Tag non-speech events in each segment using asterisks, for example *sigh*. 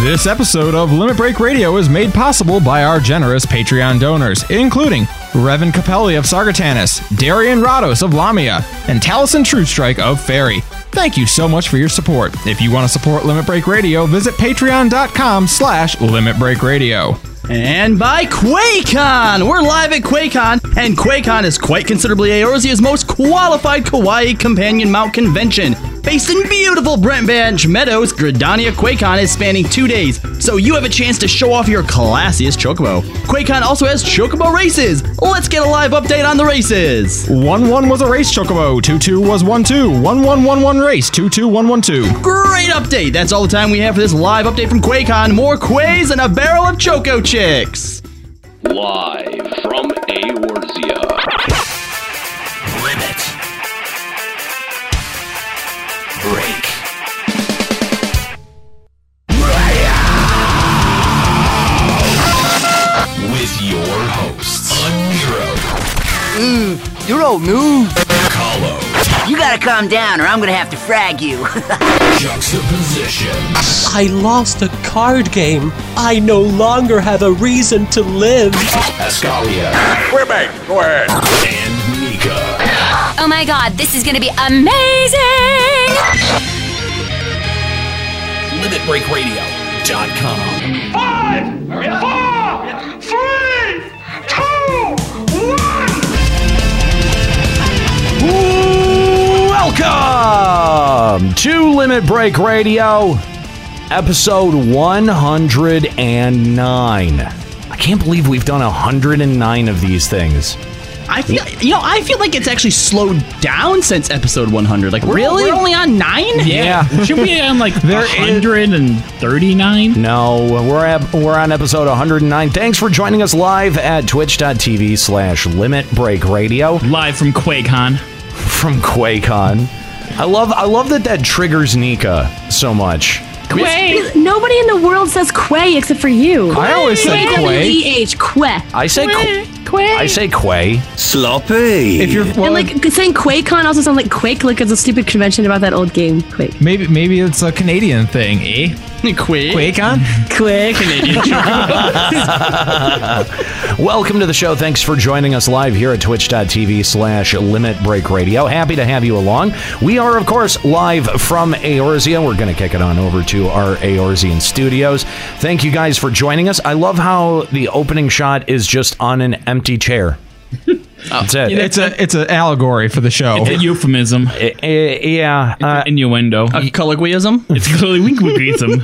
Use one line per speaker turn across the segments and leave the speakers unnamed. This episode of Limit Break Radio is made possible by our generous Patreon donors, including Revan Capelli of Sargatanis, Darian Rados of Lamia, and Taliesin Truestrike of Ferry. Thank you so much for your support. If you want to support Limit Break Radio, visit patreon.com slash Limit Break Radio.
And by QuakeCon! We're live at QuakeCon, and QuakeCon is quite considerably Eorzea's most qualified Kawaii Companion Mount Convention. Based in beautiful Brent Branch Meadows, Gridania QuakeCon is spanning two days, so you have a chance to show off your classiest Chocobo. QuakeCon also has Chocobo races! Let's get a live update on the races!
1 1 was a race, Chocobo. 2 2 was 1 2. 1 1 1 1 race. 2 2 1 1 2.
Great update! That's all the time we have for this live update from QuakeCon. More Quays and a barrel of Choco Chicks!
Live from Eorzea.
Limit. Break. With your hosts, Unero,
Mm, You're old news.
Hollow,
You gotta calm down or I'm gonna have to frag you. *laughs*
Juxtaposition,
I lost a card game. I no longer have a reason to live.
Ascalia. We're back. Go ahead. And Nika.
Oh my god, this is gonna be amazing!
LimitBreakRadio.com.
Five, four, three, two, one.
Welcome to Limit Break Radio, episode 109. I can't believe we've done 109 of these things.
I feel, you know, I feel like it's actually slowed down since episode 100. Like, we're,
Really?
We're only on nine?
Yeah.
Should we be on like
There is-
139?
No, we're at, we're on episode 109. Thanks for joining us live at twitch.tv slash limit break radio
Live from QuakeCon.
from QuakeCon. I love I love that that triggers Nika so much.
Quake!
Nobody in the world says Quay except for you.
I always say Quay.
Q-U-E-H, Quay.
I say Qu- I say Quay.
If you're well,
And like saying QuakeCon also sounds like Quake, like it's a stupid convention about that old game, Quake.
maybe maybe it's a Canadian thing, eh?
Quake.
QuakeCon?
Quake.
*laughs*
*laughs* Welcome to the show. Thanks for joining us live here at twitch.tv slash limit break radio. Happy to have you along. We are, of course, live from Eorzea. We're going to kick it on over to our Eorzean studios. Thank you guys for joining us. I love how the opening shot is just on an empty chair. That's it.
It's a it's an allegory for the show.
It's a euphemism,
Eh, eh, yeah. Uh,
innuendo.
A colloquiism?
it's a colloquialism.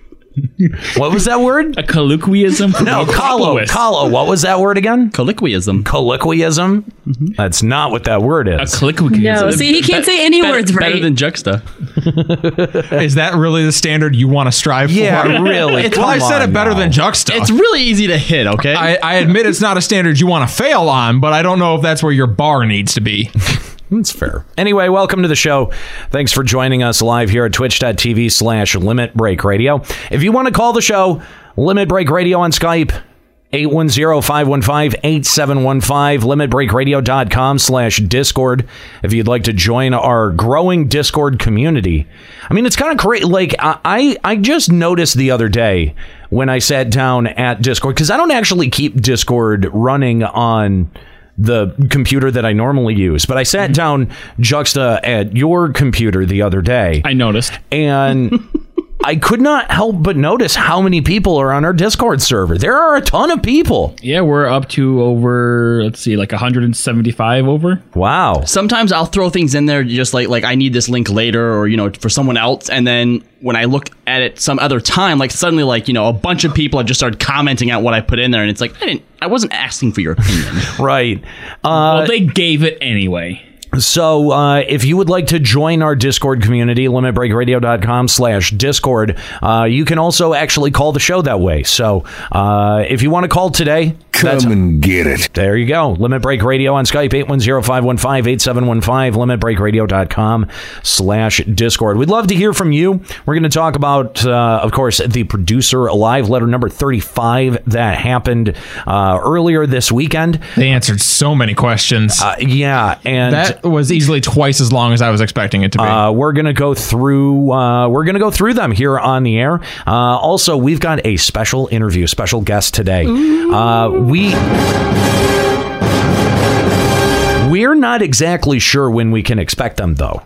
*laughs* what was that word?
a colloquiism?
No, colo. Colo. What was that word again?
Colloquiism.
Colloquiism?
Mm-hmm.
That's not what that word
A
is.
colloquiism.
No, see, he can't say any
better,
words right.
Better than juxta.
Is that really the standard you want to strive for? *laughs*
yeah, really.
well, I
Come
said it
on
better
now.
than Juxta.
It's really easy to hit, okay?
I, I admit it's not a standard you want to fail on, but I don't know if that's where your bar needs to be.
*laughs* That's fair. Anyway, welcome to the show. Thanks for joining us live here at twitch.tv slash limit break radio. If you want to call the show, limit break radio on Skype. 810-515-8715 limitbreakradio.com slash discord if you'd like to join our growing discord community i mean it's kind of great like I- i i just noticed the other day when i sat down at discord because i don't actually keep discord running on the computer that I normally use. But I
Mm-hmm.
sat down juxta at your computer the other day
I noticed. *laughs*
and I could not help but notice how many people are on our Discord server. There are a ton of people.
Yeah, we're up to over, let's see, like 175 over.
Wow.
Sometimes I'll throw things in there just like like I need this link later or you know for someone else and then when I look at it some other time like suddenly like you know a bunch of people have just started commenting on what I put in there and it's like I didn't I wasn't asking for your opinion.
*laughs* Right. Uh,
well, they gave it anyway.
So uh, if you would like to join our Discord community, limitbreakradio.com slash Discord, uh, you can also actually call the show that way. So uh, if you want to call today, Come and get it. There you go. Limit Break Radio on Skype, 810-515-8715, limitbreakradio.com slash Discord. We'd love to hear from you. We're going to talk about, uh, of course, the producer live letter number 35 that happened uh, earlier this weekend.
They answered so many questions.
Uh, yeah, and
that was easily twice as long as I was expecting it to be.
Uh, we're gonna go through. Uh, we're gonna go through them here on the air. Uh, also, we've got a special interview, special guest today. Uh, we. We're not exactly sure when we can expect them, though.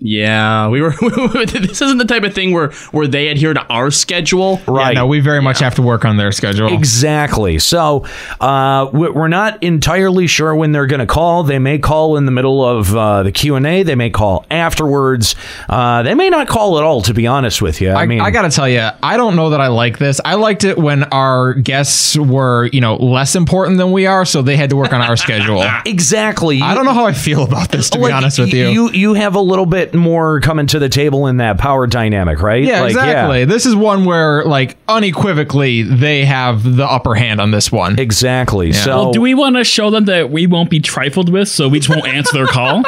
Yeah, we were. *laughs* this isn't the type of thing where where they adhere to our schedule,
right? no, we very much have to work on their schedule.
Exactly. So uh, we- we're not entirely sure when they're going to call. They may call in the middle of uh, the Q and A. They may call afterwards. Uh, they may not call at all. To be honest with you, I, mean,
I gotta tell you, I don't know that I like this. I liked it when our guests were, you know, less important than we are, so they had to work on our
*laughs*
schedule.
Exactly.
I don't know how I feel about this, to be
Like,
honest with you.
you you have a little bit more coming to the table in that power dynamic, right?
yeah,
Like,
exactly. This is one where, like, unequivocally, they have the upper hand on this one.
Exactly. So
well, do we want to show them that we won't be trifled with, so we just won't answer their call?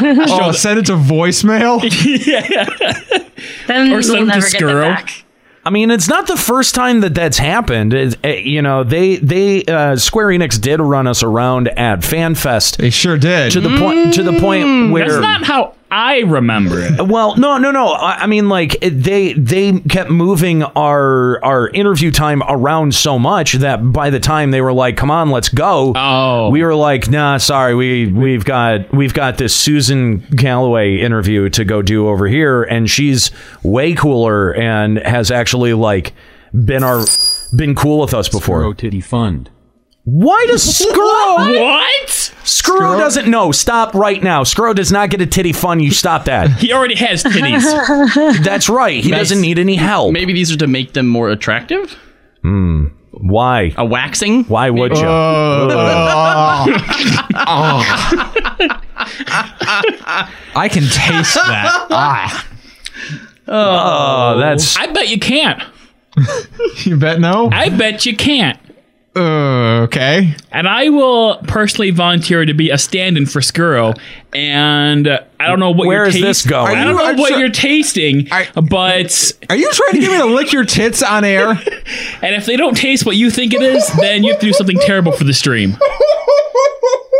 oh, send it to
*laughs*
voicemail.
Then
Or send
we'll
them to
never get them
Skuro.
back.
I mean, it's not the first time that that's happened. It's, eh, you know, they they uh, Square Enix did run us around at FanFest.
They sure did.
To the point to the point where
Mm. That's not how I remember it.
Well, no, no, no. I, I mean, like it- they they kept moving our our interview time around so much that by the time they were like, "Come on, let's go,"
Oh.
we were like, "Nah, sorry, we we've got we've got this Susan Calloway interview to go do over here, and she's way cooler and has actually like been our been cool with us before."
Titty Fund.
Why
*laughs*
does Scro?
What?
Scro doesn't know. Stop right now. Scro does not get a titty fun. You stop that.
*laughs* He already
*laughs*
has titties.
That's right. He doesn't need any help.
Maybe these are to make them more attractive.
Hmm. Why?
A waxing.
Why would you?
Uh,
*laughs*
oh.
*laughs*
I can
*laughs* Oh.
taste that. ah,
Oh, that's
I bet you *laughs* can't.
you bet no.
I bet you can't.
Uh, okay.
And I will personally volunteer to be a stand-in for Skuro. And uh, I don't know what
Where
your
is
taste-
this going?
I
Are
don't know
you-
what
I'm so-
you're tasting, but
Are you trying to get me to lick your tits on air?
*laughs* and if they don't taste what you think it is, then you have to do something terrible for the stream.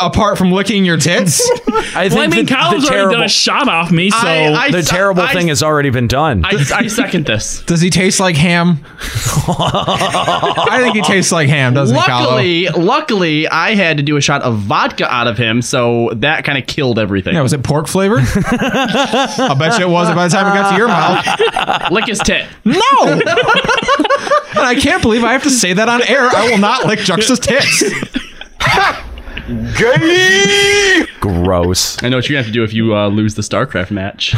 Apart from licking your tits?
*laughs* I
Well, I
think
mean,
the,
Kyle's
the
already
terrible,
done a shot off me, so
I-
the terrible
I-
thing has already been done.
I, I second this.
*laughs* Does he taste like ham? I think he tastes like ham, doesn't he, Kahlo?
Luckily, luckily, I had to do a shot of vodka out of him, so that kind of killed everything.
Yeah, was it pork flavored? I bet you it wasn't by the time it got to your mouth.
Lick his tit.
No! and I can't believe I have to say that on air. I will not lick Juxta's tits.
Gross.
I know what you're gonna have to do if you uh, lose the StarCraft match.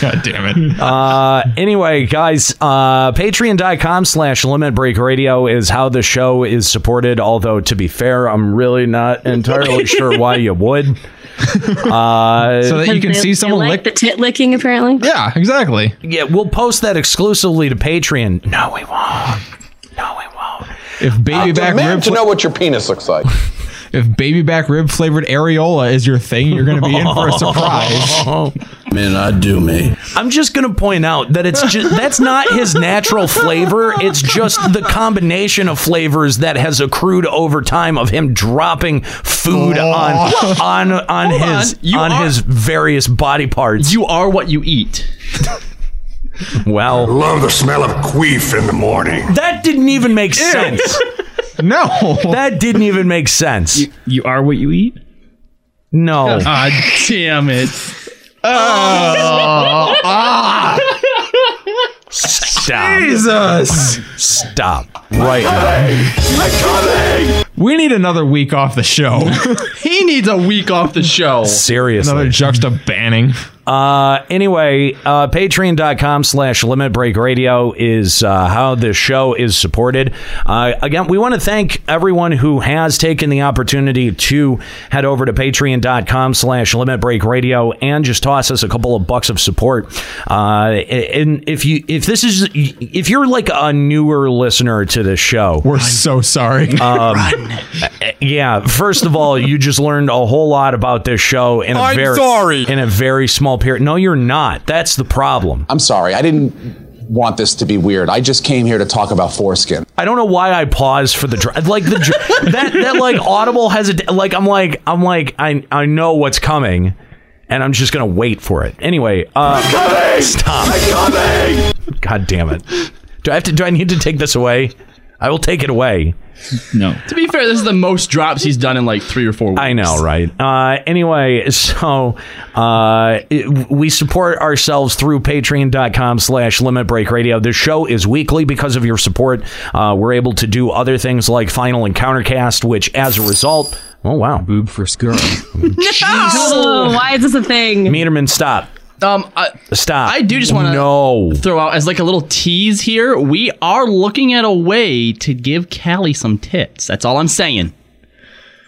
God damn it.
*laughs* Uh, anyway, guys, uh, patreon.com slash limit break radio is how the show is supported. Although, to be fair, I'm really not entirely sure why you
*laughs*
would. Uh,
so that you can
They-
see
they
someone lick.
like the tit licking, apparently.
yeah, exactly.
yeah, we'll post that exclusively to Patreon. No, we won't. No, we won't. Uh,
If baby back rib fla-
what your penis looks like.
if baby back rib flavored areola is your thing, you're going to be in for a surprise.
Man, I do me.
I'm just gonna point out that it's just that's not his natural flavor. It's just the combination of flavors that has accrued over time of him dropping food on on on his
on, you
on,
are-
his various body parts.
you are what you eat.
well,
Love the smell of queef in the morning.
that didn't even make sense.
no.
That didn't even make sense.
you are what you eat.
No.
Ah, *laughs* damn it.
Stop.
Jesus.
Stop. Right now.
We need another week off the show.
*laughs* he needs a week off the show.
Seriously.
Another juxta banning.
Uh, anyway, uh, patreon.com slash limit break radio is uh, how this show is supported. Uh, again, we want to thank everyone who has taken the opportunity to head over to patreon.com slash limit break radio and just toss us a couple of bucks of support. Uh, and if you if this is if you're like a newer listener to this show,
we're so sorry.
Um, yeah, first of all, you just learned a whole lot about this show in a
I'm
very
sorry.
in a very small period. No, you're not. That's the problem.
I'm sorry. I didn't want this to be weird. I just came here to talk about foreskin.
I don't know why I paused for the dr- like the dr- *laughs* that that like audible hesitation. Like I'm like I'm like I I know what's coming, and I'm just gonna wait for it. Anyway, uh, stop. God damn it! Do I have to? Do I need to take this away? I will take it away.
No.
To be fair, this is the most drops he's done in like three or four weeks.
I know, right? Uh, anyway, so uh, it- we support ourselves through patreon.com slash limit break radio. The show is weekly because of your support. Uh, we're able to do other things like Final Encounter Cast, which as a result, oh, wow. Boob for Skirl.
No! Oh, Why is this a thing?
Meterman, stop.
Um, I,
Stop.
I do just want to
no.
throw out as like a little tease here. We are looking at a way to give Callie some tips. That's all I'm saying.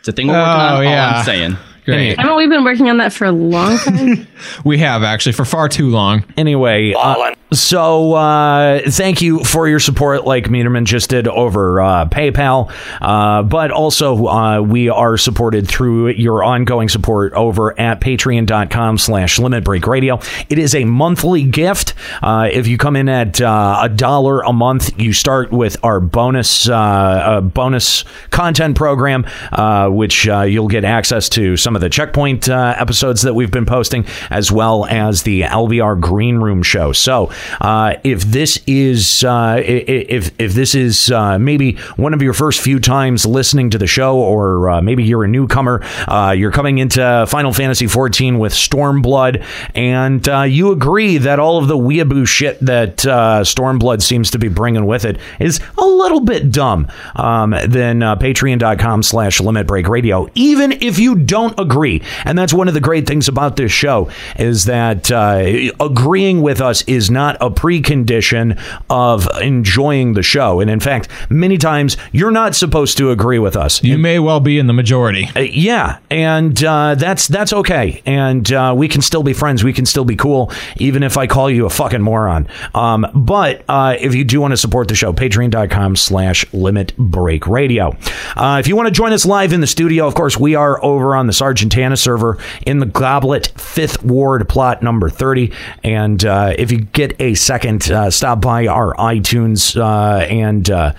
It's a thing we're working on.
Oh,
all
yeah.
I'm saying.
Great.
Haven't we been working on that for a long time?
We have actually for far too long.
Anyway, uh, so uh, thank you for your support, like Meterman just did over uh, PayPal. Uh, but also, uh, we are supported through your ongoing support over at patreon.com slash limit break radio. It is a monthly gift. Uh, if you come in at uh, a dollar a month, you start with our bonus uh, uh, bonus content program, uh, which uh, you'll get access to some of the checkpoint uh, episodes that we've been posting, as well as the LBR Green Room show. So, uh, if this is uh, i- i- if if this is uh, maybe one of your first few times listening to the show, or uh, maybe you're a newcomer, uh, you're coming into Final Fantasy 14 with Stormblood, and uh, you agree that all of the weeaboo shit that uh, Stormblood seems to be bringing with it is a little bit dumb, um, then uh, patreon.com slash limit break radio. Even if you don't agree, and that's one of the great things about this show is that uh, agreeing with us is not a precondition of enjoying the show. And in fact, many times you're not supposed to agree with us.
You may well be in the majority.
Uh, yeah, and uh, that's that's okay, and uh, we can still be friends. We can still be cool, even if I call you a fucking moron. Um, but uh, if you do want to support the show, Patreon.com/slash Limit Break Radio. Uh, if you want to join us live in the studio, of course, we are over on the Sargentana server in the Goblet Fifth Ward plot number thirty. And uh, if you get a second, uh, stop by our iTunes uh, and. Uh,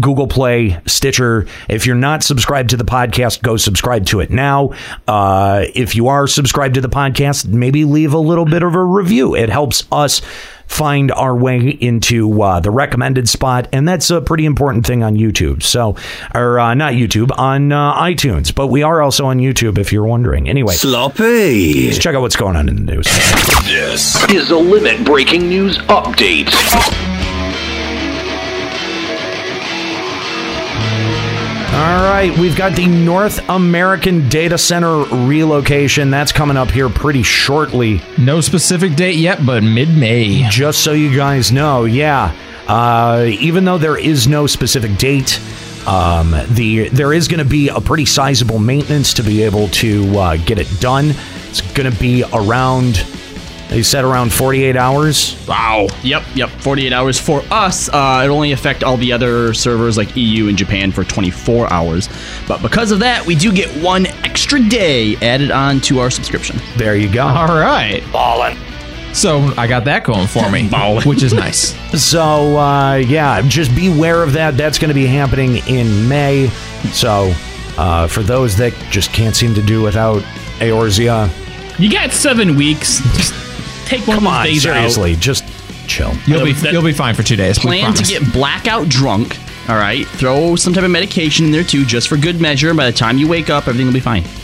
Google Play, Stitcher. If you're not subscribed to the podcast, go subscribe to it now. Uh, if you are subscribed to the podcast, maybe leave a little bit of a review. It helps us find our way into uh, the recommended spot, and that's a pretty important thing on YouTube. So, or uh, not YouTube on uh, iTunes, but we are also on YouTube. If you're wondering, anyway,
Sloppy.
Let's check out what's going on in the news.
This is a limit breaking news update.
All right, we've got the North American Data Center relocation. That's coming up here pretty shortly.
No specific date yet, but mid May.
Just so you guys know, yeah. Uh, even though there is no specific date, um, the there is going to be a pretty sizable maintenance to be able to uh, get it done. It's going to be around. They said around 48 hours.
Wow. Yep. Yep. 48 hours for us. Uh, it'll only affect all the other servers like EU and Japan for 24 hours. But because of that, we do get one extra day added on to our subscription.
There you go.
All right.
Ballin'.
So I got that going for me, which is nice.
So uh, yeah, just beware of that. That's going to be happening in May. So uh, for those that just can't seem to do without Eorzea,
*laughs* You got seven weeks. Just take one
come
of those
on,
days
seriously, *laughs* just chill.
You'll be
That-
you'll be fine for two days. we
Plan to
promise.
get blackout drunk. All right. Throw some type of medication in there too, just for good measure. By the time you wake up, everything will be fine.
*laughs*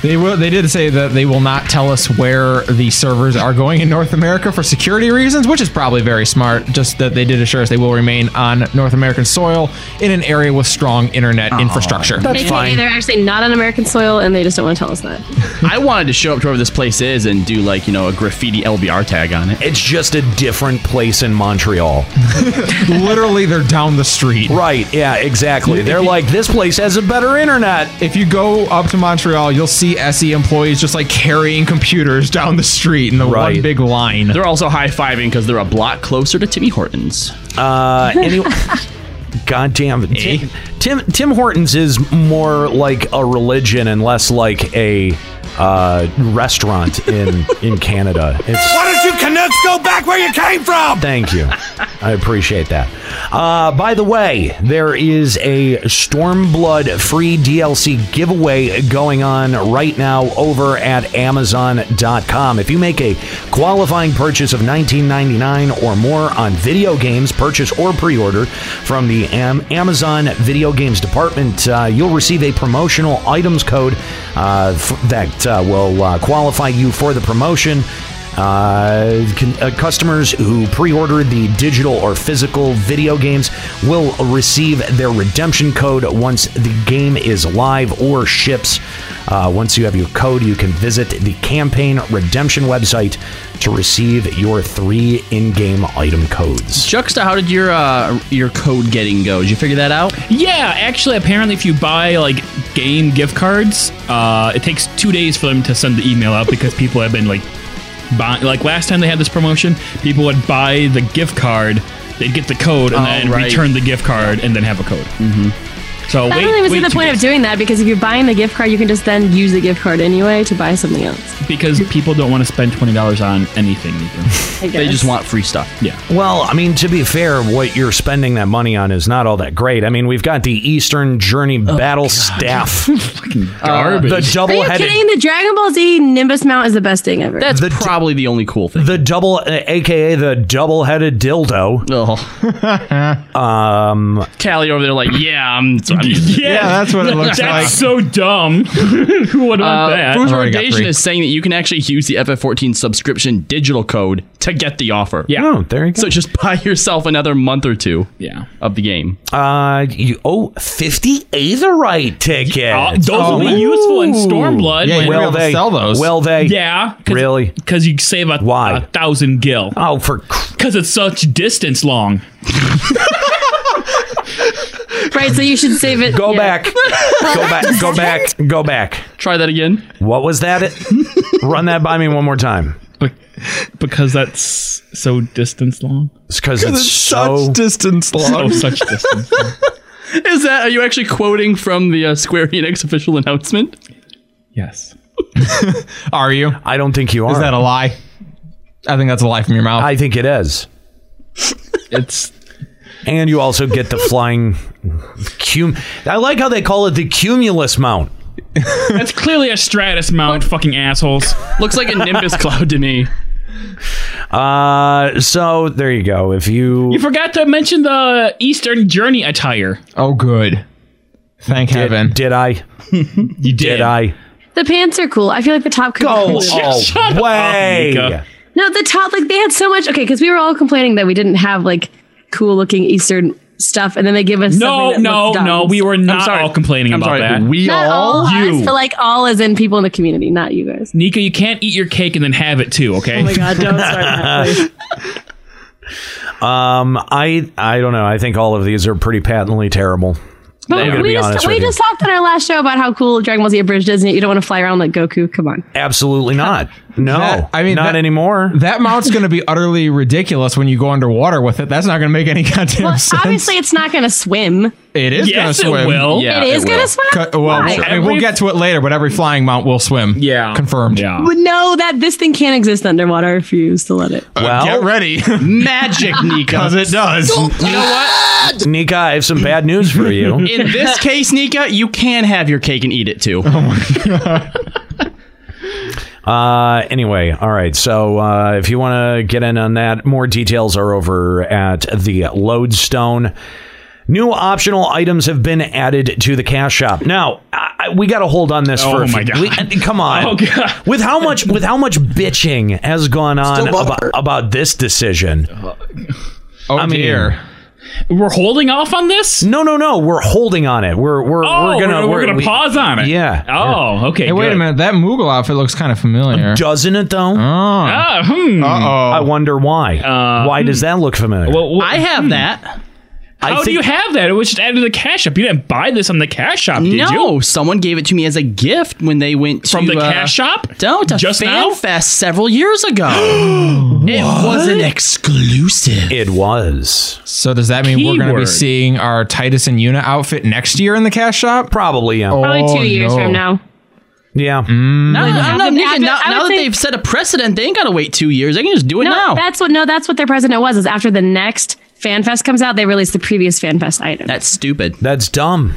They will. They did say that they will not tell us where the servers are going in North America for security reasons, which is probably very smart. Just that they did assure us they will remain on North American soil in an area with strong internet infrastructure.
AKA They're actually not on American soil, and they just don't want to tell us that.
I wanted to show up to wherever this place is and do like you know a graffiti LBR tag on it.
It's just a different place in Montreal.
Literally, they're down the street.
Right. Yeah. Exactly. They're like this place has a better internet.
If you go up to Montreal, you'll see SE employees just like carrying computers down the street in the one big line.
They're also high fiving because they're a block closer to Timmy Hortons.
Uh, anyway. God damn it. Tim, Tim Tim Hortons is more like a religion and less like a uh, restaurant in in Canada. It's
Why don't you Canucks go back where you came from?
Thank you. I appreciate that. Uh, by the way, there is a Stormblood free DLC giveaway going on right now over at Amazon.com. If you make a qualifying purchase of $19.99 or more on video games, purchase or pre order from the Am- Amazon Video Games Department, uh, you'll receive a promotional items code uh, f- that uh, will uh, qualify you for the promotion. Uh, con- uh, customers who pre-order the digital or physical video games will receive their redemption code once the game is live or ships. Uh, once you have your code, you can visit the campaign redemption website to receive your three in-game item codes.
Juxta, how did your uh, your code getting go? Did you figure that out?
Yeah, actually, apparently, if you buy like game gift cards, uh, it takes two days for them to send the email out because people have been like, buy- like last time they had this promotion, people would buy the gift card, they'd get the code, and
Oh,
then
right.
return the gift card, and then have a code. Mm-hmm. So
I
wait,
don't even see
wait
the
two
point of doing that because if you're buying the gift card, you can just then use the gift card anyway to buy something else.
days because people don't want to spend twenty dollars on anything.
*laughs* I They
*laughs*
guess. just
want free stuff. Yeah.
Well, I mean, to be fair, what you're spending that money on is not all that great. I mean, we've got the Eastern Journey
Oh,
Battle
*laughs*
Staff, Uh,
garbage.
the
Are you
double-headed
kidding? The Dragon Ball Z Nimbus Mount is the best thing ever.
That's probably the only cool thing.
The double, uh, aka the double-headed dildo. *laughs* um,
Oh. Callie over there, like, yeah, I'm.
*laughs*
*laughs*
I'm
that's so dumb. *laughs* Who would want that?
Uh,
Oh,
Food Foundation is saying that you can actually use the FF14 subscription digital code to get the offer.
Yeah.
Oh, there you go.
So just *laughs* buy yourself another month or two
Yeah.
of the game.
Uh, you owe 50 Aetherite tickets.
Uh, those will be useful in Stormblood. when-
will Oh. they Will they?
Yeah,
Really?
because you save a,
Why?
a thousand gil.
Oh, for
because it's such distance long.
*laughs* right, so you should save it.
Go
yeah.
back. *laughs* go back. Go back. Go back.
Try that again.
What was that?
*laughs*
It- Run that by me one more time.
Because that's so distance long.
Because it's, *laughs* so
distance
So such distance.
Is that? Are you actually quoting from the uh, Square Enix official announcement?
yes.
Are you?
I don't think you are.
Is that a lie? I think that's a lie from your mouth.
I think it is.
It's
And you also get the flying cum. I like how they call it the cumulus mount.
that's clearly a Stratus mount. Fucking assholes.
Looks like a Nimbus cloud to me.
Uh, so there you go. If you,
You forgot to mention the Eastern Journey attire.
oh, good. Thank heaven.
did I?
*laughs* You did.
Did I?
The pants are cool. I feel like the top could be *laughs*
Go
cooler.
all
Shut up,
way.
Mika.
No, the top, like they had so much. Okay, because we were all complaining that we didn't have like cool looking Eastern stuff, and then they give us
No,
something that
no,
looks dumb.
no. We were not
sorry.
all complaining
I'm
about
sorry.
that.
We
not
all.
all
you.
us, but like all as in people in the community, not you guys.
Nika, you can't eat your cake and then have it too. Okay.
Oh God, don't start
*laughs*
that. please.
Um, I I don't know. I think all of these are pretty patently terrible. I'm
But
gonna
we
be
just
honest
we
with you.
just talked on our last show about how cool Dragon Ball Z Abridged is, and yet you don't want to fly around like Goku. Come on.
Absolutely not. Oh, No,
That- I mean,
not
that-
anymore.
That mount's going to be utterly ridiculous when you go underwater with it. That's not going to make any *laughs* goddamn
Well,
sense.
obviously, it's not going to swim.
it is
yes,
going to
it
swim.
will.
Yeah,
it is
it
going
will.
to swim.
Co- well,
Why?
I mean, we'll
Every-
get to it later, but every flying mount will swim.
Yeah.
Confirmed.
Yeah.
But no, that this thing can't exist underwater. I refuse to let it.
well,
Get ready.
Magic, Nika.
*laughs* Because it does.
you know what?
Nika, I have some bad news for you.
In this
*laughs*
case, Nika, you can have your cake and eat it too.
Oh,
*laughs* Uh, anyway, all right. So uh, if you want to get in on that, more details are over at the Lodestone. New optional items have been added to the cash shop. Now I, I- we got to hold on this
Oh
for. a
my
few-
God. Oh,
we- uh, come on! With how much with how much bitching has gone on about, about this decision? Oh I mean,
dear. We're holding off on this?
No, no, no. We're holding on it. We're we're
Oh,
we're gonna
we're- we're gonna
we-
pause on it.
Yeah.
Oh, okay,
Hey,
Wait a minute, that Moogle outfit looks kind of familiar.
Doesn't it though? Oh.
Ah, hmm. Uh,
I wonder why. why does that look familiar?
I have that.
I
How do
think-
you have that? It was just added to the cash shop. You didn't buy this on the cash shop, did you?
no, someone gave it to me as a gift when they went
From
to,
the
uh,
cash shop?
No, to
Just now?
Fan Fest several years ago. it was an exclusive.
It was.
So does that mean we're going to be
Keyword.
seeing our Titus and Una outfit next year in the cash shop? Oh,
Probably, yeah.
Probably two years from now.
Yeah.
Mm.
Uh,
Now, I'm
Like,
not
after-
thinking, now,
after- I
now that
would say-
they've set a precedent, they ain't gotta wait two years. They can just do it
no,
now.
that's what no, that's what their president was. Is after the next fan fest comes out, they release the previous fan fest item.
That's stupid.
That's dumb.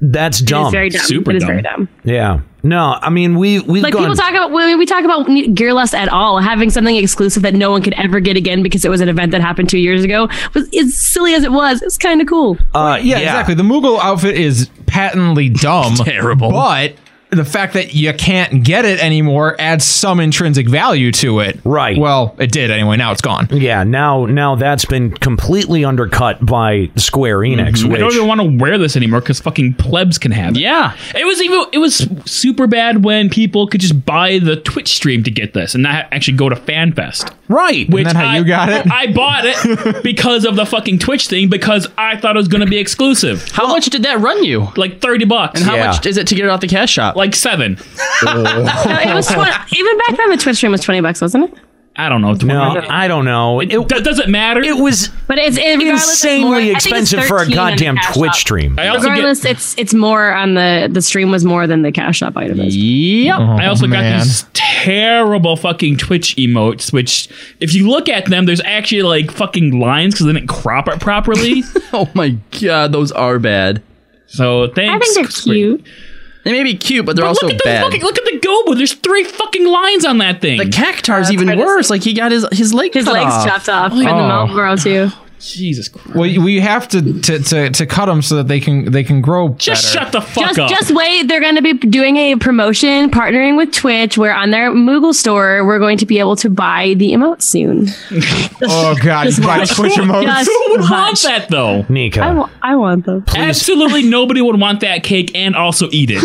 That's dumb.
very dumb. Super It is dumb. very dumb.
Yeah. No, I mean we we've
like
gone
people talk about when we talk about ne- Gearless at all, having something exclusive that no one could ever get again because it was an event that happened two years ago was as silly as it was. It's kind
*laughs*
of cool.
Uh,
yeah, exactly. The Moogle outfit is
*laughs*
patently dumb,
terrible.
But the fact that you can't get it anymore adds some intrinsic value to it.
Right.
Well, it did anyway. Now it's gone.
Yeah, now now that's been completely undercut by Square Enix,
Mhm.
Mm-hmm.
I don't
which
even want to wear this anymore because fucking plebs can have it.
Yeah,
it was even it was super bad when people could just buy the Twitch stream to get this and not actually go to FanFest.
Right.
Which
that how
I,
you got it?
I bought
*laughs*
it because of the fucking Twitch thing because I thought it was going to be exclusive.
How much did that run you?
Like thirty bucks.
And how much is it to get it off the cash shop?
Like seven.
Oh.
*laughs* No, it was twen- even back then the Twitch stream was twenty bucks, wasn't it?
I don't know.
No, I don't know. It,
That doesn't matter.
it was
But it's it, regardless, it's more- I
insanely
think it's
expensive for a
13 on the
goddamn
cash
Twitch
shop.
stream.
I also get,
Regardless, it's it's more on the the stream was more than the cash shop item is.
Yep.
I also
man.
got these terrible fucking Twitch emotes, which if you look at them, there's actually like fucking lines because they didn't crop it properly.
*laughs* Oh my god, those are bad.
so
I
thanks.
think they're cute.
They may be cute, but they're
But
also
look at the
bad.
fucking look at the gobo. There's three fucking lines on that thing.
the cactar's even worse. Like he got his his leg
His
cut
legs
off.
chopped off, and the mouth grow too.
Jesus Christ!
Well, we have to to, to, to cut them so that they can they can grow.
Just
better.
shut the fuck
Just,
up.
just wait. They're going to be doing a promotion partnering with Twitch, where on their Moogle store, we're going to be able to buy the emote soon. *laughs*
Oh god,
Just
you gotta
watch.
switch them over.
Just
Who would want
watch.
that though?
I,
Nika,
wa- I want them.
Absolutely nobody would want that cake and also eat
*laughs*
it.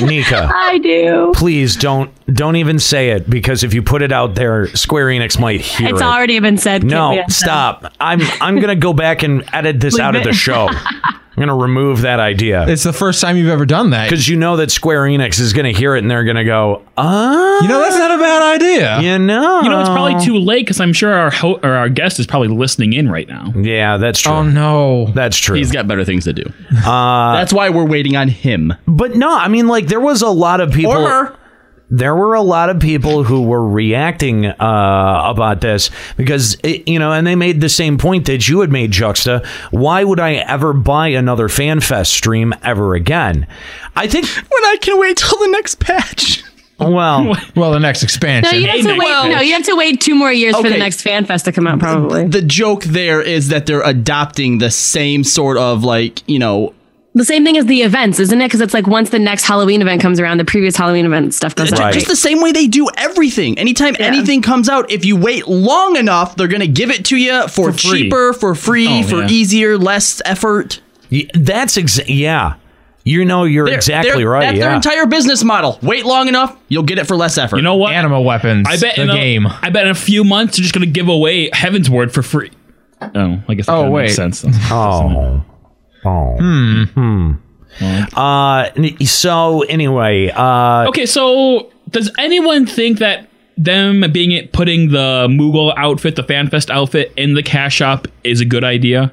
Nika,
*laughs* I do.
please don't don't even say it because if you put it out there, Square Enix might hear
It's
it.
already been said.
No,
Can't be
stop. I'm I'm gonna go back and edit this out of the show. I'm gonna remove that idea
It's the first time you've ever done that.
because you know that Square Enix is gonna hear it and they're gonna go, ah,
You know that's not a bad idea.
you know,
You know, it's probably too late because I'm sure our ho- or our guest is probably listening in right now.
Yeah, that's true.
Oh no.
That's true.
He's got better things
*laughs*
to do. That's why we're waiting on him.
Uh, but no, I mean, like there was a lot of people. there were a lot of people who were reacting uh, about this because it, you know, and they made the same point that you had made, Juxta. Why would I ever buy another FanFest stream ever again? I think.
When I can wait till the next patch. *laughs*
Well,
Well, the next
No,
expansion.
you have to
Hey,
wait.
Nick.
No, you have to wait two more years for
Okay.
the next fan fest to come out. Probably
The joke there is that they're adopting the same sort of like you know.
the same thing as the events, isn't it? Because it's like once the next Halloween event comes around, the previous Halloween event stuff goes
ju-
out.
Just the same way they do everything. Anytime anything comes out, if you wait long enough, they're gonna give it to you
For
for,
free.
cheaper, for free,
Oh,
for
yeah.
easier, less effort.
y- that's exa- yeah. You know, you're
They're-
exactly
they're-
right.
That's
yeah.
their entire business model. Wait long enough, you'll get it for less effort.
You know what?
Animal weapons.
I bet
the
in a-
game.
I bet in a few months they're just gonna give away Heaven's Word for free. Oh, I guess. That
Oh,
kinda
wait.
makes sense.
Oh. Oh. Hmm. Uh, n- so anyway, uh,
Okay, so does anyone think that them being it putting the Moogle outfit, the FanFest outfit, in the cash shop is a good idea?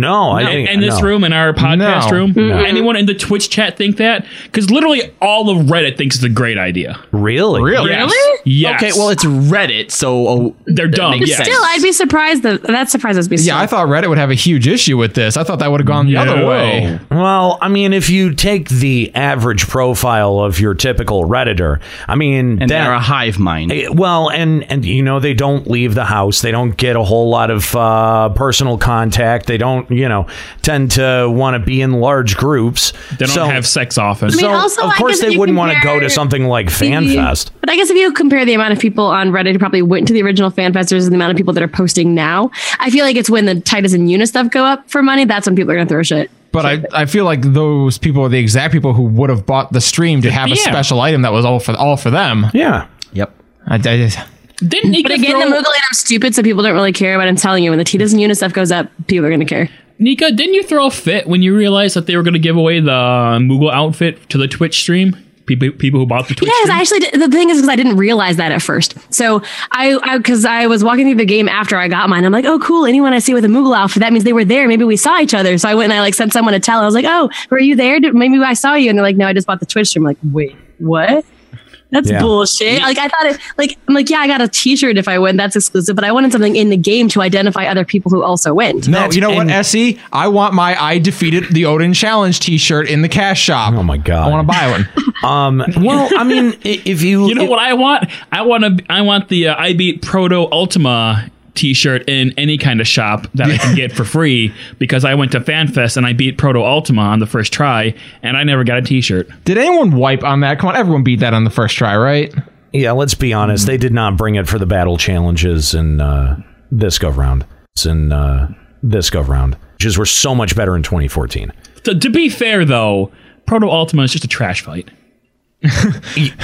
no, I
in,
didn't.
in this
no.
room, in our podcast
No.
room, anyone in the Twitch chat think that? Because literally all of Reddit thinks it's a great idea.
really,
Really?
Yes. Yes.
Okay, well it's Reddit, so oh,
they're dumb.
makes
yes.
sense.
Still, I'd be surprised. That that surprises me. Still.
Yeah, I thought Reddit would have a huge issue with this. I thought that would have gone the other
No.
way.
Well, I mean, if you take the average profile of your typical redditor, I mean,
and
that-
they're a hive mind.
Eh, well, and and you know, they don't leave the house. They don't get a whole lot of uh, personal contact. They don't don't, you know, tend to want to be in large groups.
They don't have sex often.
I mean,
so
also,
of
I
course
guess
they
you
wouldn't want to go
compare
to something like
the-
FanFest.
But I guess if you compare the amount of people on Reddit who probably went to the original FanFest versus the amount of people that are posting now, I feel like it's when the Titus and Una stuff go up for money. That's when people are going to throw shit.
But I, I feel like those people are the exact people who would have bought the stream to have a
Yeah.
special item that was all for all for them.
Yeah.
Yep.
I, I just,
Didn't
but again, the Moogle I'm stupid, so people don't really care. But I'm telling you, when the Titus and Una stuff goes up, people are going to care.
Nika, didn't you throw a fit when you realized that they were going to give away the Moogle outfit to the Twitch stream? People, people who bought the Twitch.
Yes, I actually. did- The thing is, because I didn't realize that at first. So I, because I, was walking through the game after I got mine, I'm like, oh, cool. Anyone I see with a Moogle outfit, that means they were there. Maybe we saw each other. So I went and I like sent someone a tell. I was like, oh, were you there? Did- Maybe I saw you. And they're like, no, I just bought the Twitch stream. I'm like, wait, what? That's
Yeah.
bullshit. Like I thought it. Like I'm like, yeah, I got a T-shirt if I win. That's exclusive. But I wanted something in the game to identify other people who also went.
No, you know what, Essie? I want my I defeated the Odin Challenge T-shirt in the cash shop. Oh my god, I want to buy *laughs* one.
um, well,
*laughs*
I
*laughs*
mean, if you
You know what I want? I want to. I want the uh, I beat Proto Ultima T-shirt in any kind of shop
*laughs*
that I can get for free because I went to FanFest and I beat Proto Ultima on the first try and I never got a T-shirt.
Did anyone wipe on that? Come on, everyone beat that on the first try, right?
Yeah, let's be honest. They did not bring it for the battle challenges in uh, this go round. It's in uh, this go round, which is were so much better in 2014.
To, to be fair, though, Proto Ultima is just a trash fight.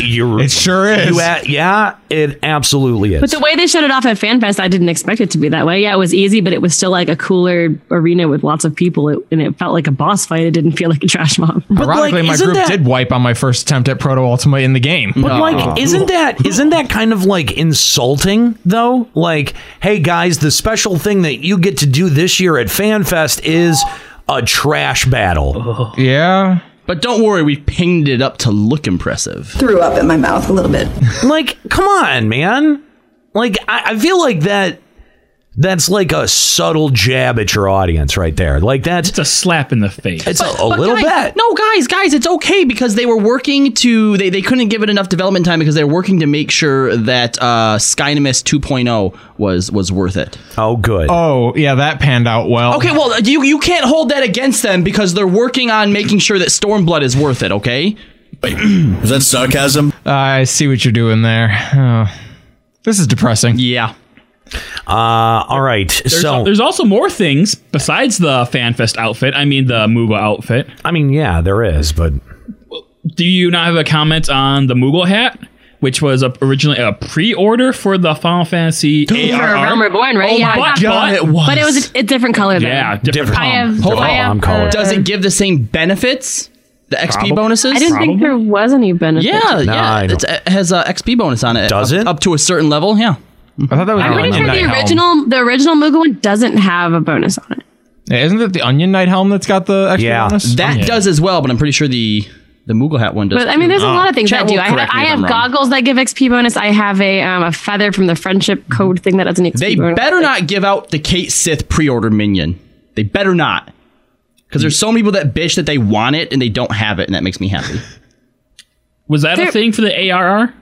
You're, it
sure
is.
yeah, it absolutely is.
But the way they showed it off at FanFest, I didn't expect it to be that way. Yeah, it was easy, but it was still like a cooler arena with lots of people, it, and it felt like a boss fight. It didn't feel like a trash mob.
Ironically, my group did wipe on my first attempt at Proto Ultima in the game.
But
Oh.
like, isn't that isn't that kind of like insulting though? Like, hey guys, the special thing that you get to do this year at FanFest is a trash battle.
Yeah.
But don't worry, we've painted it up to look impressive.
Threw up in my mouth a little bit.
*laughs* Like, come on, man. Like, I, I feel like that that's like a subtle jab at your audience right there. Like that's it's
a slap in the face.
It's a, a little
guys,
bit.
No, guys, guys, it's okay because they were working to they, they couldn't give it enough development time because they were working to make sure that uh Skynimus 2.0 was was worth it.
Oh, good.
Oh, yeah, that panned out well.
Okay, well, uh, you you can't hold that against them because they're working on making sure that Stormblood is worth it, okay?
Is that sarcasm? Uh, I see what you're doing there. Oh, this is depressing.
Yeah.
Uh, all right.
There's,
so
there's also more things besides the FanFest outfit. I mean, the Moogle outfit.
I mean, yeah, there is, but
do you not have a comment on the Moogle hat, which was a, originally a pre-order for the Final Fantasy
For
ARR?
Realm Reborn, right?
Oh
yeah,
my
I got-
God, it was.
But it was a, a different color. Then.
Yeah, different
I
color.
have.
Different
I
color.
have
Color.
uh,
Does it give the same benefits? The XP
Probably.
bonuses?
I didn't think there was any benefit.
Yeah,
to it.
yeah. It's, it has a XP bonus on it. Does it? Up to a certain level, yeah.
I thought that
I'm pretty sure the original, the original Moogle one doesn't have a bonus on it.
Yeah, isn't it the Onion Knight helm that's got the extra bonus?
That does as well, but I'm pretty sure the the Moogle hat one does.
But I mean, there's a
too.
lot of things
Chat
that do.
will
I have,
correct me
I
if
have
I'm wrong.
goggles that give XP bonus. I have a um, a feather from the friendship code thing that doesn't XP
They
bonus.
better not give out the Kate Sith pre-order minion. They better not. Because there's so many people that bitch that they want it and they don't have it, and that makes
*laughs*
me happy.
Was that a thing for the ARR,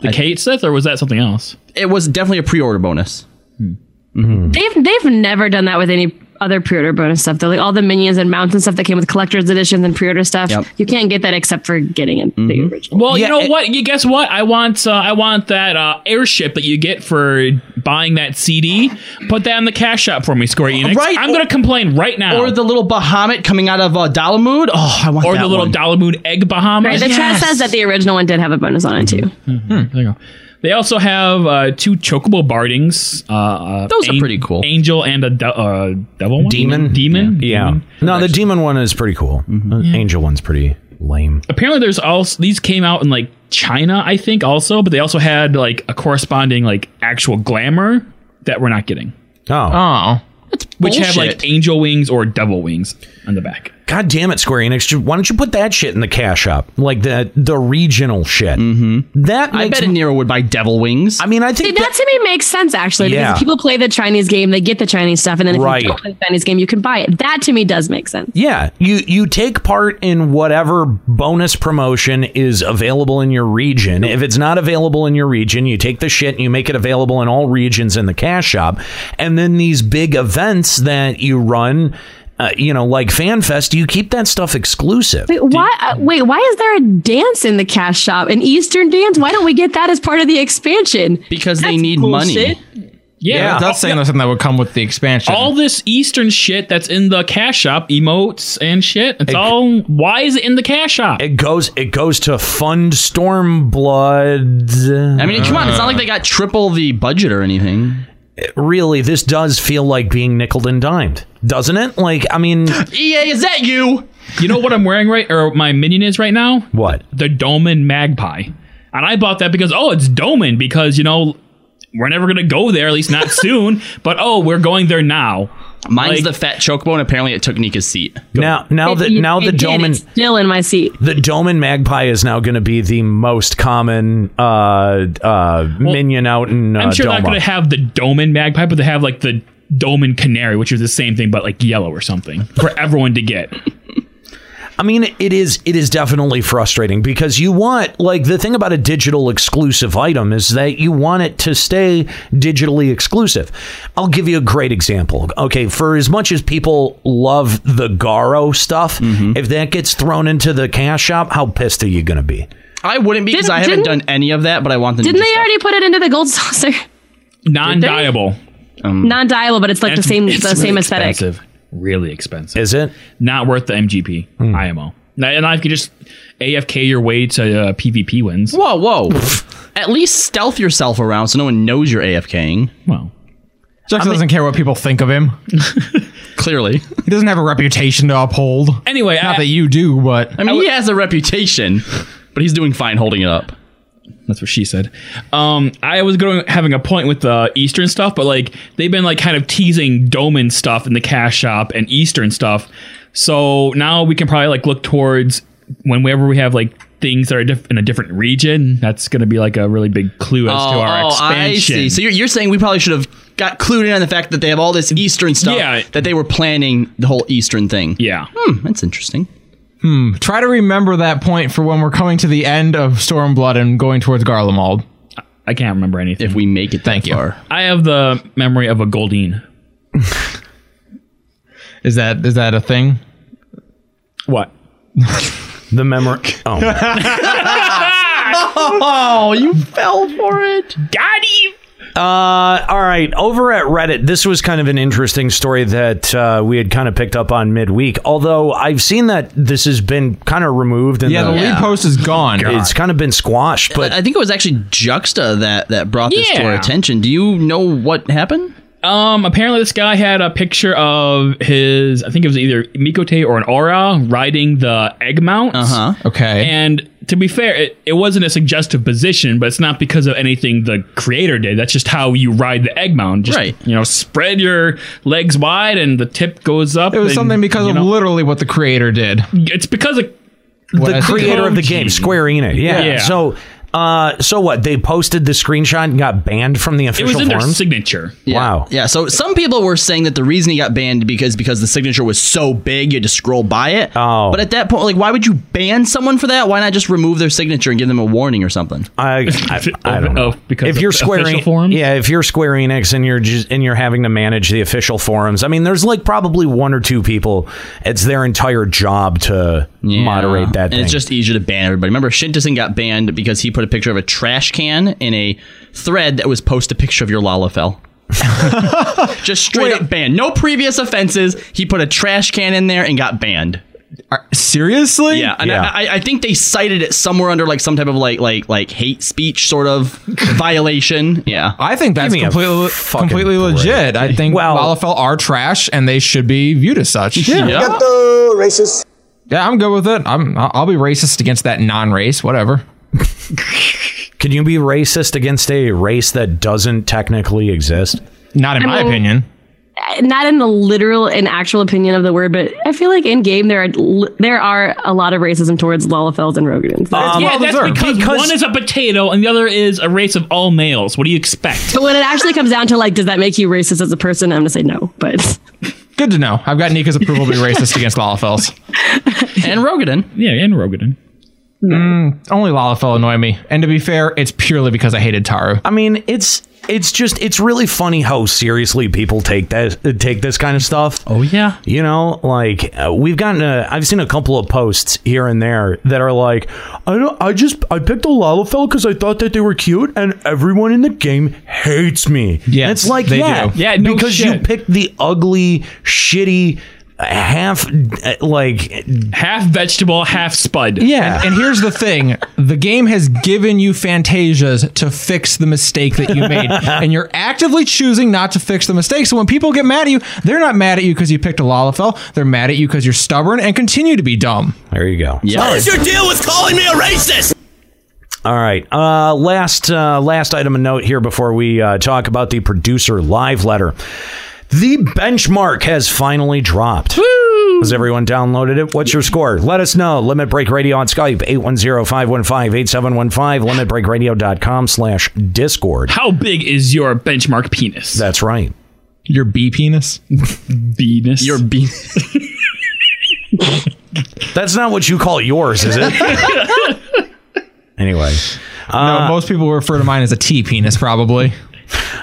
the
I-
Kate Sith, or was that something else?
It was definitely a pre-order bonus.
They've they've never done that with any other pre-order bonus stuff. They're like all the minions and mounts and stuff that came with collector's editions and pre-order stuff.
Yep.
You can't get that except for getting it. the original.
Well, you know what? You guess what? I want uh, I want that uh, airship that you get for buying that CD. Put that in the cash shop for me, Square Enix.
Right.
I'm going to complain right now.
Or the little Bahamut coming out of uh, Dalamud. Oh, I want
Or
that
the little
one.
Dalamud egg Bahamut.
Right, the chat says that the original one did have a bonus on it too.
There you go. They also have uh, two chocobo bardings. Uh, Uh,
Those are
pretty cool. Angel and a de- uh, devil one?
Demon?
Demon?
yeah. No, the demon one is pretty cool.
Mm-hmm.
The Angel one's pretty lame.
Apparently, there's also these came out in like China, I think, also, but they also had like a corresponding like actual glamour that we're not getting.
Oh,
oh,
which have
bullshit.
like angel wings or devil wings on the back.
God damn it, Square Enix! ju- Why don't you put that shit in the cash shop, like the the regional shit? Mm-hmm. That
I
makes
bet a Nero would buy devil wings.
I mean, I
See,
think
that to me makes sense actually because
Yeah.
if people play the Chinese game, they get the Chinese stuff, and then if
Right.
you don't play the Chinese game, you can buy it. That to me does make sense.
Yeah, you you take part in whatever bonus promotion is available in your region. If it's not available in your region, you take the shit and you make it available in all regions in the cash shop. And then these big events that you run uh, you know, like FanFest, you keep that stuff exclusive.
Wait, why? uh, wait, why is there a dance in the cash shop? An Eastern dance? Why don't we get that as part of the expansion?
Because
they need
money.
Yeah.
that's saying there's something that would come with the expansion.
All this Eastern shit that's in the cash shop, emotes and shit. It's all. Why is it in the cash shop?
It goes. It goes to fund Stormblood.
I mean, come on, it's not like they got triple the budget or anything.
Uh, Really, this does feel like being nickled and dimed, doesn't it? Like, I mean,
EA, E is that you?
You know what I'm wearing right, or my minion is right now?
What?
The Doman Magpie. And I bought that because, oh, it's Doman, because, you know, we're never going to go there, at least not soon, but oh, we're going there now.
Mine's the fat chocobo, and apparently it took Nika's seat.
now, now that now the Doman
still in my seat.
the Doman Magpie is now going to be the most common uh, uh, minion out in uh,
I'm sure they're not
Doma.
going to have the Doman Magpie, but they have like the Doman Canary, which is the same thing, but like yellow or something for everyone to get.
I mean, it is it is definitely frustrating because you want like the thing about a digital exclusive item is that you want it to stay digitally exclusive. I'll give you a great example. Okay, for as much as people love the Garo stuff,
Mm-hmm.
if that gets thrown into the cash shop, how pissed are you going to be?
I wouldn't be because
Didn't-
I haven't
didn't-
done any of that, but I want them.
Didn't
to
they already put it into the gold saucer? *laughs*
Non dyeable.
Non dyeable, but it's like
*laughs*
the same the same aesthetic.
Expensive. Really expensive.
Is it?
Not worth the MGP, IMO. And I could just AFK your way to uh, PvP wins.
Whoa, whoa! At least stealth yourself around so no one knows you're AFKing.
Well,
Jackson doesn't care what people think of him.
clearly,
He doesn't have a reputation to uphold.
Anyway,
not
I-
that you do, but
I mean, he has a reputation, but he's doing fine holding it up.
That's what she said. Um, I was going having a point with the Eastern stuff, but like they've been like kind of teasing Doman stuff in the cash shop and Eastern stuff. So now we can probably like look towards whenever we have like things that are diff- in a different region. That's going to be like a really big clue as to our
Oh, I
expansion.
see. So you're, you're saying we probably should have got clued in on the fact that they have all this Eastern stuff
Yeah.
that they were planning the whole Eastern thing.
yeah.
Hmm, that's interesting.
hmm, try to remember that point for when we're coming to the end of Stormblood and going towards Garlemald.
I can't remember anything.
If we make it that
Thank you.
far.
I have the memory of a Goldine.
Is that is that a thing?
What?
*laughs* The memory. Oh,
*laughs* Oh, you fell for it.
Got him!
Uh, all right. Over at Reddit, this was kind of an interesting story that uh, we had kind of picked up on midweek. Although I've seen that this has been kind of removed. In
Yeah, the lead post is gone.
It's kind of been squashed, but
I think it was actually Juxta that that brought this to our
Yeah.
attention. Do you know what happened?
Um, apparently this guy had a picture of his, I think it was either Mikote or an aura riding the egg mount.
Uh-huh.
Okay.
And to be fair, it, it wasn't a suggestive position, but it's not because of anything the creator did. That's just how you ride the egg mound. Just,
Right.
You know, spread your legs wide and the tip goes up.
it was
and,
something because
you
of
know,
literally what the creator did.
It's because of.
What I
the
think-
creator of the
Koji.
game, Square Enix. Yeah.
Yeah.
So, uh, so what? They posted the screenshot and got banned from the
It
official
was in their
forums.
signature.
Wow.
Yeah, so some people were saying that the reason he got banned because because the signature was so big you had to scroll by it.
Oh.
But at that point, like why would you ban someone for that? Why not just remove their signature and give them a warning or something?
I, I,
*laughs*
I don't know.
Of- Oh, because
if
of
you're Square
official
En-
forums?
yeah, if you're Square Enix and you're just, and you're having to manage the official forums, I mean, there's like probably one or two people. It's their entire job to moderate that.
And
thing.
it's just easier to ban everybody. Remember Shintason got banned because he put a picture of a trash can in a thread that was post a picture of your Lalafell. *laughs* just straight up banned. No previous offenses. He put a trash can in there and got banned.
Are- seriously?
Yeah, and
Yeah.
I, I, I think they cited it somewhere under like some type of like like like hate speech sort of violation. Yeah,
I think *laughs* that's
me a
completely
fucking
completely
break.
legit. I think
Well-
Lalafell are trash and they should be viewed as such.
Yeah.
racist.
Yeah, I'm good with it. I'm I'll I'll be racist against that non-race, whatever.
Can you be racist against a race that doesn't technically exist?
Not in my
mean-
opinion.
Not in the literal and actual opinion of the word, but I feel like in game there are l- there are a lot of racism towards Lalafels and Rogans.
Um,
yeah, that's
deserved.
because,
Because-
one is a potato and the other is a race of all males. What do you expect?
But when it actually comes down to like, does that make you racist as a person? I'm gonna say no.
*laughs*
But
Good to know. I've got Nika's approval to be racist against Lalafels.
and Rogadin.
yeah, and Rogadin.
Mm, only Lalafell annoy me, and to be fair, it's purely because I hated Taru.
I mean, it's it's just it's really funny how seriously people take that take this kind of stuff.
Oh yeah,
you know, like uh, we've gotten i I've seen a couple of posts here and there that are like, I don't, I just I picked a Lalafell because I thought that they were cute, and everyone in the game hates me. Yeah, it's like
they
yeah,
do. Yeah, no
because you
shit.
picked the ugly, shitty. Half uh, like
half vegetable, half spud.
Yeah. And, and here's the thing the game has given you fantasias to fix the mistake that you made. and you're actively choosing not to fix the mistake. So when people get mad at you, they're not mad at you because you picked a Lalafell. They're mad at you because you're stubborn and continue to be dumb.
There you go.
Sorry.
What is your deal with calling me a racist?
All right. Uh, last uh, last item of note here before we uh, talk about the producer live letter. The benchmark has finally dropped. Has everyone downloaded it? What's your score? Let us know. Limit Break Radio on Skype, 810-515-8715, limitbreakradio.com slash Discord.
How big is your benchmark penis?
That's right.
Your B
*laughs*
penis?
Penis. Your B.
That's not what you call yours,
*laughs*
Oh,
is it? anyway.
no, most people refer to mine as a T penis, probably.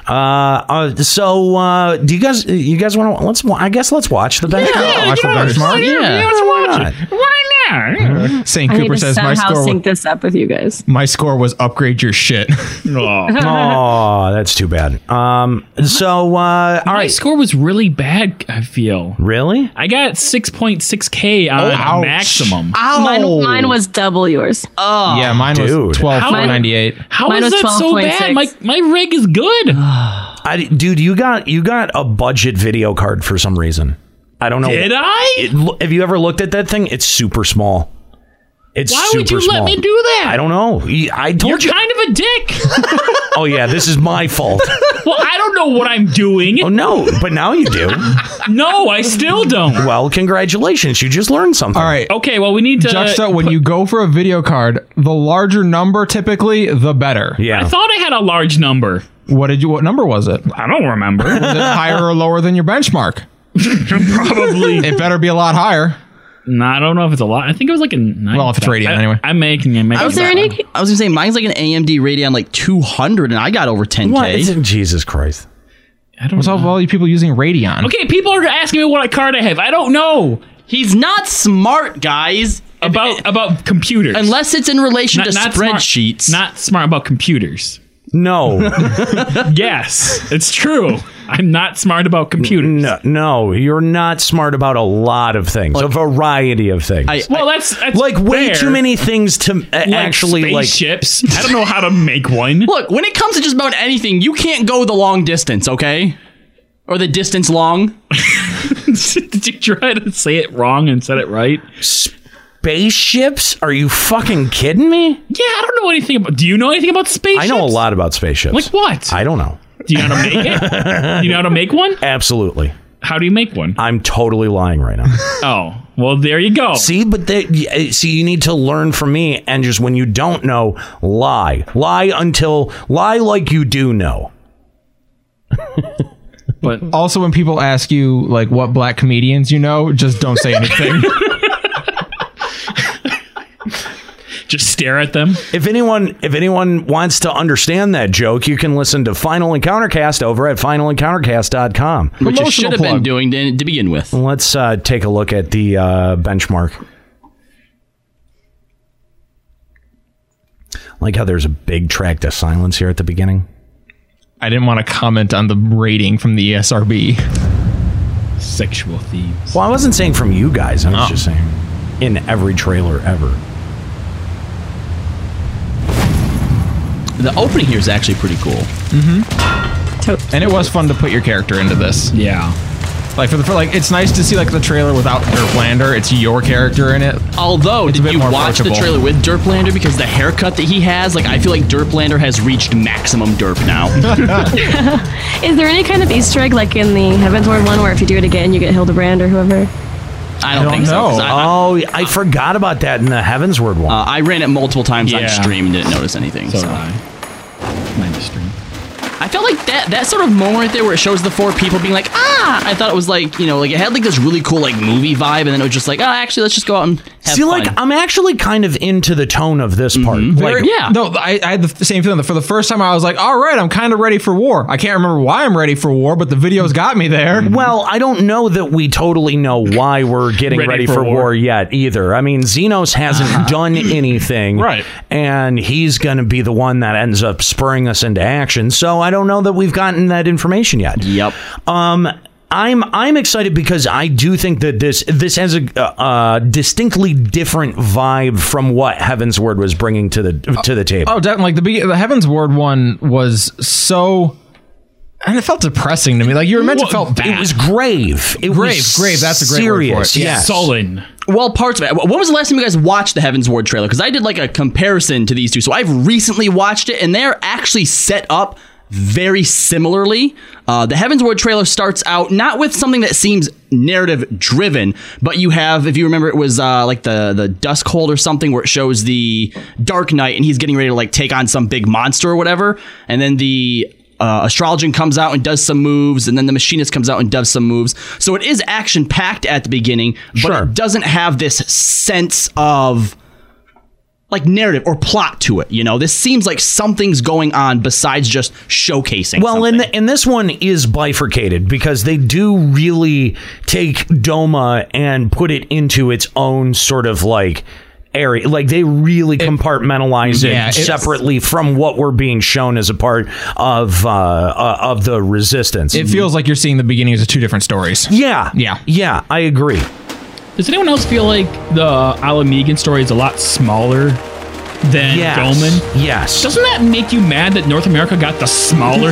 Uh, uh, so uh, do you guys? You guys want to? Let's. wa- I guess let's watch the benchmark.
Why not? St.
I need
Cooper
to
says my
somehow
score.
sync
Was,
this up with
*laughs*
you guys. *laughs*
my score was upgrade your shit. *laughs*
oh, that's too bad. Um, so uh, all
My score was really bad. I feel
really.
I got six point six k on
Oh, ouch.
maximum.
Mine, mine was double yours.
Oh,
yeah, mine
Dude.
was twelve
How-
four ninety eight.
How
Mine
is
was
that so bad?
12.6.
My my rig is
*sighs*
good.
I, dude, you got you got a budget video card for some reason. I don't know.
Did I?
It lo- have you ever looked at that thing? It's super small. It's
Why
super
would you
small.
let me do that?
I don't know. Y- I
You're
told you.
kind of a dick.
*laughs* oh yeah, this is my fault.
*laughs* well, I don't know what I'm doing.
Oh no, but now you do.
*laughs* no, I still don't.
Well, congratulations. You just learned something.
All right.
Okay, well we need to.
Juxta, when you go for a video card, the larger number typically, the better.
Yeah.
I thought I had a large number.
What did you? What number was it?
I don't
*laughs*
remember.
Was it higher or lower than your benchmark?
Probably.
*laughs* It better be a lot higher.
No, I don't know if it's a lot. I think it was like a nine.
Well, if it's radio,
I,
anyway.
I'm making it. Making
I was
it
any? I was gonna say mine's like an AMD Radeon like 200, and I got over 10k.
What? Jesus Christ!
I don't
What's up with all you people using Radeon?
Okay, people are asking me what card I have. I don't know
He's not smart, guys.
about about computers.
Unless it's in relation to spreadsheets.
Smart, not smart about computers.
*laughs* No,
Yes, it's true. I'm not smart about computers.
no, no. You're not smart about a lot of things, a variety of things.
I-
Well, that's, that's
like way
fair.
too many things to uh,
Like
actually like
spaceships. I don't know how to make one.
*laughs* Look, when it comes to just about anything, you can't go the long distance, okay? Or the distance long.
*laughs* Did you try to say it wrong and said it right?
spaceships? Are you fucking kidding me?
Yeah, I don't know anything about. Do you know anything about spaceships?
I know a lot about spaceships.
Like what?
I don't know.
do you know how to make it? Do you know how to make one?
*laughs* Absolutely.
How do you make one?
I'm totally lying right now.
*laughs* Oh, well, there you go.
see, but they, y- uh, see, you need to learn from me, and just when you don't know, lie, lie until lie like you do know.
*laughs* But
Also, when people ask you like what black comedians you know, just don't say
*laughs*
anything.
just stare at them.
If anyone, if anyone wants to understand that joke, you can listen to Final Encountercast over at finalencountercast.com.
Which you
Promotional
should have been
plug.
doing to, to begin with.
Let's uh, take a look at the uh, benchmark. Like how there's a big tract of silence here at the beginning.
I didn't want to comment on the rating from the E ESRB.
Sexual themes.
Well, I wasn't saying from you guys. I was just saying in every trailer ever.
The opening here is actually pretty cool. Mm-hmm. *laughs*
And it was fun to put your character into this.
Yeah.
Like for the for like, it's nice to see like the trailer without Derplander. It's your character in it.
Although,
a
did
bit
you
more
watch the
approachable.
trailer with Derplander? Because the haircut that he has, like, I feel like Derplander has reached maximum derp
*laughs*
now.
Is there any kind of Easter egg like in the Heavensward one where if you do it again you get Hildebrand or whoever?
I don't, think so. 'cause I, I-
oh, I forgot about that in the Heavensward one.
uh, I ran it multiple times
Yeah.
on stream and didn't notice anything.
So
so.
did I. Mine is stream.
I felt like that that sort of moment right there where it shows the four people being like, ah, I thought it was like, you know, like it had like this really cool like movie vibe, and then it was just like, oh, "Ah, actually, let's just go out and
See, like I'm actually kind of into the tone of this part.
Mm-hmm.
Very-
Like,
No, I, I had the same feeling. For the first time, I was like, all right, I'm kind of ready for war. I can't remember why I'm ready for war, but the video's got me there.
Well, I don't know that we totally know why we're getting ready, for, war. yet either. I mean, Xenos hasn't done anything, *clears throat* right? And he's going to be the one that ends up spurring us into action. So I don't know that we've gotten that information yet. Yep. Um. I'm I'm excited because I do think that this this has a uh, distinctly different vibe from what Heaven's Word was bringing to the to the table.
Oh, definitely. Like the be- the Heaven's Word one was so, and it felt depressing to me. Like you were meant to felt bad.
It was grave. It
grave, grave. That's a great word for it.
Well, parts of it. When was the last time you guys watched the Heaven's Ward trailer? Because I did like a comparison to these two. So I've recently watched it, and they're actually set up very similarly. Uh, the Heaven's Ward trailer starts out not with something that seems narrative driven, but you have, if you remember, it was uh, like the the Duskhold or something where it shows the Dark Knight and he's getting ready to like take on some big monster or whatever, and then the uh, astrologian comes out and does some moves, and then the machinist comes out and does some moves. So it is action packed at the beginning, but it doesn't have this sense of like narrative or plot to it. You know, this seems like something's going on besides just showcasing.
Well, and th- and this one is bifurcated because they do really take Doma and put it into its own sort of like area. Like they really compartmentalize it
Yeah, it's-
separately from what we're being shown as a part of uh, uh, of the resistance.
It feels like you're seeing the beginnings of two different stories.
Yeah.
Yeah.
Yeah, I agree.
Does anyone else feel like the Alamegan story is a lot smaller than
Yes.
Dolman?
Yes.
Doesn't that make you mad that North America got the smaller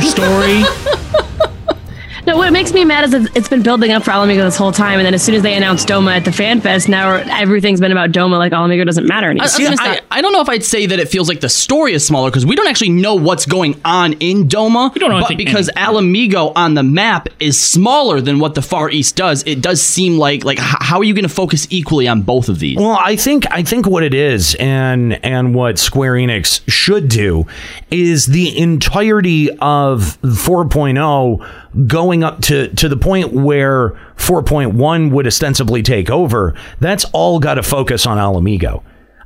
*laughs*
story?
No, what makes me mad is it's- it's been building up for Alamigo this whole time, and then as soon as they announced Doma at the Fan Fest, now everything's been about Doma. Like Alamigo doesn't matter
I, I
anymore.
was gonna say, I don't know if I'd say that it feels like the story is smaller because we don't actually know what's going on in Doma. We don't
know
but
anything-
because Alamigo on the map is smaller than what the Far East does, it does seem like like h- how are you going to focus equally on both of these?
Well, I think I think what it is, and and what Square Enix should do, is the entirety of 4.0 going up to to the point where 4.1 would ostensibly take over. That's all got to focus on Alamigo.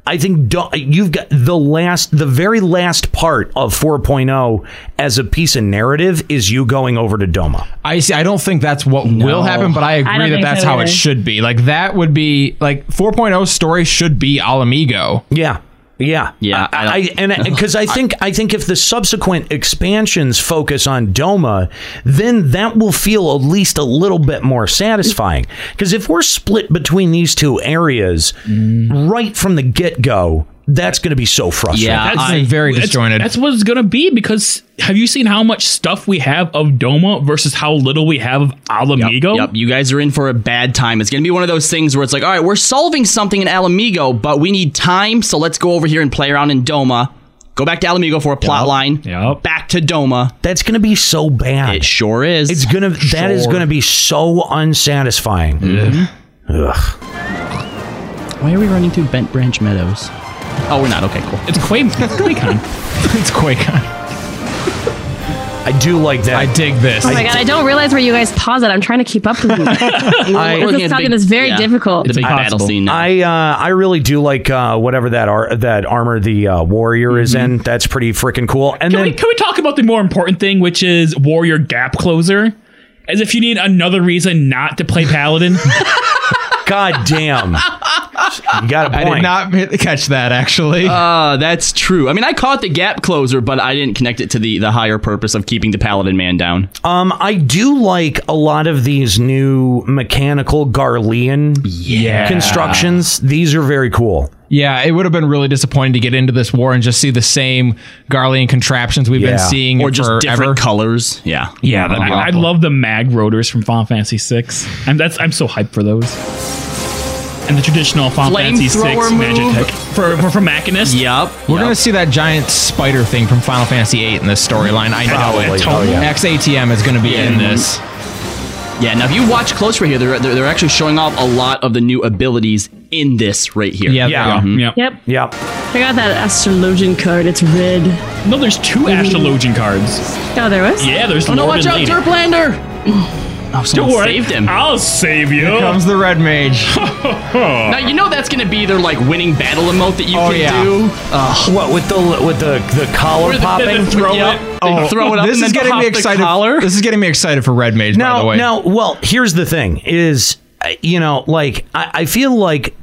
I think do- you've got the last, the very last part of 4.0 as a piece of narrative is you going over to Doma.
I see. I don't think that's what will happen, but I
I don't
agree that
think
that's
so
how it
either.
should be. Like that would be like 4.0 story should be Alamigo.
Yeah. Yeah,
yeah,
I, and because I think I think if the subsequent expansions focus on Doma, then that will feel at least a little bit more satisfying. Because if we're split between these two areas right from the get go, that's going to be so frustrating.
that's- That's what it's gonna be because have you seen how much stuff we have of Doma versus how little we have of Alamigo?
Yep, you guys are in for a bad time. It's going to be one of those things where it's like, all right, we're solving something in Alamigo, but we need time, so let's go over here and play around in Doma. Go back to Alamigo for a plot line. Yep. Back to Doma.
That's going to be so bad.
It sure is.
It's gonna that is
Sure.
going to be so unsatisfying. Ugh.
Why are we running through Bent Branch Meadows? Oh, we're not. Okay, cool. It's Quake. Quakecon.
*laughs* it's Quakecon.
I do like that. I
dig this.
Oh my god! I don't realize where you guys pause at. I'm trying to keep up
*laughs*
with you. this is something that's very difficult.
I uh, I really do like uh, whatever that ar- that armor the uh, warrior is in. That's pretty freaking cool. And
Can we, can we talk about the more important thing, which is Warrior Gap Closer? As if you need another reason not to play Paladin.
*laughs* God damn. You got a
I did
*laughs*
not hit- catch that actually.
Uh, *laughs* that's true. I mean, I caught the gap closer, but I didn't connect it to the, the higher purpose of keeping the Paladin man down.
Um, I do like a lot of these new mechanical Garlean
Yeah.
constructions. These are very cool.
Yeah, it would have been really disappointing to get into this war and just see the same Garlean contraptions we've been
Yeah.
seeing
Or just
forever.
different
colors. Yeah, Oh,
yeah, that'd be- I, I love the mag rotors from Final Fantasy VI. I'm that's I'm so hyped for those. And the traditional Final Fantasy VI
Flamethrower move.
Magitek for for, for Machinist.
Yep,
We're gonna see that giant spider thing from Final Fantasy VIII in this storyline. I know
Probably.
it.
Oh, yeah.
XATM is gonna be in this.
Yeah, now if you watch close right here, they're, they're, they're actually showing off a lot of the new abilities in this right here. Mm-hmm.
Yeah, Yeah.
they are. Yep.
Yep.
Yep.
I got that astrologian card. It's red. Mm-hmm.
No, there's two astrologian cards.
Oh, there was.
Yeah, there's
Oh, no,
Lord
watch
and
out,
Lady.
Turplander!
Oh,
someone saved him.
I'll save you.
Here comes the red mage.
*laughs* Now *laughs* you know that's gonna be their like winning battle emote that you
Oh,
can
yeah.
do.
what with the with the the collar
With the-
popping? Oh,
the throw Yeah. up. They throw it up
This
and
is
then
getting
pop
me
the
excited. This is getting me excited for red mage.
Now,
by the way,
now, well, here's the thing: is uh, you know, like I, I feel like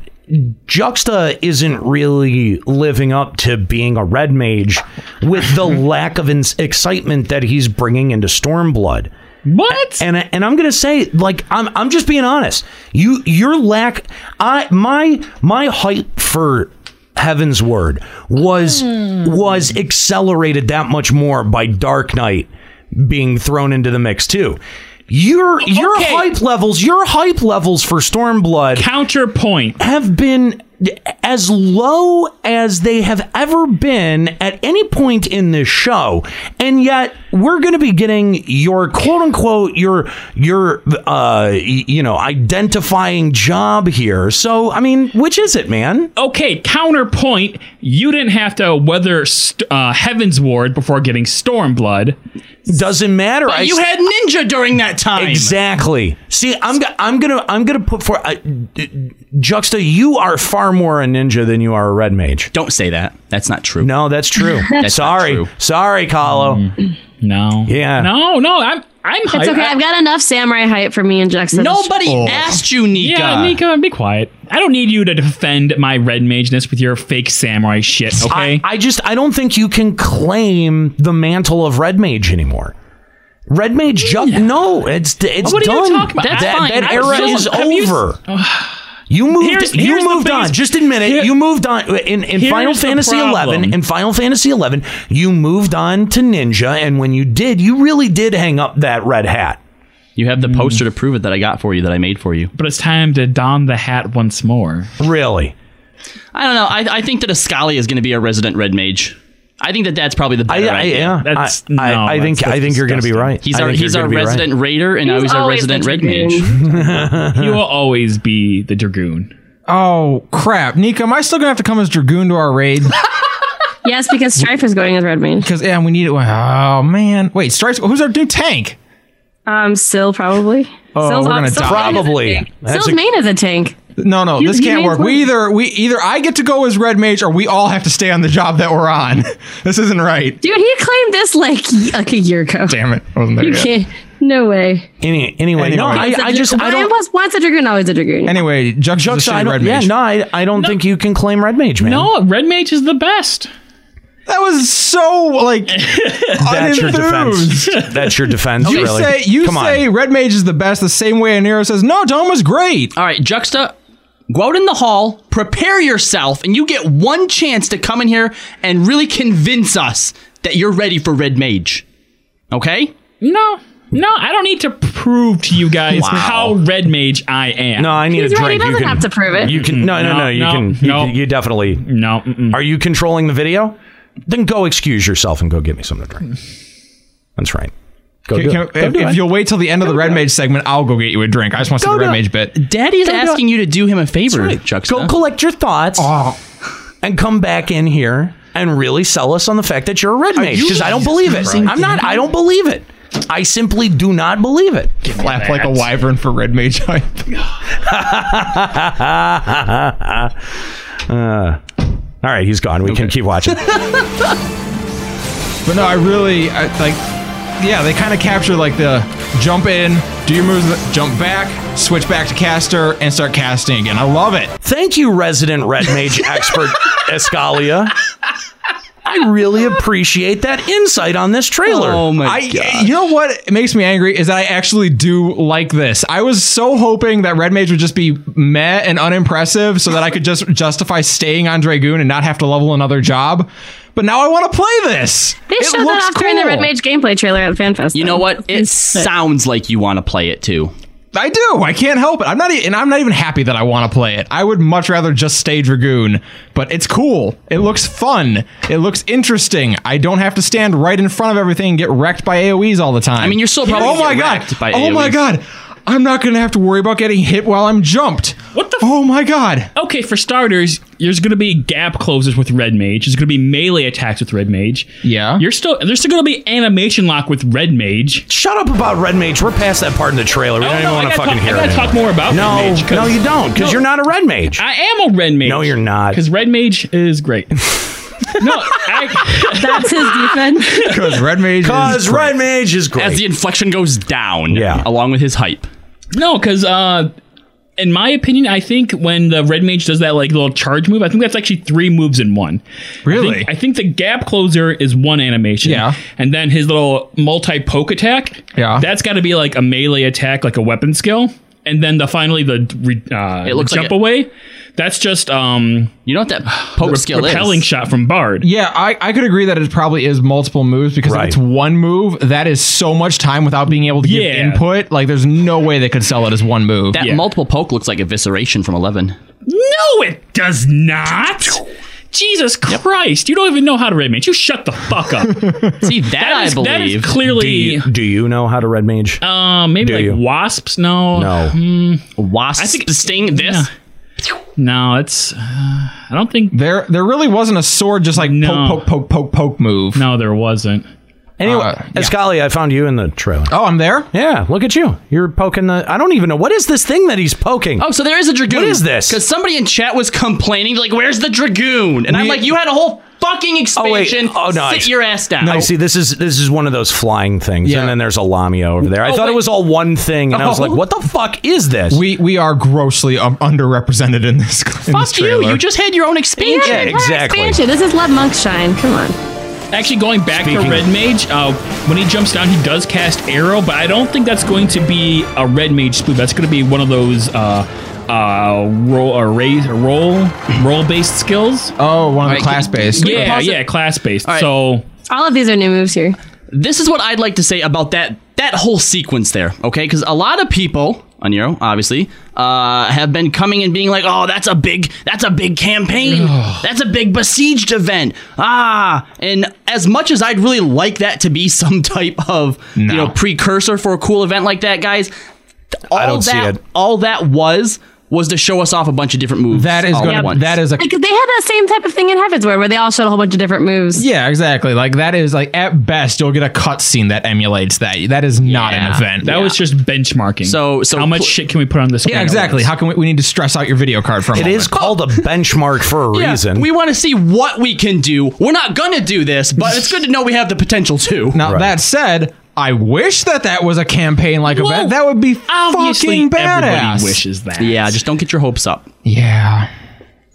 Juxta isn't really living up to being a red mage with
*laughs*
the lack of ins excitement that he's bringing into Stormblood.
What?
And and I'm gonna say, like, I'm I'm just being honest. You your lack, I my my hype for Heaven's Word was was accelerated that much more by Dark Knight being thrown into the mix too. Your your hype levels, your hype levels for Stormblood
counterpoint
have been as low as they have ever been at any point in this show. And yet we're going to be getting your quote unquote your your uh y- you know, identifying job here. So, I mean, which is it, man?
Okay, counterpoint. You didn't have to weather st- uh, Heaven's Ward before getting Stormblood.
Doesn't matter.
But
you had ninja during that time.
Exactly. See, I'm go- I'm gonna I'm gonna put for uh, Juxta. You are far more a ninja than you are a red mage.
Don't say that. That's not true.
No, that's true.
*laughs* That's
sorry, sorry, Kahlo.
Mm. no.
Yeah.
No, no, I'm I'm
It's okay. I've got enough samurai hype for me and Jackson.
Nobody
Oh.
asked you, Nika.
Yeah, Nika, be quiet. I don't need you to defend my red mageness with your fake samurai shit, okay?
I, I just I don't think you can claim the mantle of red mage anymore. Red mage, ju- no, it's it's
What are you
done.
talking about?
That,
That's fine.
that
I was
era
just-
is
have you s-
over. You moved.
Here's-
you
here's the
moved
thing is-
on. Just admit it. you moved on uh, in, in
here's
Final
the
Fantasy
problem.
eleven. In Final Fantasy eleven, you moved on to ninja, and when you did, you really did hang up that red hat.
You have the poster to prove it that I got for you that I made for you.
but it's time to don the hat once more.
Really?
I don't know. I, I think that Ascali is going to be a resident red mage. I think that that's probably the better
I- I-
idea.
yeah. That's- I- no, I that's- think- that's I think you're gonna be disgusting. right.
He's
I
our
think
he's
you're
our
gonna be right.
resident raider, and now he's our resident red mage.
*laughs*
you will always be the dragoon.
oh crap, Nika, am I still gonna have to come as dragoon to our
*laughs*
raid?
Yes, because Strife is going as red mage.
Because yeah, we need it. Oh man, wait, Stripes. Who's our new tank?
Um, Syl probably.
Oh,
Syl's
we're
on-
gonna
Syl's
die.
main as a
Probably.
tank.
That's
Syl's
a-
main as a tank.
No, no,
You-
this
you
can't
may
work.
as well.
We either we either I get to go as red mage, or we all have to stay on the job that we're on. *laughs* this isn't right.
Dude, he claimed this like y- like a year ago.
Damn it, I wasn't there
*laughs* You
yet.
can't. No way.
Any, anyway, no, I, I just I
Ryan
don't.
was once a dragoon, always a dragoon.
Anyway, Jux is
Juxta,
a
I
shitty
don't
red
yeah,
mage.
no, I, I don't think you can claim red mage, man.
No, red mage is the best.
That was so like
That's your defense.
unenthused.
That's your defense.
You
really.
say you
Come on.
say red mage is the best. The same way Anero says no, Doma's great.
All right, Juxta, go out in the hall, prepare yourself, and you get one chance to come in here and really convince us that you're ready for red mage. Okay?
No. No, I don't need to prove to you guys how red mage I am.
No, I need
He's
a
right, he
drink. you
doesn't
can
have to prove it.
You can no, no, no.
No,
you
no,
can. You,
no.
can- you definitely.
No. mm-mm.
Are you controlling the video? Then go excuse yourself and go get me something to drink. That's right. Go do
Can-
it.
can-
Go
if
do
if
it.
you'll wait till the end of the red mage segment, I'll go get you a drink. I just want to see the red mage bit.
Daddy's asking you to do him a favor, Juxta.
Go collect your thoughts
Ah.
and come back in here and really sell us on the fact that you're a red mage
you
because I don't believe it. I'm not. I don't believe it. I simply do not believe it.
Flap like a wyvern for red mage hype.
*laughs* Uh, all right, he's gone. We can keep watching.
But no, I really I, like. Yeah, they kind of capture like the jump in, do your moves, jump back, switch back to caster, and start casting again. I *laughs* love it.
Thank you, resident red
*laughs*
mage expert Escalia. I really appreciate that insight on this trailer.
Oh my
I,
god.
you know what makes me angry is that I actually do like this. I was so hoping that Red Mage would just be meh and unimpressive, so that I could just *laughs* justify staying on Dragoon and not have to level another job. But now I want to play this.
They
It
showed that
looks
off during the
cool.
Red Mage gameplay trailer at FanFest.
You know what? It sounds like you want to play it too.
I do. I can't help it. I'm not, e- and I'm not even happy that I want to play it. I would much rather just stay Dragoon, but it's cool. It looks fun. It looks interesting. I don't have to stand right in front of everything and get wrecked by AOE's all the time.
I mean, you're still probably
Oh
gonna
my
get
god.
wrecked by
oh my
AoEs.
god. I'm not gonna have to worry about getting hit while I'm jumped.
What the f-
Oh my god.
Okay, for starters, there's going to be gap closes with red mage. There's going to be melee attacks with red mage.
Yeah,
you're still there's still going to be animation lock with red mage.
Shut up about red mage. We're past that part in the trailer. We
Oh,
don't even
no, I
want to
gotta
fucking
talk- I
hear
gotta
it.
talk more about
no,
Red Mage, 'cause-
No, you don't, because
No.
you're not a red mage.
I am a red mage.
No, you're not.
Because red mage
*laughs*
is great. no,
*laughs*
I,
that's his defense.
*laughs* Because red mage.
Because red mage is great.
As the inflection goes down, yeah. along with his hype.
No, because uh, in my opinion, I think when the red mage does that like little charge move, I think that's actually three moves in one. Really? I think, I think the gap closer is one animation. Yeah. And then his little multi poke attack.
Yeah.
That's got to be like a melee attack, like a weapon skill. And then the finally the re- uh,
It looks like
jump
it-
away. That's just um.
You know what that poke skill is?
repelling shot from Bard.
Yeah, I, I could agree that it probably is multiple moves because if it's one move, that is so much time without being able to give
Yeah.
input. Like, there's no way they could sell it as one move.
That multiple poke looks like evisceration from Eleven.
No, it does not. Jesus Christ! You don't even know how to red mage. You shut the fuck up.
*laughs* See that, I
is-
believe
that is clearly.
Do you, do you know how to red mage?
Um, maybe
Do
like
you?
wasps. No, Hmm.
No.
wasps. I think sting this.
No, it's. Uh, I don't think
there. There really wasn't a sword just like poke, poke, poke, poke, poke move.
No, there wasn't.
Anyway, Escali, I found you in the trailer.
Uh, Oh, I'm there.
Yeah, look at you. You're poking the. I don't even know what is this thing that he's poking.
Oh, so there is a dragoon.
What is this?
Because somebody in chat was complaining, like, "Where's the dragoon?" And I'm
We-
like, "You had a whole fucking
Oh wait!
expansion.
Oh no!
sit
I-
your ass down."
I see. This is this is one of those flying things, and then there's a lamia over there. I
Oh,
thought it
wait.
was all one thing, and I was
Oh.
like, "What the fuck is this?"
We we are grossly um, underrepresented in this. In this
Fuck you!
trailer.
You just had your own expansion.
Yeah,
Yeah, exactly.
Expansion. This is let monks shine. Come on.
Actually, going back
Speaking-
to red mage, uh, when he jumps down, he does cast arrow, but I don't think that's going to be a red mage spoof. That's going to be one of those uh, uh, roll or raise roll roll based skills.
Oh, one of the class based.
Yeah, yeah, class based. So
All of these are new moves here.
This is what I'd like to say about that that whole sequence there, okay? Because a lot of people on Nero, obviously, uh, have been coming and being like, "Oh, that's a big, that's a big campaign, that's a big besieged event." Ah, and as much as I'd really like that to be *laughs* some type of you know precursor for a cool event like that, guys, th- all
don't see
that
it.
all that was was to show us off a bunch of different moves. That is
gonna- that is a-
Like, they had that same type of thing in Heaven's Word where they all showed a whole bunch of different moves.
Yeah, exactly. Like that is like at best you'll get a cutscene that emulates that. That is not an event.
that was just benchmarking. So, so how much shit can we put on this?
yeah, exactly. How can we? We need to stress out your video card for a
It
moment.
is called a benchmark for a
*laughs* Yeah,
reason.
we want to see what we can do. We're not gonna do this, but it's good to know we have the potential to.
Now that said, I wish that that was a campaign like event. That would be fucking badass.
that.
Yeah, just don't get your hopes up.
Yeah.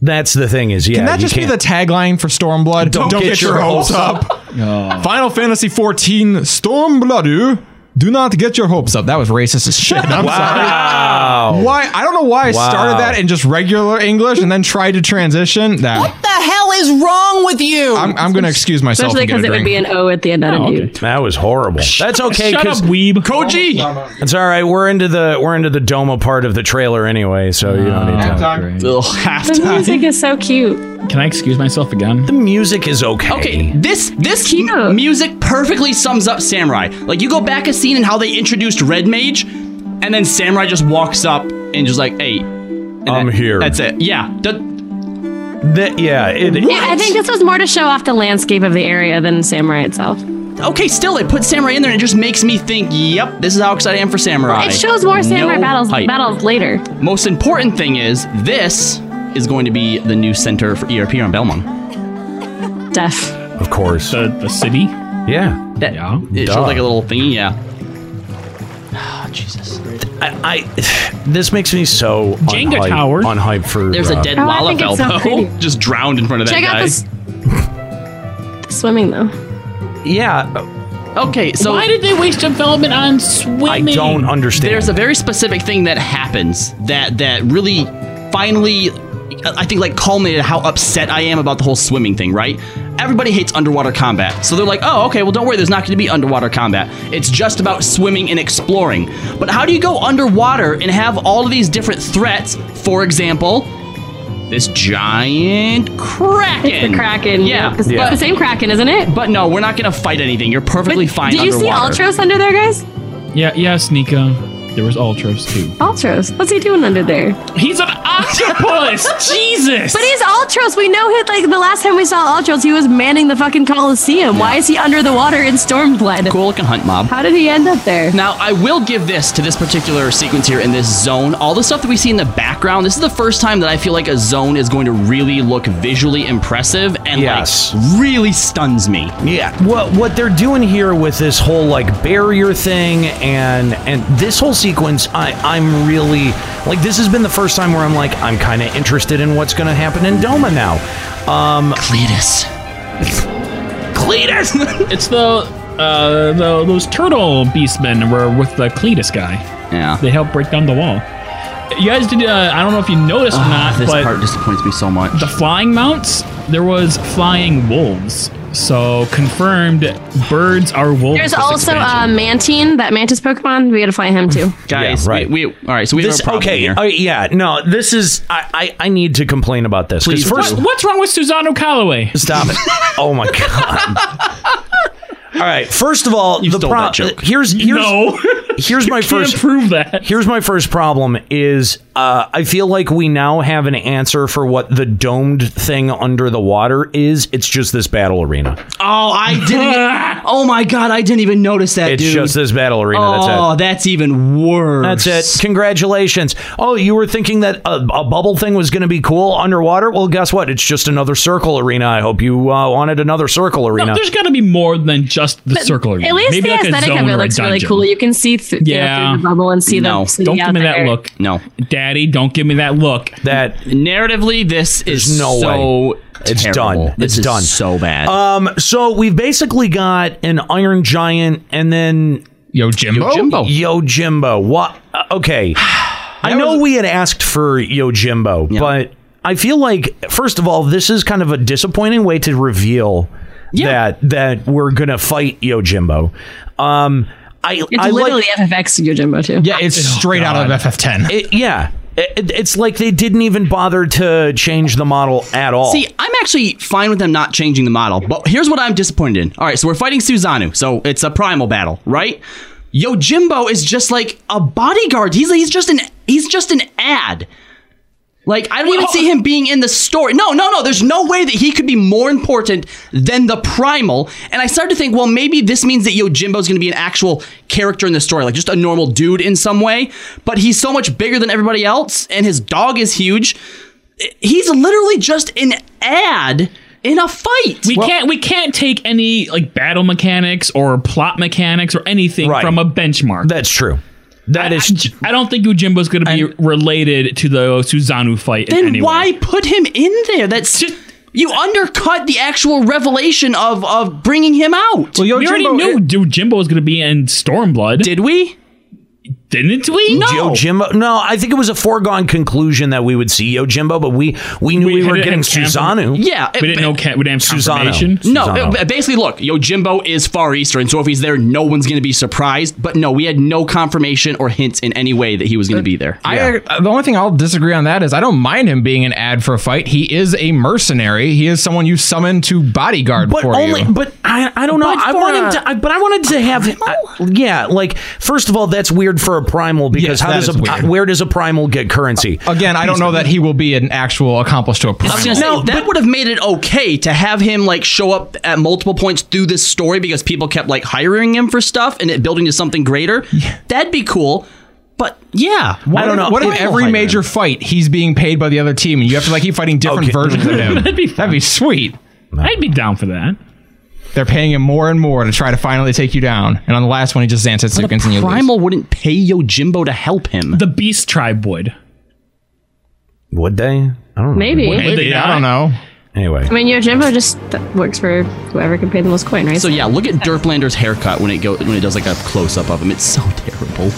That's the thing is, yeah.
Can that
you
just be
can't-
the tagline for Stormblood?
Don't get your hopes
Final Fantasy XIV Stormblood. Do not get your hopes up. That was racist as shit. I'm
Wow.
sorry. Why? I don't know why I
Wow.
started that in just regular English and then tried to transition. That
the hell is wrong with you?
I'm, I'm going to excuse *laughs* myself.
Especially
and get
because
a
it would
drink.
be an O at the end, not
Oh,
an U.
That was horrible. That's okay.
Shut up,
'cause-
weeb.
Koji.
It's all right. We're into the we're into the Doma part of the trailer anyway, so you
Ah.
don't need to.
The music is so cute.
Can I excuse myself again?
The music is okay.
Okay, this this m- music perfectly sums up Samurai. Like you go back a scene and how they introduced Red Mage, and then Samurai just walks up and just like, hey,
I'm here.
that's it. Yeah, that-
That- yeah. It,
Yeah, I think this was more to show off the landscape of the area than Samurai itself.
okay. Still, it put Samurai in there and it just makes me think. Yep, this is how excited I am for Samurai.
It shows more Samurai
No
battles
hype.
battles later.
Most important thing is this is going to be the new center for E ERP on Belmont.
Deaf.
of course.
The the city.
Yeah.
That,
yeah.
It
Duh.
showed like a little thingy. Yeah. Ah, Jesus.
I, I this makes me so
Jenga
unhyped,
tower.
unhyped for
There's
uh,
a dead
Oh, I
Lala
think it's so pretty.
Velpo *laughs* just drowned in front of that
Check
guy.
out this. the swimming though.
yeah.
Okay, so
Why did they waste development on swimming?
I don't understand.
there's a very specific thing that happens that that really finally I think like culminated how upset I am about the whole swimming thing, right? Everybody hates underwater combat. So they're like, "Oh, okay, well don't worry, there's not going to be underwater combat. It's just about swimming and exploring." But how do you go underwater and have all of these different threats? For example, this giant kraken.
It's the Kraken.
Yeah.
It's
Yeah.
the same Kraken, isn't it?
But no, we're not going to fight anything. You're perfectly fine
Did you see
underwater.
Ultros under there, guys?
Yeah, yes, Nika. There was Ultros too.
Altros, what's he doing under there?
He's an octopus.
*laughs*
Jesus.
But he's Altros. We know it. Like the last time we saw Altros, he was manning the fucking Coliseum. Why is he under the water in Stormblood?
Cool looking hunt mob.
How did he end up there?
Now, I will give this to this particular sequence here in this zone. All the stuff that we see in the background, this is the first time that I feel like a zone is going to really look visually impressive and like really stuns me.
Yeah. What what they're doing here with this whole like barrier thing and and this whole sequence, I I'm really like this has been the first time where I'm like I'm kind of interested in what's going to happen in Doma now. Um
Cletus. Cletus.
it's the uh the, those turtle beastmen were with the Cletus guy.
Yeah.
They helped break down the wall. You guys did. Uh, I don't know if you noticed or not,
Ah, this
but
part disappoints me so much.
the flying mounts. There was flying wolves. So confirmed, birds are wolves.
There's
this
also
expansion.
uh, Mantine, that Mantis Pokemon. We gotta find him too.
Guys,
right.
We, we- all right. So we
this
have a problem
okay.
here.
uh, yeah. No. This is I I, I need to complain about this because
Please
first
do.
What's wrong with Susano Calloway?
Stop it. Oh my god.
*laughs*
All right. First of all, the
stole
pro-
that joke.
here's here's
No.
*laughs*
here's my
Can't
first
prove that.
here's my first problem is uh, I feel like we now have an answer for what the domed thing under the water is. It's just this battle arena.
Oh, *laughs* I didn't. oh my god, I didn't even notice that,
It's
Uh, dude.
just this battle arena. That's it.
oh, that's even worse.
That's it. Congratulations. Oh, you were thinking that a, a bubble thing was going to be cool underwater? Well, guess what? It's just another circle arena. I hope you uh, wanted another circle arena.
No, there's got to be more than just the circle.
At least
Maybe
the
like a
aesthetic
zone
of it
or a
looks really
dungeon.
cool. You can see through, you know,
Yeah.
through the bubble and see
No.
the city
Don't give
out
me that
there.
look,
No,
Daddy. Don't give me that look.
that
narratively, this is
no
so
It's
terrible.
done.
This
It's
is
done.
So bad.
um, so we've basically got an Iron Giant and then
Yo, Jimbo.
Jimbo.
Yo Jimbo. What? uh,
*sighs*
okay. I know we had asked for Yo Jimbo, but I feel like first of all, this is kind of a disappointing way to reveal that that we're gonna fight Yo Jimbo. Um, I
It's
I like
literally Oh, FFX Yo Jimbo too.
Yeah, it's straight out of FF10.
it, yeah. It, it's like they didn't even bother to change the model at all.
See, I'm actually fine with them not changing the model, but here's what I'm disappointed in. All right, so we're fighting Suzanu, so it's a primal battle, right? Yo, Jimbo is just like a bodyguard. He's he's just an he's just an ad. Like I don't even see him being in the story. No, no, no. There's no way that he could be more important than the primal. And I started to think, well, maybe this means that Yo Jimbo's going to be an actual character in the story, like just a normal dude in some way. But he's so much bigger than everybody else, and his dog is huge. He's literally just an ad in a fight.
We can't we can't take any like battle mechanics or plot mechanics or anything
Right.
from a benchmark.
that's true. That
I,
is
I don't think Ujimbo's going to be related to the Suzanu fight. in
then
any way.
why put him in there? That's
Just-
you undercut the actual revelation of of bringing him out.
Yo,
we already knew Ujimbo was going to be in Stormblood,
Did we?
didn't we?
Yo Jimbo. No, I think it was a foregone conclusion that we would see Yo Jimbo, but we we knew
We
we, were
had it
getting
in Canada.
Suzanu.
Yeah,
We didn't know Ken, we didn't have
Susano.
confirmation.
No,
Susano.
it- basically, look, Yo Jimbo is Far Eastern, so if he's there, no one's going to be surprised. But no, we had no confirmation or hints in any way that he was going to be there.
I, uh, the only thing I'll disagree on that is I don't mind him being an ad for a fight. He is a mercenary. He is someone you summon to bodyguard
But
for
only,
you.
but I, I don't know.
But
I
for
wanted
a-
to, I, but I wanted to have, I- yeah, like first of all, that's weird for a primal
Yes,
because how
that
does
is
a
weird.
where does a primal get currency?
Again, I don't know that he will be an actual accomplice to a
I was
primal.
gonna say that would have made it okay to have him like show up at multiple points through this story because people kept like hiring him for stuff and it building to something greater. That'd be cool. But yeah,
I don't know. What if
Primal
every
Hydra.
major fight he's being paid by the other team and you have to like keep fighting different
Okay.
versions of
*laughs*
him? That'd
be fun.
That'd be sweet.
I'd be down for that.
They're paying him more and more to try to finally take you down. And on the last one, he just Zanzetsukens and you lose.
Primal wouldn't pay Yo Jimbo to help him.
The Beast Tribe would.
Would they? I don't know.
Maybe.
Would they
I don't
not?
know.
Anyway,
I mean, Yo Jimbo just th- works for whoever can pay the most coin, right?
So yeah, look at Derplander's haircut when it go when it does like a close up of him. It's so terrible.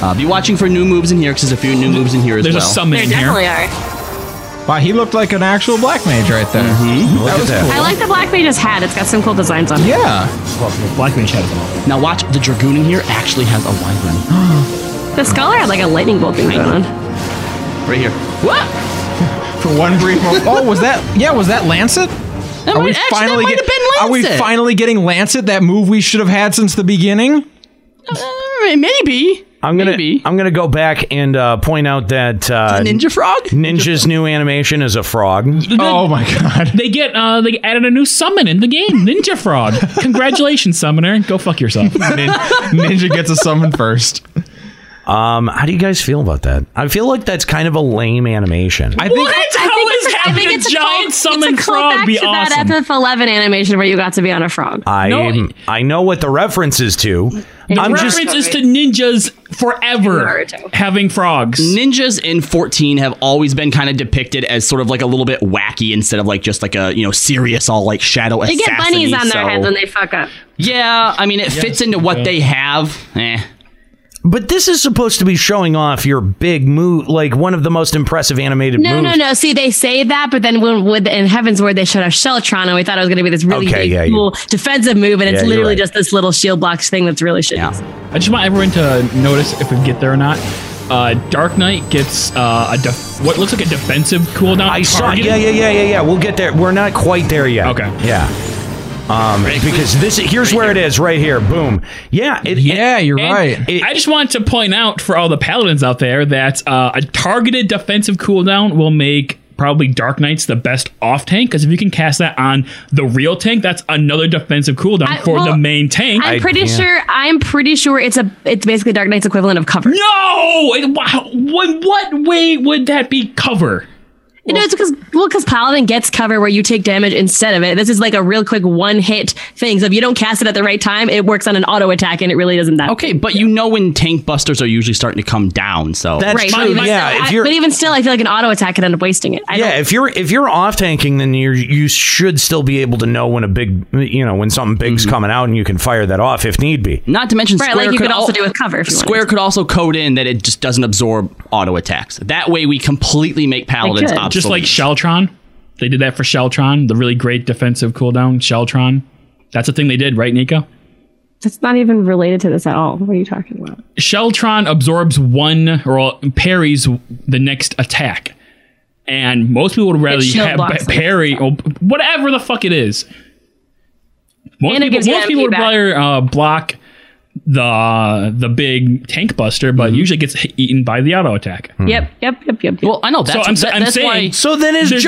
Uh, be watching for new moves in here because there's a few new moves in here as
There's
well.
a summon
there
in here.
definitely are.
Wow, he looked like an actual black mage right there.
Mm-hmm.
look at that.
I like the Black Mage's hat. It's got some cool designs on it.
Yeah.
Black Mage had it.
now watch the dragoon in here actually has a wyvern
The scholar had like a lightning bolt thing going on.
right here. What?
*laughs* For one brief moment. Oh, was that? Yeah, was that Lancet?
That might, actually, that might
get-
have been
Are we
Lancet.
finally getting Lancet? That move we should have had since the beginning.
Uh, maybe.
I'm gonna I'm gonna go back and uh, point out that uh,
Ninja Frog
Ninja's new animation is a frog.
Oh
my god!
They get uh, they added a new summon in the game, Ninja Frog. Congratulations, summoner. Go fuck yourself.
*laughs*
Ninja gets a summon first.
Um, how do you guys feel about that? I feel like that's kind of a lame animation.
I think
I
How
think
is
it's, I
having
think
a
it's
giant
call-
summon
it's a
frog
callback
be
to
awesome?
that FF11 animation where you got to be on a frog.
I I know what the reference is to.
The
I'm just
reference is to ninjas forever having frogs.
Ninjas in 14 have always been kind of depicted as sort of like a little bit wacky instead of like just like a, you know, serious all like shadow
They get bunnies on their heads when they fuck up.
Yeah, I mean it fits into what they have. Eh.
But this is supposed to be showing off your big move, like one of the most impressive animated
No,
moves.
no, no. See, they say that, but then when, with in Heaven's Word they showed us Sheltron, and we thought it was going to be this really
Okay,
big,
yeah, you-
cool defensive move, and it's
Yeah, you're
literally
right.
just this little shield blocks thing that's really shitty.
I just want everyone to notice if we get there or not. Uh, Dark Knight gets uh, a def- what looks like a defensive cooldown. I
Saw- yeah, yeah, yeah, yeah, yeah. We'll get there. We're not quite there yet. Okay. Yeah. Um, because this here's where it is, right here. Boom. Yeah. It,
yeah, you're right.
I just want to point out for all the paladins out there that uh, a targeted defensive cooldown will make probably Dark Knight's the best off tank because if you can cast that on the real tank, that's another defensive cooldown
I-
for the
well,
main tank.
I'm pretty sure. I'm pretty sure it's a. It's basically Dark Knight's equivalent of cover.
No, Oh, it, wow, what, what way would that be cover?
no, it's because well, because Paladin gets cover where you take damage instead of it. This is like a real quick one hit thing. So if you don't cast it at the right time, it works on an auto attack, and it really doesn't that.
Okay, but you know when tank busters are usually starting to come down, so
right. but even still, I- but even still, I feel like an auto attack could end up wasting it. I
yeah, if you're if you're off tanking, then you you should still be able to know when a big you know when something big's
Mm-hmm.
commen's coming out, and you can fire that off if need be.
Not to mention
Right,
Square
like you
could
could also
al-
do with cover if you
Square could also code in that it just doesn't absorb auto attacks. That way, we completely make paladins obsolete.
Just like Sheltron. They did that for Sheltron, the really great defensive cooldown, Sheltron. That's a thing they did, right, Nico?
That's not even related to this at all. What are you talking about?
Sheltron absorbs one or parries the next attack. And most people would rather
It shield
have
blocks them.
parry or whatever the fuck it is. Most
And it
people,
gives you
most
MP
people would
back.
rather uh, block the the big tank buster, but usually gets hit- eaten by the auto attack.
Yep, yep, yep, yep.
Well, I know
Hmm. so I'm, sa- I'm saying. there's no- There's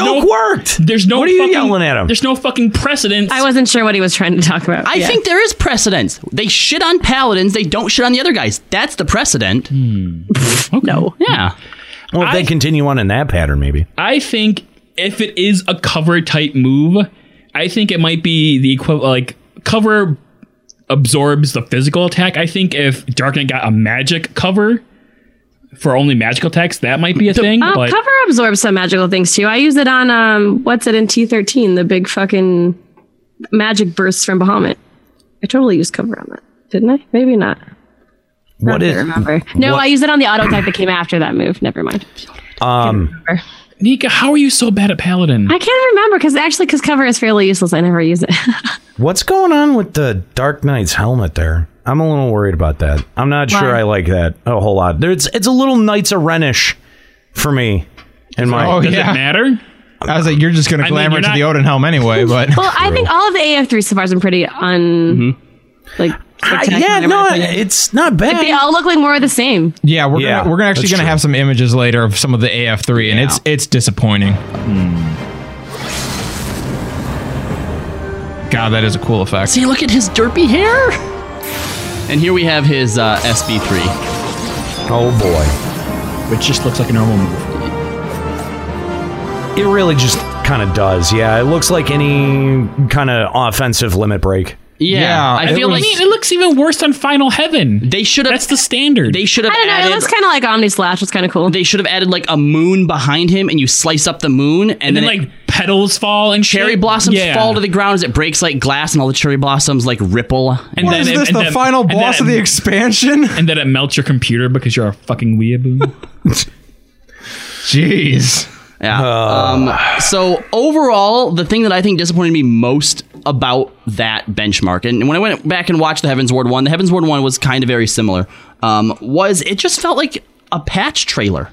no. fucking, There's no fucking precedence.
I wasn't sure what he was trying to talk about.
I think there is precedence. They shit on paladins. They don't shit on the other guys. That's the precedent.
Hmm.
No.
Yeah.
Well, if they continue on in that pattern, maybe.
I think if it is a cover type move, I think it might be the equivalent. Like cover absorbs the physical attack. I think if Dark Knight got a magic cover for only magical attacks, that might be a thing.
Uh,
but
cover absorbs some magical things too. I use it on um, what's it in T thirteen? The big fucking magic bursts from Bahamut. I totally used cover on that, didn't I? Maybe not.
What is?
Remember? No,
What-
I used it on the auto attack that came after that move. Never mind.
Um,
Nika, how are you so bad at paladin?
I can't remember because actually, because cover is fairly useless. I never use it.
what's going on with the Dark Knight's helmet there? I'm a little worried about that. I'm not
Why?
sure I like that a whole lot. There- It's it's a little Knights of Renish for me. In my
Oh, Does it yeah.
matter?
I was like, you're just gonna
I mean,
glamour
you're
to
not-
the Odin helm anyway, but
well,
*laughs*
I think all of the AF three so far has been pretty un
Mm-hmm.
like.
yeah,
spectacular, in my
no,
opinion.
it's not
Like,
bad.
they all look like more of the same.
yeah, we're
Yeah,
gonna we're gonna actually
that's
gonna
true.
have some images later of some of the AF3, and it's it's disappointing.
Hmm.
God, that is a cool effect.
See, look at his derpy hair. And here we have his uh, SB3.
Oh boy.
Which just looks like a normal move.
It really just kind of does. Yeah, it looks like any kind of offensive limit break.
I feel like it looks even worse on Final Heaven.
They should have.
That's the standard.
They should have.
I don't know, it
Added,
looks kinda like Omni Slash. It's kind of cool.
They should have added like a moon behind him, and you slice up the moon, and,
then,
it-
like, petals fall and
cherry
shit?
blossoms
Yeah.
fall to the ground as it breaks like glass, and all the cherry blossoms like ripple.
And then it- and then- and then it- *laughs* And then it melts your computer because you're a fucking weeaboo.
*laughs* Jeez.
Yeah. Um, so overall, the thing that I think disappointed me most about that benchmark, and when I went back and watched the Heavens Ward one, the Heavens Ward one was kind of very similar. Um, was it just felt like a patch trailer,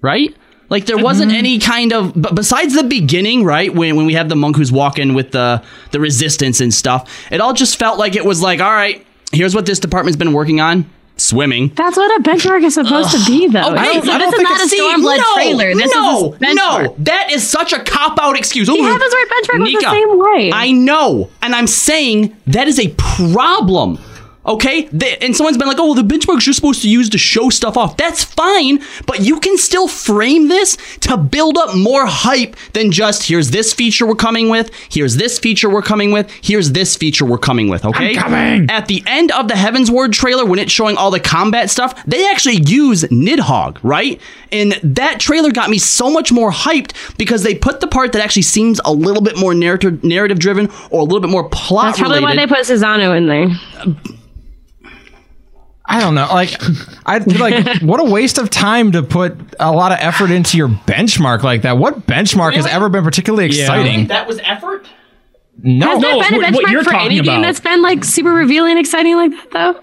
right? Like there wasn't
Mm-hmm.
any kind of, but besides the beginning, right when when we have the monk who's walking with the the resistance and stuff, it all just felt like it was like, all right, here's what this department's been working on. swimming.
That's what a benchmark is supposed to
*sighs*
be, though.
Okay,
right?
I
So
don't
this is
think
not a
it's- See,
Stormblood
no,
trailer. This
no,
is his benchmark.
no, that is such a cop out excuse.
He
Ooh.
happens to wear benchmark was the
Nika,
same way.
I know, and I'm saying that is a problem. Okay, The- and someone's been like, "Oh, well, the benchmarks you're supposed to use to show stuff off." That's fine, but you can still frame this to build up more hype than just here's this feature we're coming with, here's this feature we're coming with, here's this feature we're coming with. Okay,
coming.
At the end of the Heaven's Ward trailer, when it's showing all the combat stuff, they actually use Nidhogg, right? And that trailer got me so much more hyped because they put the part that actually seems a little bit more narrative narrative driven or a little bit more plot
That's probably
related.
why they put Susano in there.
I don't know. Like, I'd be
*laughs*
like, what a waste of time to put a lot of effort into your benchmark like that. What benchmark has ever been particularly exciting?
That was effort.
No,
Has there been a benchmark for any game that's been like super revealing and exciting like that though?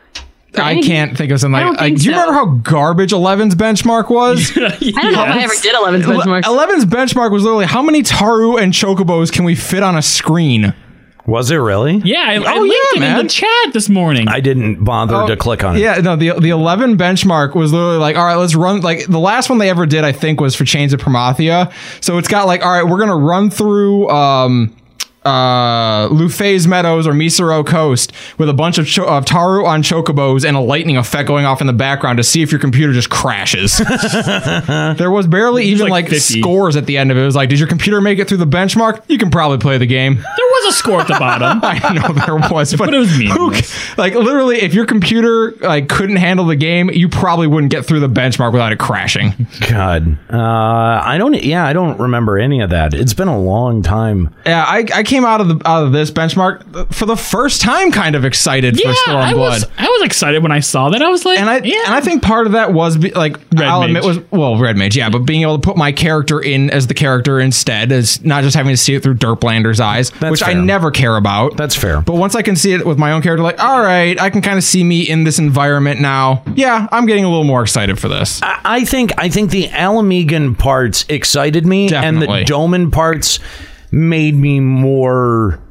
For
I
any
can't think of something like.
I don't
like
think
do you
so.
remember how garbage 11's benchmark
*laughs*
was?
I don't know if I ever did 11's benchmark.
11's benchmark was literally how many Taru and Chocobos can we fit on a screen?
Was it really?
Yeah, I, I
Oh,
linked
yeah,
it in
man.
the chat this morning.
I didn't bother
Oh,
to click on it.
Yeah, no, the the eleven benchmark was literally like, all right, let's run like the last one they ever did, I think, was for Chains of Promathia. So it's got like, all right, we're gonna run through um uh Lufei's Meadows or Misero Coast with a bunch of, cho- of Taru on chocobos and a lightning effect going off in the background to see if your computer just crashes. *laughs* there was barely even
like
like,
50.
scores at the end of it. It was like, did your computer make it through the benchmark? You can probably play the game.
There was a score at the bottom.
*laughs* I know there was, but,
But it was
who
meaningless.
ca- like literally, if your computer like couldn't handle the game, you probably wouldn't get through the benchmark without it crashing.
*laughs* God, uh, I don't. Yeah, I don't remember any of that. It's been a long time.
Yeah, I, I came out of the out of this benchmark for the first time, kind of excited
Yeah,
for Stormblood.
I was I was excited when I saw that. I was like,
and I
yeah.
and I think part of that was be, like I'll
Mage.
admit was well Red Mage, yeah, but being able to put my character in as the character instead is not just having to see it through Derplander's eyes, which I
fair.
never care about.
That's fair.
But once I can see it with my own character, like all right, I can kind of see me in this environment now. Yeah, I'm getting a little more excited for this.
I I think I think the Alamegan parts excited me,
Definitely.
and the Doman parts made me more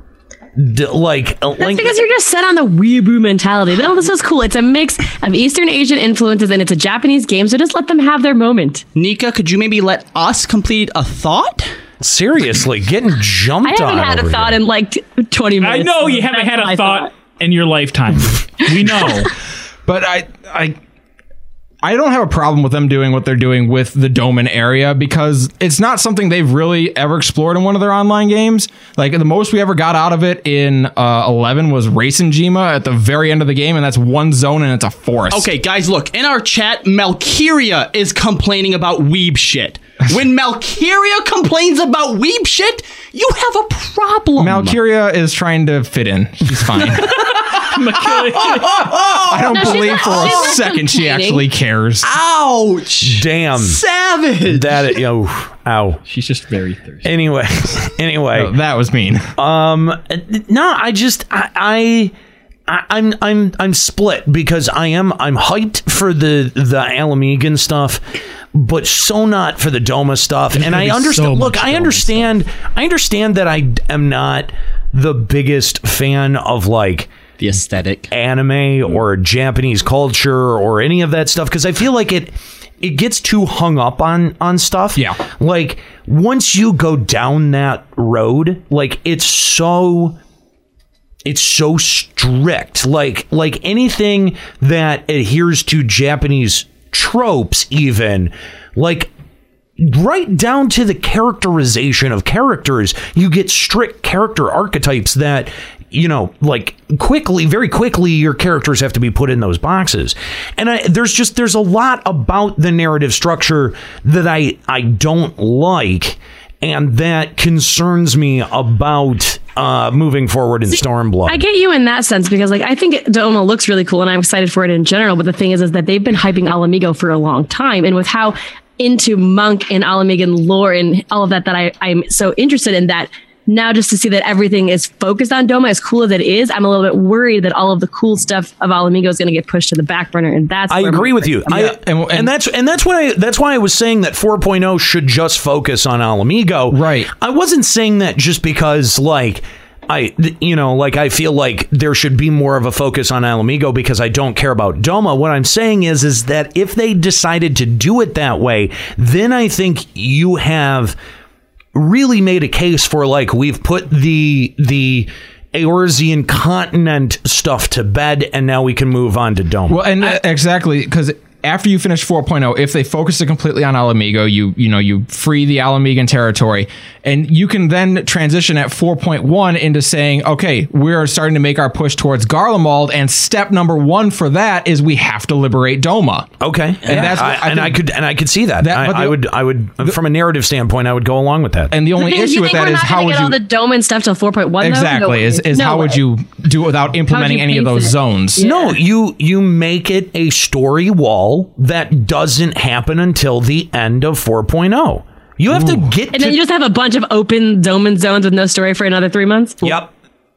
d- like
That's
like
because you're just set on the weeaboo mentality. No, this is cool. It's a mix of Eastern Asian influences and it's a Japanese game, so just let them have their moment.
Nika, could you maybe let us complete a thought?
seriously getting
I
jumped on.
haven't had a
over
thought
here.
in like t- 20 minutes.
I know you haven't
That's
had
what
a
I
thought in
*laughs*
your lifetime. we know.
But I I I don't have a problem with them doing what they're doing with the Doman area because it's not something they've really ever explored in one of their online games. Like the most we ever got out of it in uh, eleven was Racing Jima at the very end of the game, and that's one zone and it's a forest.
Okay, guys, look, in our chat, Malkyria is complaining about weeb shit. When Malkyria complains about weeb shit, you have a problem.
Malkyria is trying to fit in. She's
*laughs*
fine. *laughs* I don't
No, she's
believe
not-
for
she's
a
not
second she
complaining.
actually cares.
Ouch!
Damn
Savage!
that. Yo, ow.
She's just very thirsty.
Anyway, *laughs* anyway. Um,
No, that was mean.
no i just i, I I- I'm I'm I'm split because I am I'm hyped for the the Alamegan stuff, but so not for the Doma stuff. and
gonna
I
be
understand.
so
look,
much
I
Doma
understand. I understand that I d- am not the biggest fan of like
The aesthetic. Mm-hmm.
anime or Japanese culture or any of that stuff because I feel like it it gets too hung up on on stuff.
Yeah.
Like once you go down that road, like it's so it's so strict. Like like anything that adheres to Japanese tropes even like right down to the characterization of characters, you get strict character archetypes that, you know, like quickly, very quickly, your characters have to be put in those boxes. And I, there's just there's a lot about the narrative structure that I I don't like. And that concerns me about uh, moving forward in Stormblood.
I get you in that sense because, like, I think Doma looks really cool, and I'm excited for it in general. But the thing is, is that they've been hyping Alamigo for a long time, and with how into monk and Alamigan lore and all of that that I, I'm so interested in that now just to see that everything is focused on Doma as cool as it is, I'm a little bit worried that all of the cool stuff of Alamigo is going to get pushed to the back burner, and that's
I
where my
agree with you. I,
Yeah,
and,
and- and-
that's and that's why I, that's why I was saying that 4.0 should just focus on Alamigo.
Right.
I wasn't saying that just because like I, th- you know, like I feel like there should be more of a focus on Alamigo because I don't care about Doma. What I'm saying is, is that if they decided to do it that way, then I think you have really made a case for like we've put the the Aorzean continent stuff to bed, and now we can move on to Doma.
Well, and uh, exactly because after you finish 4.0, if they focus it completely on Alamigo, you you know you free the Alamegan territory, and you can then transition at 4.1 into saying, okay, we're starting to make our push towards Garlemald, and step number one for that is we have to liberate Doma.
Okay, and
that's
I,
what I
and I
think-
could and I could see that.
That-
I,
but the-
I would I would from a narrative standpoint, I would go along with that.
And
*laughs*
the only
Because
issue
you
with
think
that
we're
is
not
how
gonna
would
get all
you
the dome and stuff till 4.1 though?
exactly
No
is
way.
is
No
how would
way.
you do it without implementing any of
base
those
it?
zones?
No, you you make it a story wall that doesn't happen until the end of 4.0. You have to get
And then you just have a bunch of open dome and zones with no story for another three months?
Yep.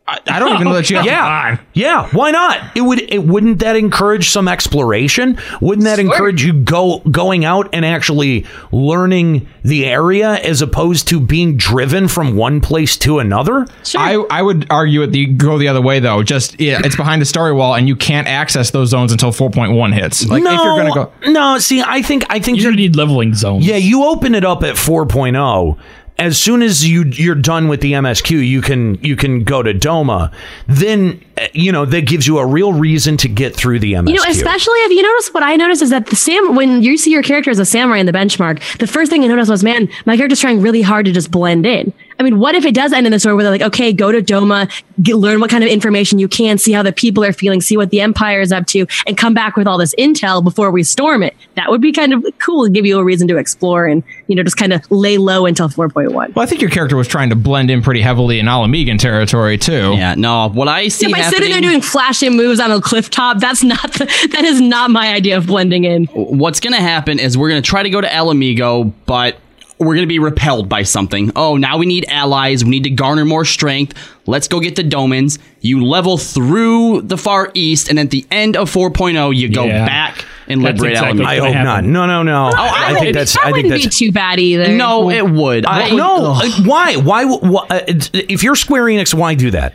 I,
I don't even know
*laughs*
that you have to
yeah,
buy.
yeah. Why not? It would. It wouldn't that encourage some exploration? Wouldn't that encourage you go going out and actually learning the area as opposed to being driven from one place to another?
I, I would argue it the go the other way though. Just yeah, it's behind a story wall, and you can't access those zones until 4.1 hits. Like if you're gonna go,
No, see, I think I think you
need leveling zones.
Yeah, you open it up at 4.0. As soon as you you're done with the MSQ, you can you can go to Doma. Then eh, you know that gives you a real reason to get through the MSQ.
You know, especially if you notice what I notice is that the sam when you see your character as a samurai in the benchmark, the first thing you notice was, man, my character's trying really hard to just blend in. I mean, what if it does end in the story where they're like, okay, go to Doma, get, learn what kind of information you can, see how the people are feeling, see what the empire is up to, and come back with all this intel before we storm it. That would be kind of cool and give you a reason to explore and you know just kind of lay low until four point one.
well, I think your character was trying to blend in pretty heavily in Alamegan territory too.
Yeah, no, what I
So
see
by sitting there
happening,
doing flashing moves on a cliff top, that's not the, *laughs* that is not my idea of blending in.
what's going to happen is we're going to try to go to Alamigo, but we're going to be repelled by something. Oh, now we need allies. We need to garner more strength. Let's go get the Domans. You level through the Far East, and at the end of 4.0, you go
Yeah.
back and
That's
liberate
exactly
Alamigo.
what's I hope gonna happen. not. No, no, no. Oh, I I think would- that's- I think
wouldn't
that's-
be too bad either.
No, it would.
I, no, like, why? Why? why uh, if you're Square Enix, why do that?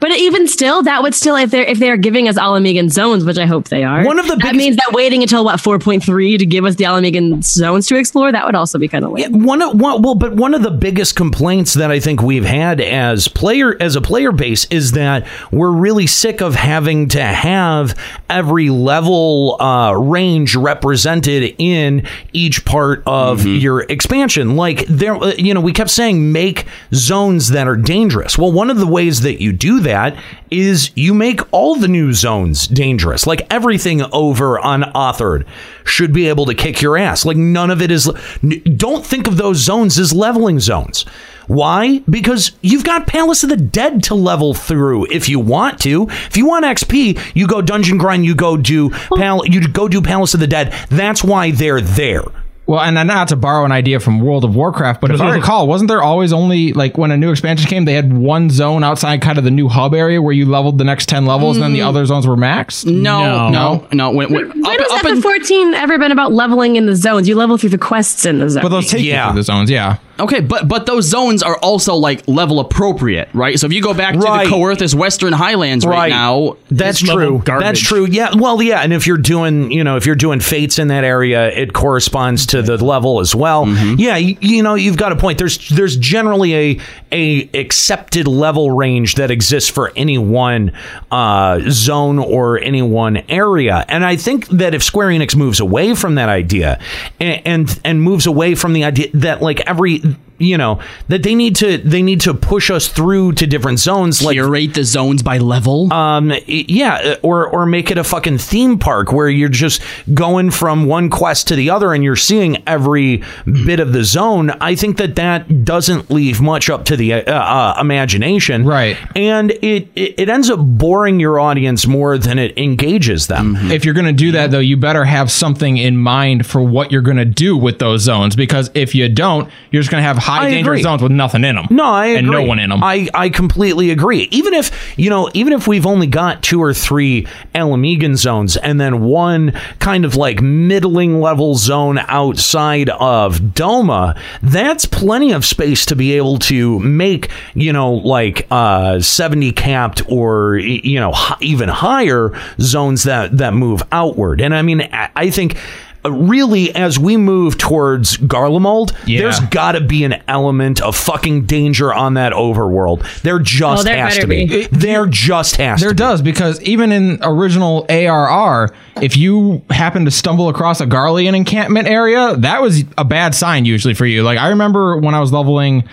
But even still, that would still if they're if they're giving us Alamegan zones, which I hope they are. One of the that means that waiting until what four point three to give us the Alamegan zones to explore that would also be kind of lame.
Yeah, one of one, well, but one of the biggest complaints that I think we've had as player as a player base is that we're really sick of having to have every level uh, range represented in each part of your expansion. Like there, uh, you know, we kept saying make zones that are dangerous. Well, one of the ways that you do that is you make all the new zones dangerous. Like everything over unauthored should be able to kick your ass. Like none of it is. n- Don't think of those zones as leveling zones. Why? Because you've got Palace of the Dead to level through if you want to. If you want XP, you go dungeon grind. You go do pal. You go do Palace of the Dead. That's why they're there.
Well, and not to borrow an idea from World of Warcraft, but if I recall, wasn't there always only like when a new expansion came, they had one zone outside kind of the new hub area where you leveled the next ten levels, and then the
Mm.
other zones were maxed.
No, no, no. When, when,
When has up fourteen ever been about leveling in the zones? You level through the quests in the zones.
you through the zones, yeah.
Okay, but but those zones are also like level appropriate, right? So if you go back
Right.
to the Coerthus Western Highlands right,
Right.
now,
That's
it's level
true.
garbage.
That's true. Yeah. Well, yeah. And if you're doing, you know, if you're doing fates in that area, it corresponds to the level as well.
Mm-hmm.
Yeah. You, you know, you've got a point. There's there's generally a a accepted level range that exists for any one uh, zone or any one area. And I think that if Square Enix moves away from that idea and and, and moves away from the idea that like every you know that they need to they need to push us through to different zones like
curate the zones by level
um y- yeah or or make it a fucking theme park where you're just going from one quest to the other and you're seeing every bit of the zone i think that that doesn't leave much up to the uh, uh, imagination right and it, it it ends up boring your audience more than it engages them
Mm-hmm.
If you're going to do that, though, you better have something in mind for what you're going to do with those zones because if you don't, you're just going to have
high
I
danger
agree.
zones with nothing in them.
No, I
and no
agree.
one in them.
I, I completely agree. Even if you know, even if we've only got two or three Alamegan zones, and then one kind of like middling level zone outside of Doma, that's plenty of space to be able to make you know like uh, seventy capped or y- you know hi- even higher zones that that move outward. And I mean, I I think. uh, Really, as we move towards Garlemald, there's got to be an element of fucking danger on that overworld. There
Oh,
just
there
has
better
to be.
be.
There just has
There
to
does because even in original ARR, if you happen to stumble across a Garlean encampment area, that was a bad sign usually for you. Like I remember when I was leveling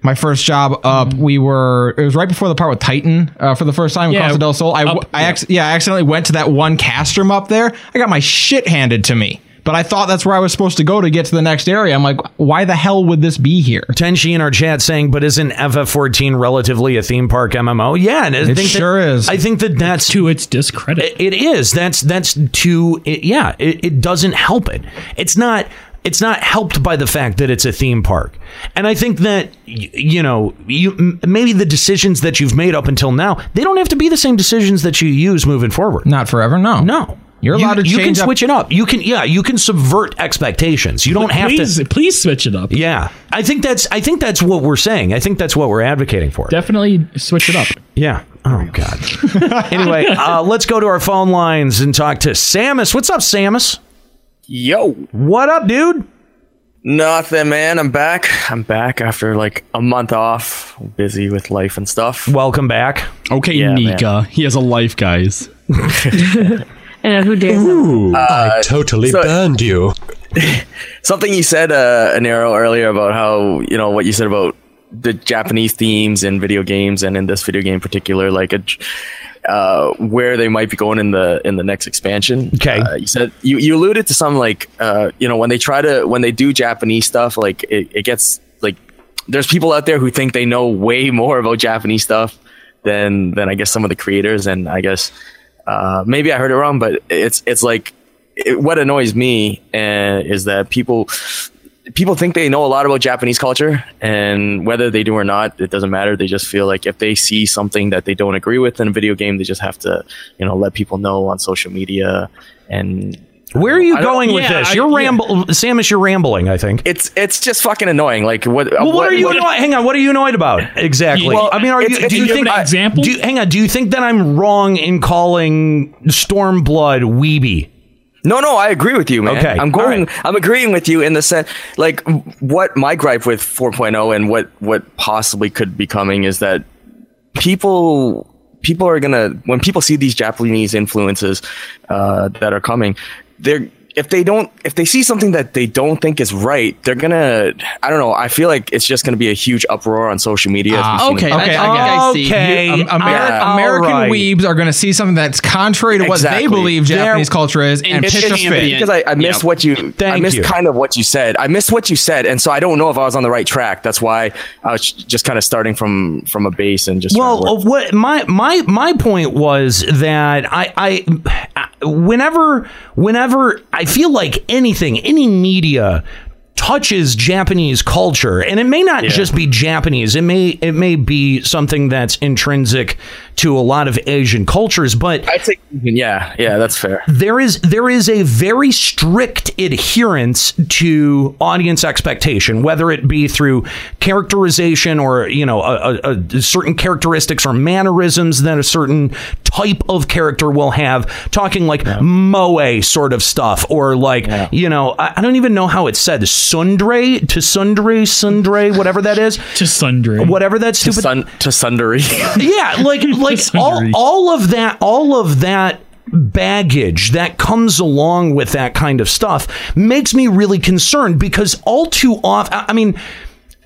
my first job up, we were it was right before the part with Titan uh, for the first time in
Yeah,
Costa del Sol. I w-
up,
I ac- yeah, I accidentally went to that one castrum up there. I got my shit handed to me. But I thought that's where I was supposed to go to get to the next area. I'm like, why the hell would this be here?
Tenshi in our chat saying, but isn't FF14 relatively a theme park MMO? Yeah, and I
It
think
sure
is.
is.
I think that that's
to its discredit.
It is. That's that's to it, yeah. It, it doesn't help it. It's not. It's not helped by the fact that it's a theme park. And I think that y- you know you m- maybe the decisions that you've made up until now they don't have to be the same decisions that you use moving forward.
Not forever. No.
No.
You're allowed
you,
to
you can
change up-
switch it up. You can yeah. You can subvert expectations. You don't have
please,
to.
Please switch it up.
Yeah, I think that's I think that's what we're saying. I think that's what we're advocating for.
Definitely switch it up.
Yeah. Oh God. anyway, uh, let's go to our phone lines and talk to Samus. What's up, Samus?
Yo.
What up, dude?
Nothing, man. I'm back. I'm back after like a month off, busy with life and stuff.
Welcome back.
Okay,
Nika. He has a life, guys.
I know who dares.
Ooh, I totally
Uh, so-
burned you.
*laughs* Something you said, uh, Anero, earlier about how you know what you said about the Japanese themes in video games, and in this video game in particular, like a, j- uh, where they might be going in the in the next expansion.
Okay,
uh, you said you, you alluded to some like uh, you know when they try to when they do Japanese stuff, like it, it gets like there's people out there who think they know way more about Japanese stuff than than I guess some of the creators, and I guess uh, maybe I heard it wrong, but it's it's like it, what annoys me uh, is that people people think they know a lot about Japanese culture, and whether they do or not, it doesn't matter. They just feel like if they see something that they don't agree with in a video game, they just have to you know let people know on social media and.
Where are you
I don't-
going with
Yeah,
this?
I-
You're
yeah.
ramble, Samus. You're rambling. I think.
It's it's just fucking annoying. Like what?
Well, what, are you annoyed? Hang on. What are you annoyed about exactly?
Well,
I mean, are
it's-
you?
it's-
Do you
do you have
think?
an
I-
example?
Do you, hang on. Do you think that I'm wrong in calling Stormblood Weeby?
No, no, I agree with you, man.
Okay,
I'm going. I'm agreeing with you in the sense, like, w- what my gripe with 4.0 and what what possibly could be coming is that people people are gonna when people see these Japanese influences uh, that are coming, they're if they don't if they see something that they don't think is right, they're gonna. I don't know. I feel like it's just gonna be a huge uproar on social media. as we've
Ah,
seen in the past.
You- Am- Ameri-
Yeah.
American
Alright.
weebs are going to see something that's contrary to what
Exactly.
they believe Japanese
They're-
culture is and
It's
pitch a
just
fit.
Because I, I missed what you, I missed
you.
kind of what you said. I missed what you said, and so I don't know if I was on the right track. That's why I was just kind of starting from from a base and just.
well uh, what my my my point was that I, I I whenever whenever i feel like anything any media touches japanese culture and it may not just be japanese it may it may be something that's intrinsic to a lot of asian cultures but
i think yeah yeah that's fair
there is there is a very strict adherence to audience expectation, whether it be through characterization or you know a, a, a certain characteristics or mannerisms that a certain type of character will have. Talking like moe sort of stuff, or like you know I, I don't even know how it's said sundre to sundry sundre whatever that is
to sundry
whatever that
to,
stupid
sun, to sundry.
*laughs* yeah, like like all all of that all of that baggage that comes along with that kind of stuff makes me really concerned because all too often I I mean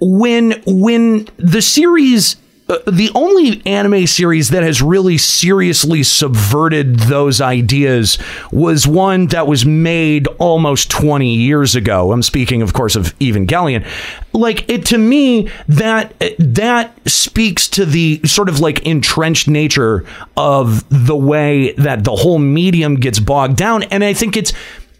when when the series uh, the only anime series that has really seriously subverted those ideas was one that was made almost 20 years ago. I'm speaking, of course, of Evangelion. Like it to me, that that speaks to the sort of like entrenched nature of the way that the whole medium gets bogged down, and I think it's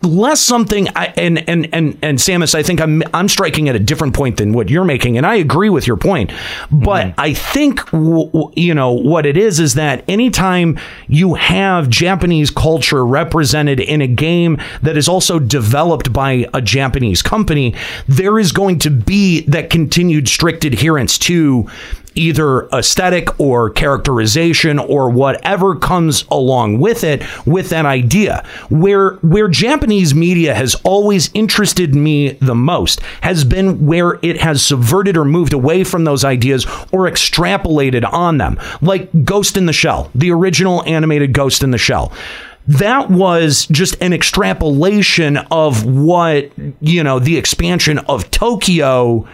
less something I, and and and and Samus I think I'm I'm striking at a different point than what you're making and I agree with your point but I think w- w- you know what it is is that anytime you have Japanese culture represented in a game that is also developed by a Japanese company there is going to be that continued strict adherence to either aesthetic or characterization or whatever comes along with it with that idea where where Japanese media has always interested me the most has been where it has subverted or moved away from those ideas or extrapolated on them like Ghost in the Shell the original animated Ghost in the Shell that was just an extrapolation of what you know the expansion of Tokyo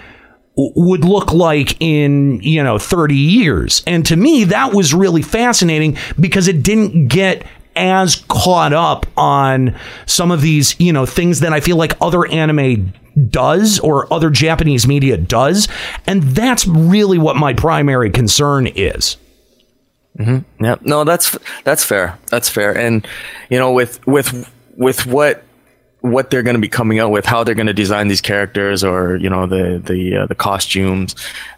would look like in you know 30 years and to me that was really fascinating because it didn't get as caught up on some of these you know things that i feel like other anime does or other japanese media does and that's really what my primary concern is
Mm-hmm. Yeah. No, that's that's fair. That's fair. And you know, with with with what what they're going to be coming out with, how they're going to design these characters, or you know, the the uh, the costumes.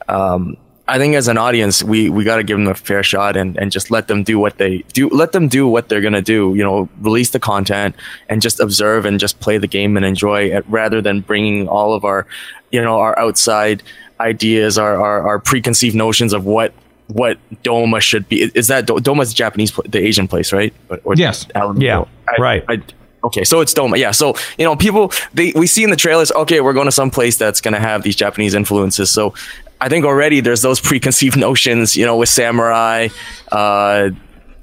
Um, I think as an audience, we we got to give them a fair shot and and just let them do what they do. Let them do what they're going to do. You know, release the content and just observe and just play the game and enjoy it, rather than bringing all of our you know our outside ideas, our our, our preconceived notions of what what Doma should be. Is that Doma's the Japanese, pl- the Asian place, right? Or, or
yes. yeah.
I-
right.
I- okay, so it's Doma. Yeah. So you know, people they we see in the trailers. Okay, we're going to some place that's going to have these Japanese influences. So I think already there's those preconceived *laughs* notions. You know, with samurai. Uh,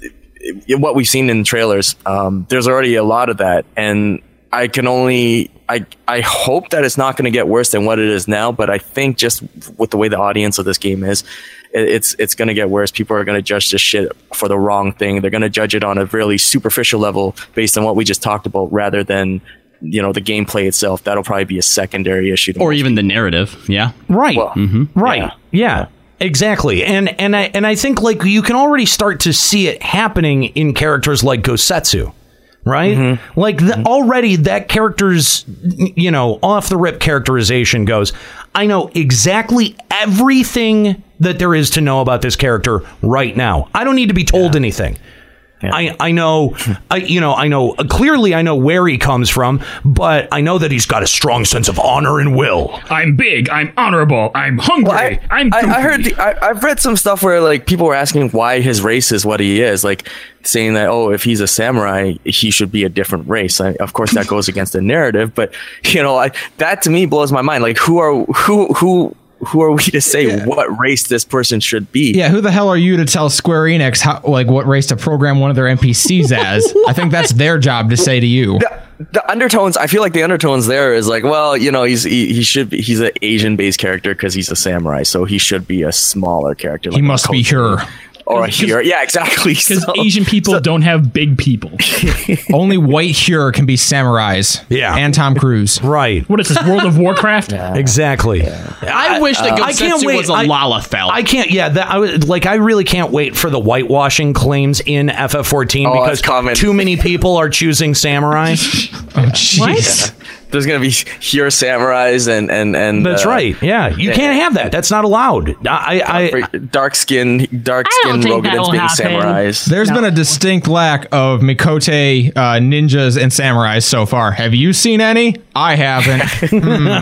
i- what we've seen in trailers, um, there's already a lot of that, and I can only I I hope that it's not going to get worse than what it is now. But I think just with the way the audience of this game is, it, it's it's going to get worse. People are going to judge this shit for the wrong thing. They're going to judge it on a really superficial level based on what we just talked about, rather than you know the gameplay itself. That'll probably be a secondary issue. to
or even the narrative. Yeah. Mm-hmm.
Right. Right. Yeah. Exactly. And and I and I think like you can already start to see it happening in characters like Gosetsu. Right? Like the, already that character's you know, off the rip characterization goes, I know exactly everything that there is to know about this character right now. I don't need to be told anything. I, I know I you know I know clearly I know where he comes from, but I know that he's got a strong sense of honor and will.
I'm big. I'm honorable. I'm hungry. I, am
I, I heard *laughs* the, I, I've read some stuff where like people were asking why his race is what he is, like saying that oh if he's a samurai he should be a different race. I, of course that goes against the narrative, but you know I, that to me blows my mind. Like who are who who who are we to say what race this person should be?
Yeah, who the hell are you to tell Square Enix how, like what race to program one of their NPCs as?
*laughs*
I think that's their job to say to you.
the undertones i feel like the undertones there is like well you know he's he, he should be he's an asian based character because he's a samurai so he should be a smaller character like
He must be here.
or a hero yeah exactly
Because
So-
Asian people don't have big people.
*laughs* Only white here can be samurais. Yeah. And Tom Cruise.
Right.
What is this, World
*laughs*
of Warcraft?
Exactly.
I wish that
I can't
Gosetsu
wait.
was a
I-
Lalafell.
I can't. Yeah, that I would like. I really can't wait for the whitewashing claims in FF14
Oh, that's
because too many people are choosing samurai. oh
Yeah. there's gonna be hero samurais and and and uh,
That's right. Yeah, you can't have that. That's not allowed. I, I,
dark skin dark
I don't
skin
think that'll
Rogadins being
happen. *laughs*
samurais
There's been a distinct lack of Mikote uh, ninjas and samurais so far. Have you seen any? I
*laughs*
haven't.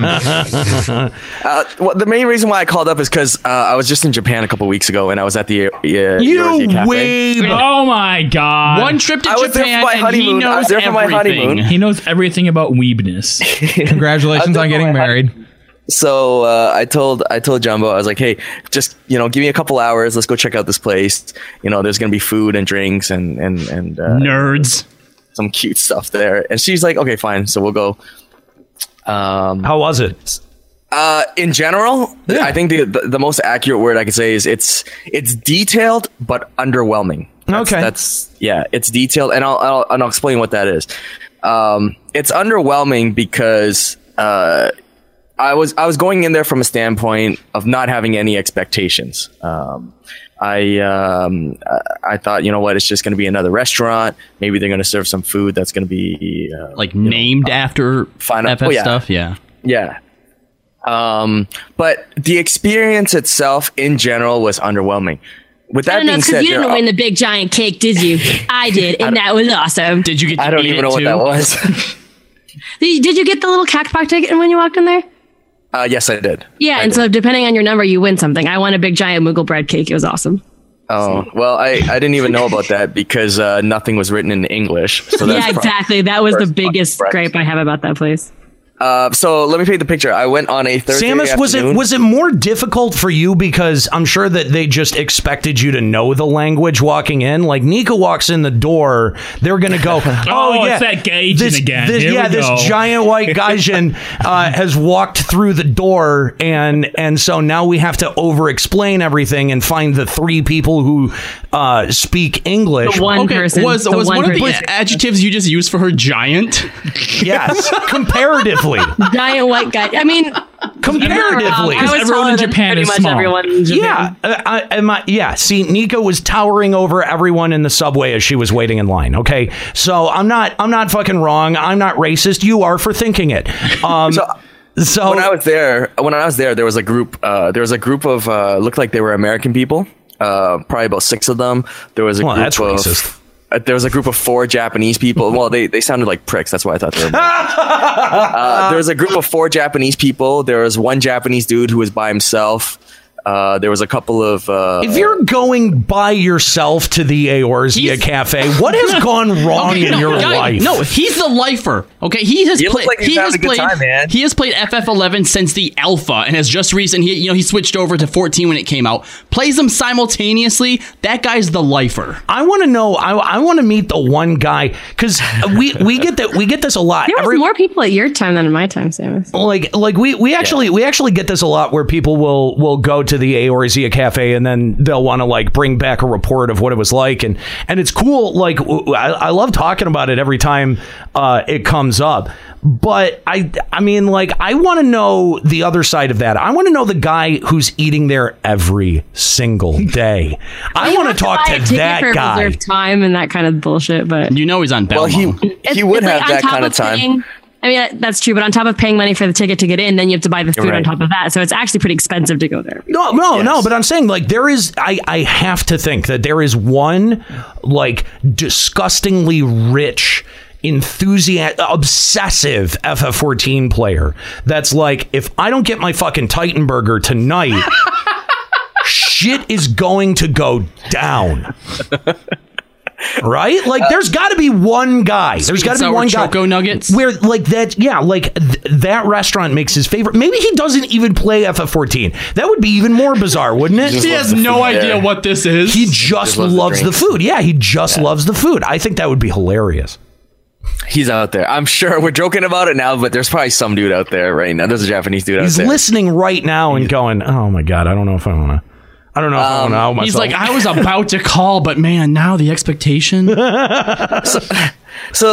Hmm.
uh, well, the main reason why I called up is because uh, I was just in Japan a couple weeks ago and I was at the uh, Eorzea Cafe.
Oh my god!
One trip to
I
I was there for
for
Japan my
my
and he
honeymoon.
honeymoon. I was knows
there for my
everything.
honeymoon.
honeymoon.
He knows everything about
*laughs*
weebness.
Congratulations on getting married.
So uh, I told I told Jumbo I was like, hey, just you know, give me a couple hours. Let's go check out this place. You know, there's gonna be food and drinks and and and uh,
nerds,
some cute stuff there. And she's like, okay, fine. So we'll go. Um,
How was it?
Uh, in general, I think the, the the most accurate word I could say is it's it's detailed but underwhelming. That's,
Okay.
that's yeah, it's detailed, and I'll, I'll and I'll explain what that is. Um, it's underwhelming because uh, I was I was going in there from a standpoint of not having any expectations. Um, I um, I- I thought you know what, it's just going to be another restaurant. Maybe they're going to serve some food that's going to be uh,
like named after
final
oh,
FF stuff. Yeah.
Oh, yeah. Um, but the experience itself in general was underwhelming. With
I
that
don't know.
being
It's because
said,
you
there
didn't
are-
win the big giant cake,
*laughs*
did you? I did, and that was awesome.
Did you get?
I don't even know what that was. *laughs*
Did did you get the little cockpot ticket when you walked in there?
uh, yes, I did.
Yeah, and so depending on your number, you win something. I won a big giant Moogle bread cake. It was awesome.
Oh well, I, I didn't even know about that because uh, nothing was written in English. So that's
*laughs* yeah,
probably-
exactly. That was the biggest gripe I have about that place.
Uh, so let me paint the picture. I went on a Thursday.
Samus, was it
afternoon.
was it more difficult for you because I'm sure that they just expected you to know the language walking in? Like Nika walks in the door, they're gonna go, "Oh,
Oh,
yeah,
it's that Gaijin
this,
again.
this-
Here we
yeah, this
go."
giant
*laughs*
white Gaijin uh, has walked through the door, and and so now we have to over-explain everything and find the three people who uh, speak English.
okay, was was one, of the adjectives you just used for her
*laughs*
giant? *laughs*
Yes, comparatively.
Giant white guy. I mean,
comparatively.
I was taller than pretty much Everyone in Japan.
Yeah, uh, I, am I- yeah. See, Nico was towering over everyone in the subway as she was waiting in line. Okay, so I'm not, I'm not fucking wrong. I'm not racist. You are for thinking it. Um, so,
when I was there, when I was there, there was a group. Uh, there was a group of uh, looked like they were American people. Uh, probably about six of them. There was a
Well,
group
that's
of.
racist.
uh, there was a group of four Japanese people. Well, they, they sounded like pricks. That's why I thought they were. American.
*laughs*
uh, there was a group of four Japanese people. There was one Japanese dude who was by himself. Uh, there was a couple of. Uh,
if you're going by yourself to the Aorzia Cafe, what
*laughs*
has gone wrong
Okay,
in
no,
your
guy-
life?
No, he's the lifer. Okay, he has
You look
played.
like you
he
found
has
a good
played. *laughs*
time, man.
He has played FF11 since the alpha, and has just recent. He you know he switched over to 14 when it came out. Plays them simultaneously. That guy's the lifer.
I want to know. I, I want to meet the one guy because we we get that we get this a lot.
There was more people at your time than in my time, Samus.
like like we we actually we actually get this a lot where people will will go to the Aorzia cafe and then they'll want to like bring back a report of what it was like and and it's cool like w- w- I, I love talking about it every time uh, it comes up but I I mean like I want to know the other side of that I want to know the guy who's eating there every single day I want to talk
buy a
to
ticket
that
for
guy
reserve time and that kind of bullshit. But
you know he's on.
well, he
It's-
he would
it's like
have
on
that
top
kind of time.
paying- I mean, that- that's true. But on top of paying money for the ticket to get in, then you have to buy the food on
Right.
top of that. So it's actually pretty expensive to go there.
No, no, no. But I'm saying like there is. I I have to think that there is one like disgustingly rich. Enthusiastic, obsessive FF14 player that's like, if I don't get my fucking Titan burger tonight, shit is going to go down. right? Like, there's got to be one guy. There's
Sweet
got
and
to be
sour
one guy.
choco nuggets?
Where like that? Yeah, like th- that restaurant makes his favorite. Maybe he doesn't even play FF14. That would be even more bizarre, wouldn't it?
He has no idea what this is.
He just, loves, the, food. Yeah, he just loves the food. I think that would be hilarious.
He's out there. I'm sure we're joking about it now, but there's probably some dude out there right now. There's a Japanese dude
He's
out there.
listening right now and going, "Oh my god, I don't know if I want to. I don't know if I want to out myself."
Um, He's like, I was about to call, but man, now the
*laughs*
expectation.
so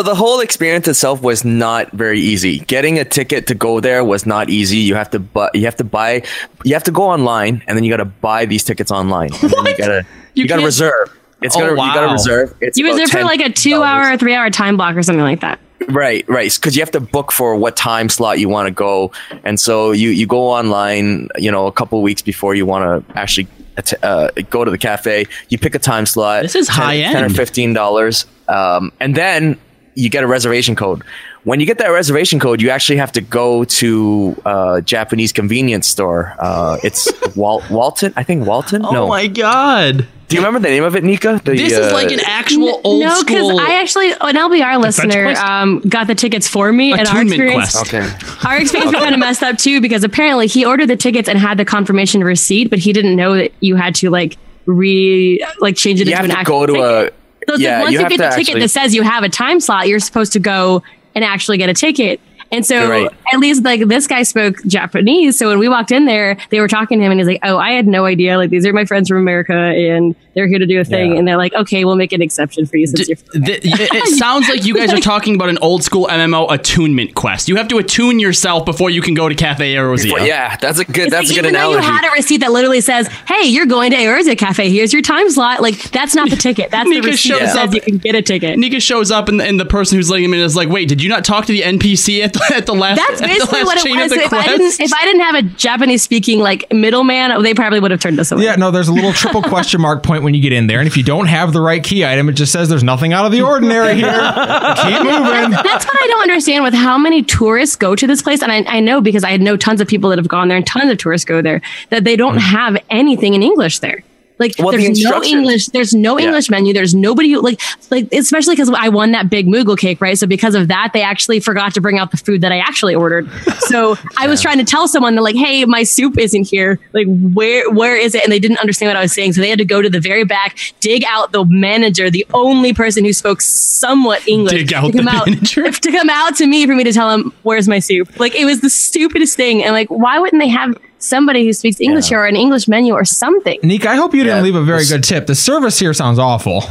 the whole experience itself was not very easy. Getting a ticket to go there was not easy. You have to buy. You have to buy. You have to go online, and then you got to buy these tickets online. And then You gotta. You, gotta
can't-
reserve. It's
Oh,
gotta. You gotta
wow.
reserve. It's
you
about
reserve for
10
like a two hour or three hour time block or something like that.
Right, right. Because you have to book for what time slot you want to go, and so you you go online, you know, a couple weeks before you want to actually att- uh, go to the cafe. You pick a time slot. This
is high
ten or
end.
fifteen dollars, um, and then you get a reservation code. When you get that reservation code, you actually have to go to uh, Japanese convenience store. Uh,
*laughs*
it's Wal- Walton, I think Walton.
oh
no,
my god!
do you remember the name of it, Nika? The,
This is
uh,
like an actual
N-
old
no,
school.
I actually an LBR listener
quest?
um, got the tickets for me, and our
attunement
experience
quest.
Okay.
our experience was kind of messed up too because apparently he ordered the tickets and had the confirmation receipt, but he didn't know that you had to like re like change it
You
into
have
an
to go
actual
to
ticket.
a.
So it's
yeah,
like once you,
have
get
to
the ticket
actually-
that says you have a time slot, you're supposed to go and actually get a ticket. And so
You're right.
at least like this guy spoke Japanese. So when we walked in there, they were talking to him and he's like, Oh, I had no idea. Like these are my friends from America and they're here to do a thing. And they're like, Okay, we'll make an exception for you since you're from
Th- it, it sounds like you guys are talking about an old school MMO attunement quest. You have to attune yourself before you can go to Cafe Erosia.
Yeah, that's a good.
It's like, even though you had a receipt that literally says, "Hey, you're going to Erzia Cafe. Here's your time slot." Like that's not the ticket. That's the
Nika
receipt
shows
that says
up-
you can
*laughs*
get a ticket.
Nika shows up and, and the person who's letting him in is like, "Wait, did you not talk to the NPC at the, at the last?"
That's
at the
basically
last
what it
chain
was.
Of the
If I,
quest?
didn't, if I didn't have a Japanese speaking like middleman, they probably would have turned us away.
Yeah, no, there's a little triple question mark point when you get in there. And if you don't have the right key item, it just says there's nothing out of the ordinary here. Keep moving.
That's, that's what I don't understand with how many tourists go to this place. And I, I know because I know tons of people that have gone there and tons of tourists go there that they don't
Hmm.
have anything in English there. Like
Well, the
there's no
instructions.
English, there's no
Yeah.
English menu. There's nobody who like, like, especially because I won that big Moogle cake, right? So because of that, they actually forgot to bring out the food that I actually ordered.
*laughs*
So I was trying to tell someone that like, Hey, my soup isn't here. Like where, where is it? And they didn't understand what I was saying. So they had to go to the very back, dig out the manager, the only person who spoke somewhat English
Dig out
to come
the
out *laughs* to come out to me for me to tell him where's my soup. Like it was the stupidest thing, and like why wouldn't they have somebody who speaks English here or an English menu or something?
Nick, I hope you didn't leave a very good tip. The service here sounds
*laughs*
awful.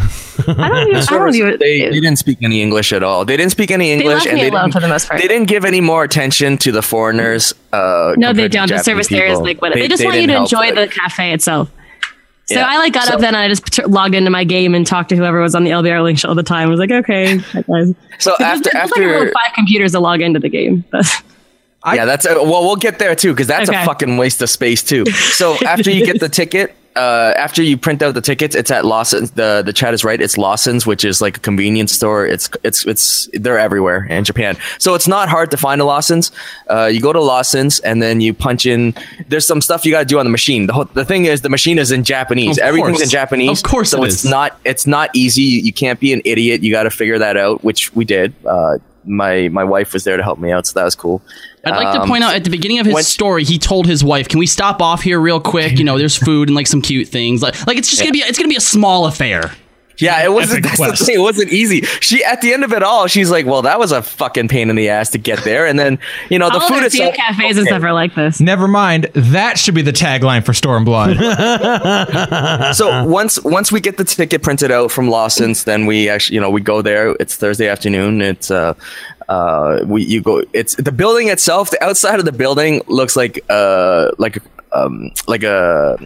I don't even. I don't even
They, they didn't speak any English at all. They didn't speak any English,
left me alone
didn't,
for the most part.
they didn't give any more attention to the foreigners. Uh,
no,
compared
they
to
don't. The
Japanese
service there is
people.
like whatever. They, just want you
didn't
to
help.
enjoy the cafe itself. So
Yeah.
I like got
So-
up then and I just t- logged into my game and talked to whoever was on the LBR link show at the time. I was like, okay, hi, guys.
So after
It's like
after
about five computers to log into the game.
yeah, that's uh, well, we'll get there too because that's
Okay.
a fucking waste of space too. So after you get the ticket, uh, after you print out the tickets, it's at Lawson's. the The chat is right. It's Lawson's, which is like a convenience store. It's it's it's they're everywhere in Japan, so it's not hard to find a Lawson's. Uh, you go to Lawson's and then you punch in. There's some stuff you got to do on the machine. The whole, the thing is the machine is in Japanese.
Of
Everything's
course.
in Japanese.
Of course
so
it
it's
is.
not it's not easy. You, you can't be an idiot. You got to figure that out, which we did. Uh, my my wife was there to help me out, so that was cool.
I'd like to
Um,
point out at the beginning of his
when-
story, he told his wife, "Can we stop off here real quick? You
*laughs*
know, there's food and like some cute things. Like, like it's just gonna be it's gonna be a small affair."
Yeah, it wasn't.
Epic
That's
quest.
the thing. It wasn't easy. She at the end of it all, she's like, "Well, that was a fucking pain in the ass to get there." And then you know the
All
food
their
is
field cafes and stuff are like this.
Never mind. That should be the tagline for Stormblood.
so once once we get the ticket printed out from Lawson's, then we actually you know we go there. It's Thursday afternoon. It's uh uh we you go. It's the building itself. The outside of the building looks like uh like um like a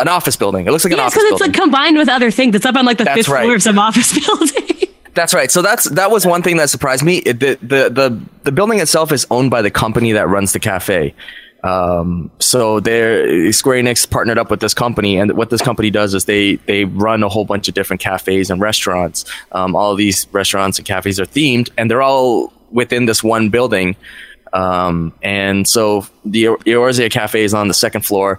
an office building. It looks like an
Yeah,
office
because
building.
it's like combined with other things. It's up on like the
That's
fifth
right.
floor of some office *laughs* building.
That's right. So that's that was one thing that surprised me. It, the, the the the building itself is owned by the company that runs the cafe. Um, so they're Square Enix partnered up with this company, and what this company does is they they run a whole bunch of different cafes and restaurants. Um, all of these restaurants and cafes are themed, and they're all within this one building. Um, and so the Eorzea Cafe is on the second floor,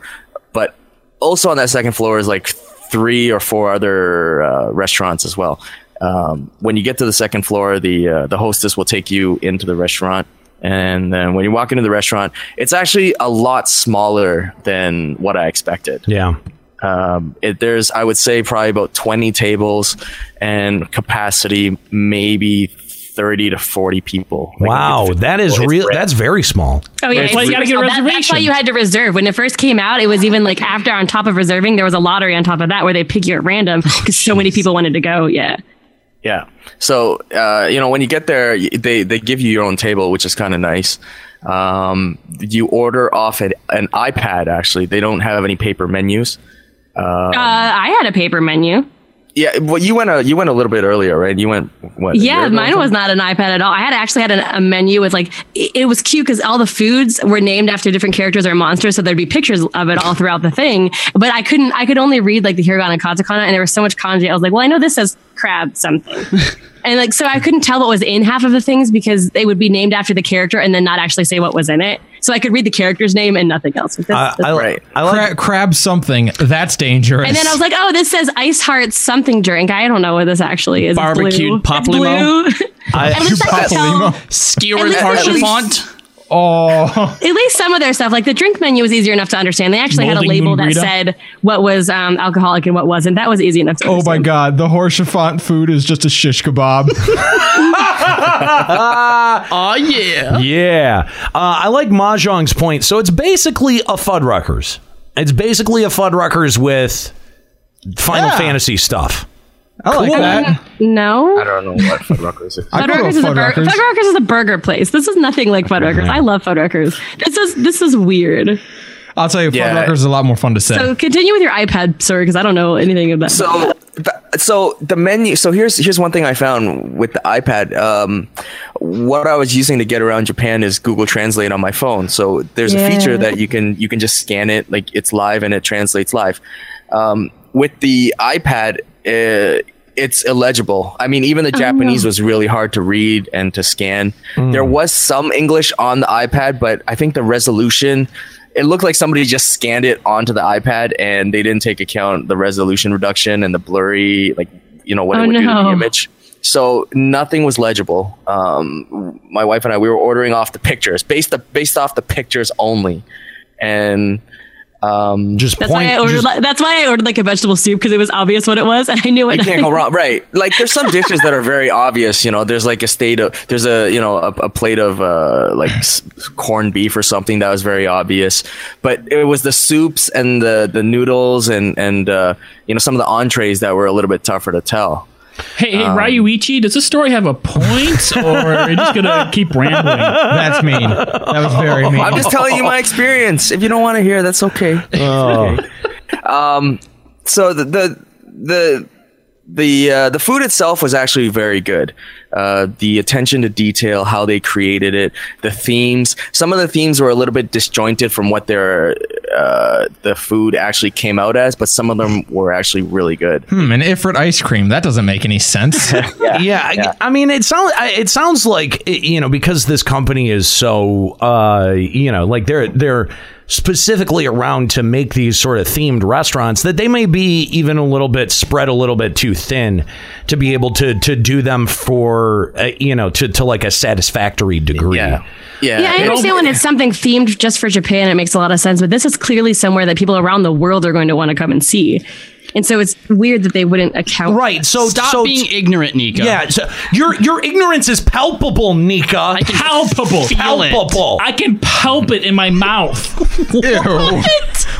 but also on that second floor is like three or four other uh, restaurants as well. Um, when you get to the second floor, the uh, the hostess will take you into the restaurant, and then when you walk into the restaurant, it's actually a lot smaller than what I expected.
Yeah.
Um, it, there's, I would say, probably about 20 tables and capacity maybe 30 to 40 people. Like,
Wow, *laughs* that is
It's
real.
red.
That's very small.
Oh yeah,
That's why you
it's-
gotta get a
that- That's why
reservation.
you had to reserve when it first came out. It was even like after on top of reserving, there was a lottery on top of that where they pick you at random because so many people wanted to go. Yeah,
Yeah. So uh, you know, when you get there, y- they they give you your own table, which is kind of nice. Um, you order off an, an iPad. Actually, they don't have any paper menus.
uh,
Uh,
I had a paper menu.
yeah. Well, you went a you went a little bit earlier, right? You went what? a year
yeah,
ago?
mine was not an iPad at all. I had actually had an, a menu with like it, it was cute because all the foods were named after different characters or monsters, so there'd be pictures of it all throughout the thing. But I couldn't, I could only read like the hiragana and katakana, and there was so much kanji. I was like, well, I know this says crab something,
*laughs*
and like so I couldn't tell what was in half of the things because they would be named after the character and then not actually say what was in it. So I could read the character's name and nothing else. Like, that's- that's-
Cra- crab something. That's dangerous.
and then I was like, oh, this says ice heart something drink. I don't know what this actually is. It's blue.
Barbecued pop
It's *laughs*
limo?
blue. At least I could tell- At
skewered
least-
partial
at least-
font.
*laughs*
Oh,
at least some of their stuff, like the drink menu, was easier enough to understand. They actually had a
Molding
label that
Moon Rita?
said what was um, alcoholic and what wasn't. That was easy enough. to
oh my god, the horchifant food is just a shish kebab.
*laughs*
oh yeah.
Yeah. Uh, I like Mahjong's point. So it's basically a Fuddruckers. It's basically a Fuddruckers with Final
Yeah.
Fantasy stuff.
I
like that.
No.
I don't know what Fuddruckers is.
Fuddruckers is, a burger. Fuddruckers is a burger place. This is nothing like Fuddruckers. I love Fuddruckers. This is this is weird.
*laughs* I'll tell you,
Yeah.
Fuddruckers is a lot more fun to say.
So continue with your iPad, sir, because I don't know anything about.
So, th- so the menu. So here's here's one thing I found with the iPad. Um, what I was using to get around Japan is Google Translate on my phone. So there's a feature
Yeah.
that you can you can just scan it, like it's live and it translates live. Um, with the iPad, uh, it's illegible. I mean, even the
Oh,
Japanese
no.
was really hard to read and to scan. There was some English on the iPad, but I think the resolution it looked like somebody just scanned it onto the iPad and they didn't take account the resolution reduction and the blurry like you know what
Oh,
it would do to
no.
the image. So nothing was legible. Um, my wife and I we were ordering off the pictures based the, based off the pictures only, and um,
just
That's why I ordered. *laughs* like, that's why I ordered like a vegetable soup because it was obvious what it was, and I knew what.
you can't go wrong, right? Like there's some dishes that are very *laughs* obvious. You know, there's like a state of there's a you know a, a plate of uh, like s- corned beef or something that was very obvious, but it was the soups and the the noodles and and uh, you know some of the entrees that were a little bit tougher to tell.
Hey, hey
Um,
Ryuichi, does this story have a point, *laughs* or are you just gonna
*laughs*
keep rambling?
That's mean.
*laughs*
That was very mean.
I'm just telling you my experience. If you don't want to hear, that's
*laughs*
okay.
Oh.
*laughs* um, so the the the the, uh, the food itself was actually very good. Uh, the attention to detail, how they created it, the themes. Some of the themes were a little bit disjointed from what their uh, the food actually came out as, but some of them were actually really good.
Hmm, an Ifrit ice cream. That doesn't make any sense.
yeah, I, I mean, it sounds it sounds like you know because this company is so uh, you know like they're they're specifically around to make these sort of themed restaurants that they may be even a little bit spread a little bit too thin to be able to to do them for uh, you know to to like a satisfactory degree.
Oh,
Yeah,
Yeah, I understand when it's something themed just for Japan, it makes a lot of sense. But this is clearly somewhere that people around the world are going to want to come and see, and so it's weird that they wouldn't account.
Right. So
stop
being ignorant, Nika.
Yeah, so your your ignorance is palpable, Nika.
palpable,
Feel it. Palpable.
I can palp it in my mouth.
What?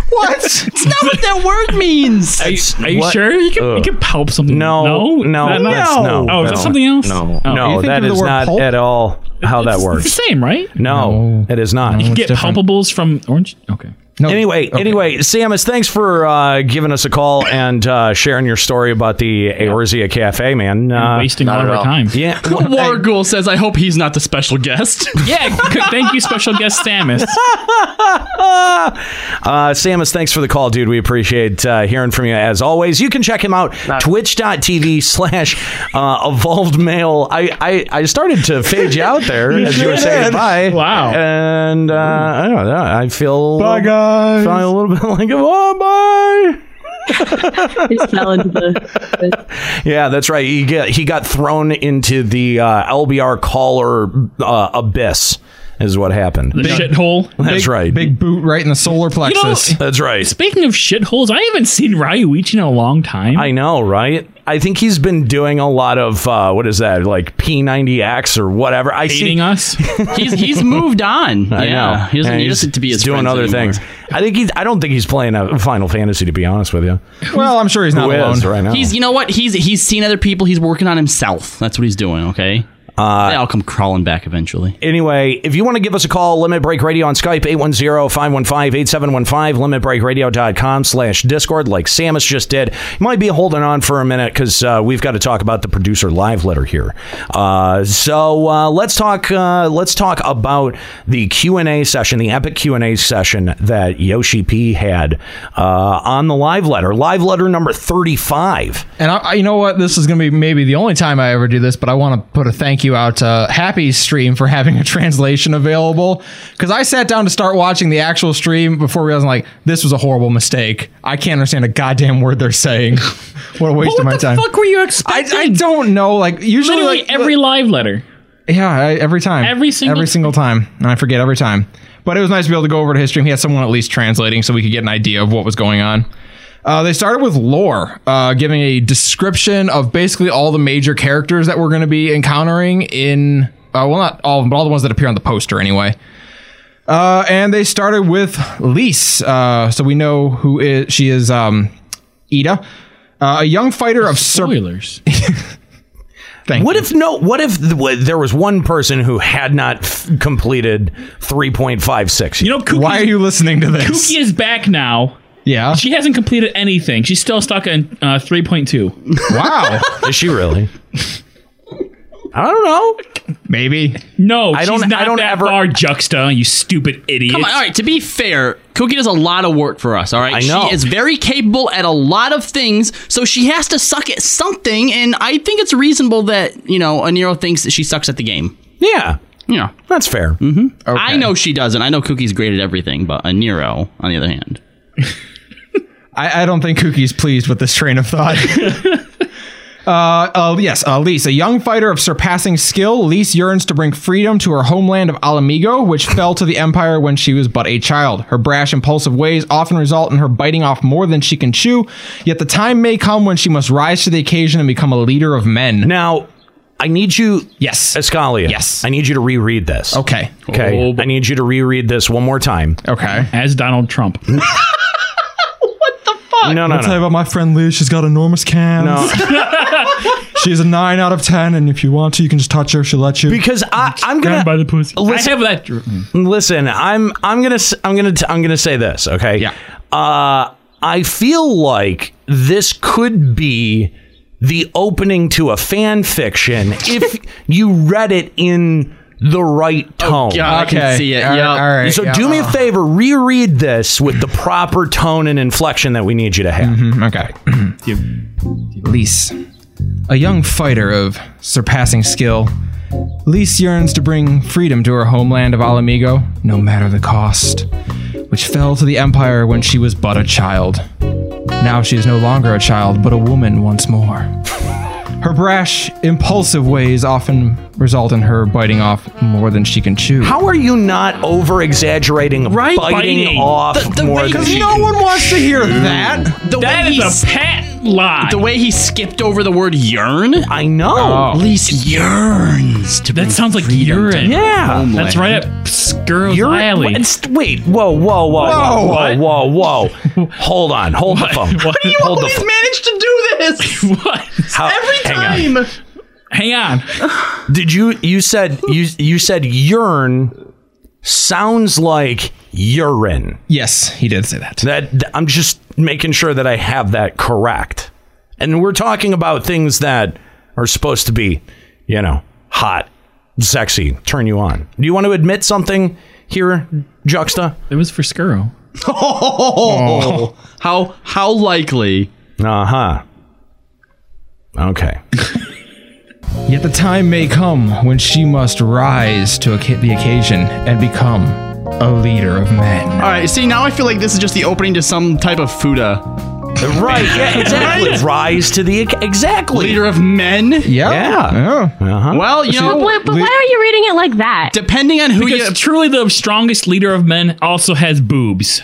What?
It's not what that word means.
Are you, are you sure you can, you can palp something? No,
No,
That-
that's- no.
Oh, is that
no,
something else?
No,
Oh.
no, that is not at all how that works.
It's the same, right?
No, it is not.
You can get palpables from orange. Okay.
Anyway, anyway, Samus, thanks for uh, giving us a call and uh, sharing your story about the Eorzea Cafe, man. Uh,
wasting all Not at of our all. time.
Yeah.
Wargul says, "I hope he's not the special guest."
Yeah. c- Thank you, special guest
*laughs*
Samus.
*laughs* Uh, Samus, thanks for the call, dude. We appreciate uh, hearing from you as always. You can check him out, twitch.tv slash uh, evolved male. I, I, I started to fade you out there
You
as you were
sure
saying
did.
bye. Wow. And uh, I don't know. I feel, bye, guys. feel a little bit like, oh, bye. *laughs* Yeah, that's right. He get he got thrown into the uh, LBR caller uh, abyss is what happened.
The shithole.
That's
Big-
right.
Big boot right in the solar plexus.
that's right.
Speaking of shitholes, I haven't seen Ryuichi in a long time.
I know, right? I think he's been doing a lot of uh, what is that, like P90X or whatever. I
Hating
see *laughs*
us.
he's he's moved on.
I
yeah.
know.
He doesn't
And
need
he's-
us to be
he's
his
doing
friends
other
anymore.
things. I think he's. I don't think he's playing a Final Fantasy. To be honest with you,
well, I'm sure he's
not alone right now.
He's you know what? He's he's seen other people. He's working on himself. That's what he's doing. Okay.
Uh,
they all come crawling back eventually.
Anyway, if you want to give us a call, Limit Break Radio on Skype, 810-515-8715, limitbreakradio.com slash Discord, like Samus just did. You might be holding on for a minute because uh, we've got to talk about the producer live letter here. Uh, so uh, let's talk uh, let's talk about the Q&A session, the epic Q&A session that Yoshi P had uh, on the live letter, live letter number 35.
And I, I, you know what? This is going to be maybe the only time I ever do this, but I want to put a thank you out to Happy Stream for having a translation available. Because I sat down to start watching the actual stream before realizing, like, this was a horrible mistake. I can't understand a goddamn word they're saying. *laughs* what a waste of my time.
Fuck, were you
I,
expecting?
I don't know. Like, usually,
Literally
like,
every live letter.
Yeah, I, every time.
Every single
every single time, and I forget every time. But it was nice to be able to go over to his stream. He had someone at least translating, so we could get an idea of what was going on. Uh, they started with lore, uh, giving a description of basically all the major characters that we're going to be encountering in, uh, well, not all of them, but all the ones that appear on the poster anyway. Uh, and they started with Lise. Uh, so we know who is, she is um, Ida, uh, a young fighter of spoilers.
what if no? What if th- w- there was one person who had not f- completed three point five six? You
know, Kuki,
Why are you listening to this?
Kuki is back now.
Yeah.
She hasn't completed anything. She's still stuck in uh, 3.2.
*laughs*
Wow.
is she really? I don't know.
Maybe.
No, I don't, she's not I don't that ever, far, Juxta, you stupid idiot.
Come on, all right. To be fair, Cookie does a lot of work for us. All right,
I know.
she is very capable at a lot of things, so she has to suck at something. And I think it's reasonable that you know Aniro thinks that she sucks at the game.
Yeah,
yeah,
that's fair.
hmm I know she doesn't. I know Cookie's great at everything, but Aniro, on the other hand,
I, I don't think Kuki's pleased with this train of
*laughs*
thought. *laughs* Uh, uh, yes, uh, Lise, a young fighter of surpassing skill, Lise yearns to bring freedom to her homeland of Alamigo,
*laughs*
which fell to the Empire when she was but a child. Her brash, impulsive ways often result in her biting off more than she can chew, yet the time may come when she must rise to the occasion and become a leader of men.
Now, I need you,
yes,
Escalia.
Yes.
I need you to reread this.
Okay.
Okay. I need you to reread this one more time.
Okay.
Oh. As Donald Trump.
*laughs*
what the
fuck? No, no,
I'll tell you
no.
about my friend Lee. She's got enormous cans. *laughs* She's a 9 out of 10, and if you want to, you can just touch her. She'll let you.
Because I, I'm gonna
by the pussy.
Listen, Mm.
I have that.
Listen, I'm I'm gonna s- I'm gonna t- I'm gonna say this. Okay. Yeah. Uh, I feel like this could be the opening to a fan fiction if
*laughs*
you read it in the right tone.
Oh, God, I can Okay. see it. All right, Yep. all right,
So
yeah. Uh-huh.
do me a favor, reread this with the proper tone and inflection that we need you to have.
Mm-hmm, *clears throat*
Okay. Lise, a young fighter of surpassing skill, Lise yearns to bring freedom to her homeland of Alamigo, no matter the cost, which fell to the Empire when she was but a child. Now she is no longer a child, but a woman once more. Her brash, impulsive ways often result in her biting off more than she can chew.
How are you not over exaggerating right? biting, off more than
Because
you
no
can
one wants to hear
chew?
that.
the
That
way
is
he
a
s-
patent lie.
The way he skipped over the word yearn.
I know.
Oh.
Lise yearns to
That sounds like urine.
Yeah.
That's right up Skirrow's
You're
alley.
it's- wait, whoa, whoa, whoa,
Whoa.
whoa, whoa, whoa,
*laughs*
whoa. hold on, hold the phone.
What do you
hold the phone.
managed to do this
what?
How- Hang on.
Hang on.
Did you you said you you said yearn sounds like urine.
Yes, he did say that.
That I'm just making sure that I have that correct. And we're talking about things that are supposed to be, you know, hot, sexy, turn you on. Do you want to admit something here, Juxta?
It was for Skirrow.
*laughs* Oh, how how likely?
Uh huh. Okay.
Yet the time may come when she must rise to oca- the occasion and become a leader of men.
All right. See, now I feel like this is just the opening to some type of fuda.
Right.
*laughs*
Yeah. Exactly. Rise to the ec- exactly.
Leader of men.
Yeah. Uh-huh.
Well, you know,
But, why- but why are you reading it like that?
depending on who
Because
you.
truly the strongest leader of men also has boobs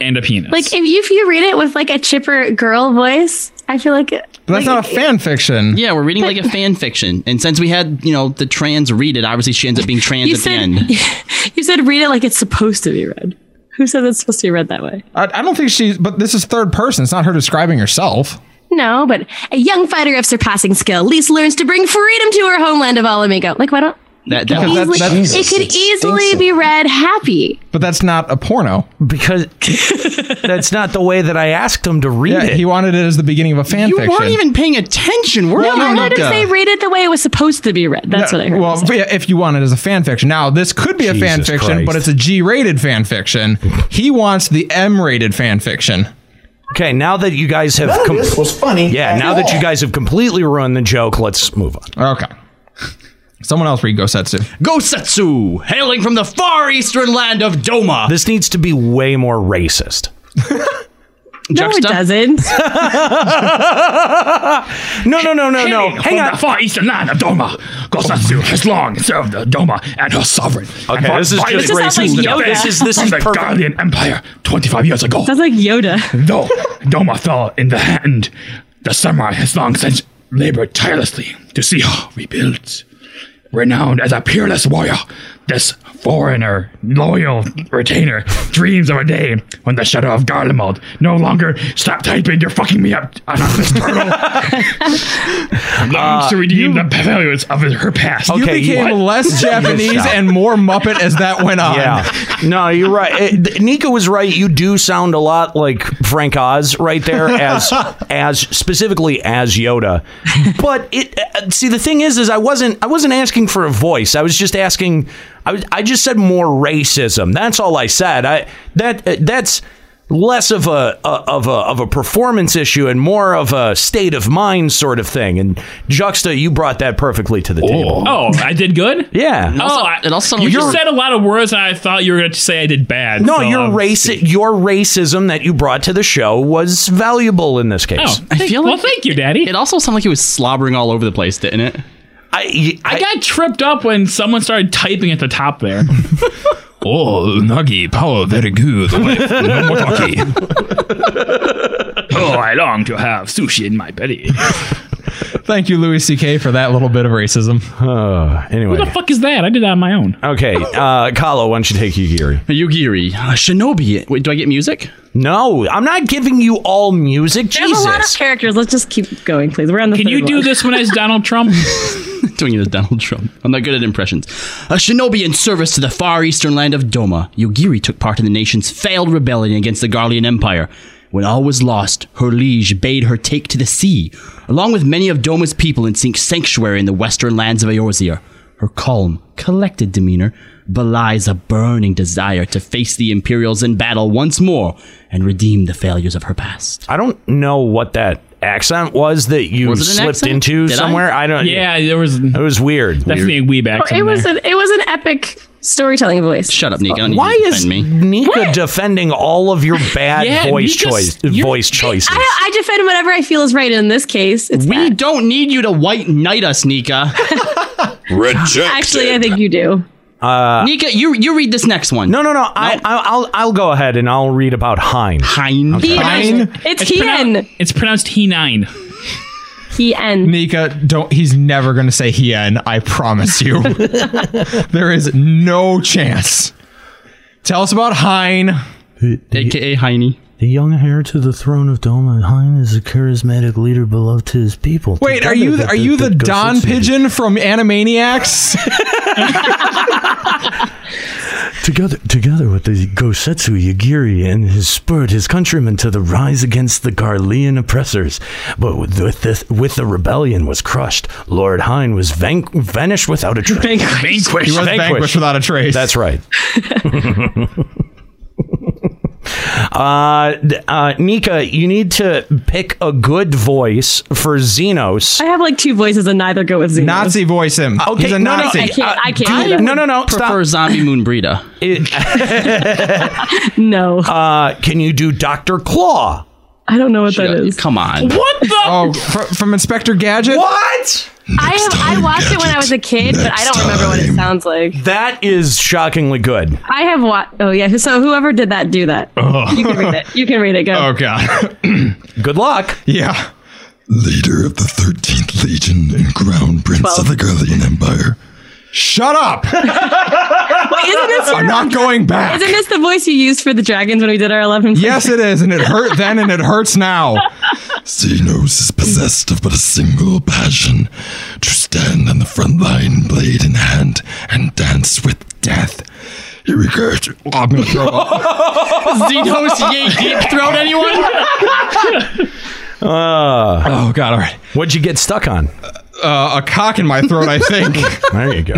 and a penis.
Like if you, if you read it with like a chipper girl voice, I feel like
But that's not a fan fiction.
Yeah, we're reading like a fan fiction, and since we had you know the trans read it, obviously she ends up being trans
you
at the
said
end.
*laughs* you said read it like it's supposed to be read. Who says it's supposed to be read that way?
I, I don't think she's. But this is third person. It's not her describing herself.
No, but a young fighter of surpassing skill, Lise learns to bring freedom to her homeland of Alamigo. Like why don't?
That,
It could
that-
easily,
that- Jesus,
it could
it
easily
stinks.
be read happy.
But that's not a porno.
Because that's not the way that I asked him to read
Yeah,
it.
he wanted it as the beginning of a fan
you
fiction.
weren't even paying attention. We're
No, I
not
heard him
Monica.
say read it the way it was supposed to be read. That's
No,
what I heard.
Well, yeah, if you want it as a fan fiction. Now, this could be a
Jesus
fan fiction, but it's
Christ.
a G rated fan fiction. he wants the M rated fan fiction.
okay. Now that you guys have
None of this was funny
Yeah.
at
Now that
all.
you guys have completely ruined the joke, let's move on.
Okay. Someone else read Gosetsu.
Gosetsu, hailing from the far eastern land of Doma.
This needs to be way more racist.
No, it
*laughs*
doesn't.
No, no, no, no,
no. Hang on. The far eastern land of Doma goes oh has long served the Doma and her sovereign.
Okay,
and
this is
fought
just
violence
racist.
to
Yoda.
defend
This is- this
from
is
the
perfect.
Guardian Empire 25 years ago.
Sounds like Yoda.
Though Doma fell in the hand, the samurai has long since labored tirelessly to see her rebuilt. Renowned as a peerless warrior, this foreigner, loyal retainer, dreams of a day when the shadow of Garlemald no longer stop typing. You're fucking me up,
*laughs*
Anonymous Turtle. longs to redeem the failures of her past.
Uh, you became less Japanese and more Muppet as that went on.
Yeah. No, you're right. It, Nika was right. You do sound a lot like Frank Oz right there as as specifically as Yoda. But it uh, see the thing is is I wasn't I wasn't asking for a voice. I was just asking I was, I just said more racism. That's all I said. I that uh, that's less of a, a of a of a performance issue and more of a state of mind sort of thing. And Juxta, you brought that perfectly to the table.
Oh, I did good.
Yeah.
oh, I- you just said a lot of words, and I thought you were going to say I did bad.
No,
so,
your
um,
raci- your racism that you brought to the show was valuable in this case.
Oh, I feel well. Thank you, Daddy.
It also sounded like he was slobbering all over the place, didn't it?
I,
I got tripped up when someone started typing at the top there. *laughs* oh, Nagi, power very good.
*laughs*
oh, I long to have sushi in my belly.
Thank you, Louis C.K., for that little bit of
*laughs*
racism.
Uh, anyway.
Who the fuck is that? I did that on my own. *laughs*
Okay, uh, Kalo, why don't you take Yugiri?
Yugiri, uh, Shinobi. Wait, do I get music?
No, I'm not giving you all music.
There's a lot of characters. Let's just keep going, please. We're on the.
Can you
third
do
one.
this one as
*laughs*
Donald Trump?
*laughs* Doing it as Donald Trump. I'm not good at impressions. A shinobi in service to the far eastern land of Doma, Yugiri took part in the nation's failed rebellion against the Garlean Empire. When all was lost, her liege bade her take to the sea, along with many of Doma's people, and seek sanctuary in the western lands of Eorzea. Her calm, collected demeanor belies a burning desire to face the Imperials in battle once more and redeem the failures of her past.
I don't know what that accent was that you
Was it an
slipped
accent?
into
Did I?
somewhere. I? don't.
Yeah, there was. It
was weird.
Definitely a weeb
Oh,
accent.
it was
there.
an it was an epic storytelling voice.
Shut up, Nika.
Uh, Why is Nika defending all of your bad
Yeah,
voice
Nika's-
choice voice choices?
I, I defend whatever I feel is right in this case. It's
we don't need you to white knight us, Nika.
Reject.
actually I think you do.
Uh,
Nika, you you read this next one.
No, no, no. I, I, I'll I'll go ahead and I'll read about Hein.
Hein.
Hien. It's
pronoun-
Hien.
It's pronounced he nine.
He and
Nika, don't. He's never going to say he and I promise you. *laughs* there is no chance. Tell us about Hein.
AKA Heine.
The young heir to the throne of Doma, Hein is a charismatic leader beloved to his people.
Wait, are you are you the Don Pigeon from Animaniacs?
Together, together with the Gosetsu Yagiri and his spurred his countrymen to the rise against the Garlean oppressors. But with, with, the, with the rebellion was crushed, Lord Hein was vanqu- vanished without a trace.
Vanquished.
He was vanquished without a trace.
*laughs*
That's right. uh, d- uh, Nika, you need to pick a good voice for Xenos.
I have like two voices and neither go with Zeno.
Nazi voice him.
Okay,
He's a
no, no,
Nazi.
I can't. I
Uh,
can't. do that.
no, no, no.
Prefer Zombie Moon Breeda.
*laughs* No.
*laughs* Uh, can you do Doctor Claw?
I don't know what that is.
Come on.
What the?
Oh, fr- from Inspector Gadget.
What?
I have I watched it when I was a kid, but I don't remember what it sounds like.
That is shockingly good.
I have watched. Oh yeah. So whoever did that, do that. You can read it. You can read it. Go.
Oh god.
*clears throat* Good luck.
Yeah.
Leader of the 13th Legion and Crown Prince of the Garlean Empire.
Shut
*laughs*
up.
Wait, isn't this?
I'm not going back.
Isn't this the voice you used for the dragons when we did our 11?
Yes, it is, and it hurt then, and it hurts now.
Xenos is possessed of but a single passion to stand on the front line, blade in hand, and dance with death. He regurgitates. *laughs* I'm gonna throw up.
Xenos Ye deep throat anyone?
Uh, oh God! All right. What'd you get stuck on?
uh, a cock in my throat, I think.
*laughs* there
*laughs*
you go.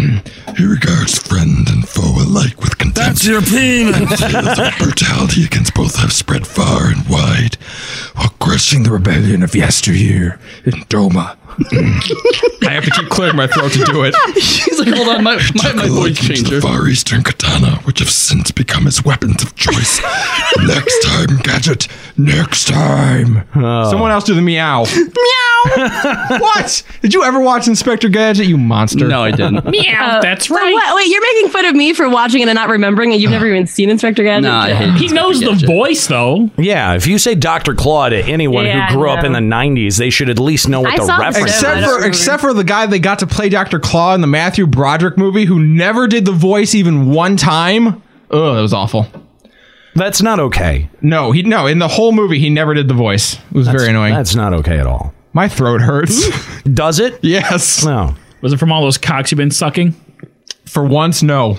He regards friend and foe alike with contempt. That's your penis. brutality against both have spread far and wide, while crushing the rebellion of yesteryear in Doma.
*laughs* I have to keep clearing my throat to do it.
He's like, hold on, my, my, my voice
changed. The Far Eastern katana, which have since become his weapons of choice. next time, Gadget. Next time.
Oh.
Someone else do the meow. meow. *laughs* what? Did you ever watch Inspector Gadget? You monster.
No, I didn't.
Meow.
*laughs*
that's
so
right.
what- wait, you're making fun of me for watching it and not remembering it. You've never even seen Inspector Gadget.
he knows the voice though.
Yeah, if you say Dr. Claw to anyone
Yeah, I
who grew up in
know.
the 90s, they should at least know what
I
the
saw the
reference is.
Except for except for the guy they got to play Dr. Claw in the Matthew Broderick movie who never did the voice even one time. Oh, that was awful.
That's not okay.
No, he no, in the whole movie he never did the voice. It was very annoying.
That's not okay at all.
My throat hurts.
Does it?
yes.
No.
Was it from all those cocks you've been sucking?
For once,
*laughs*
no.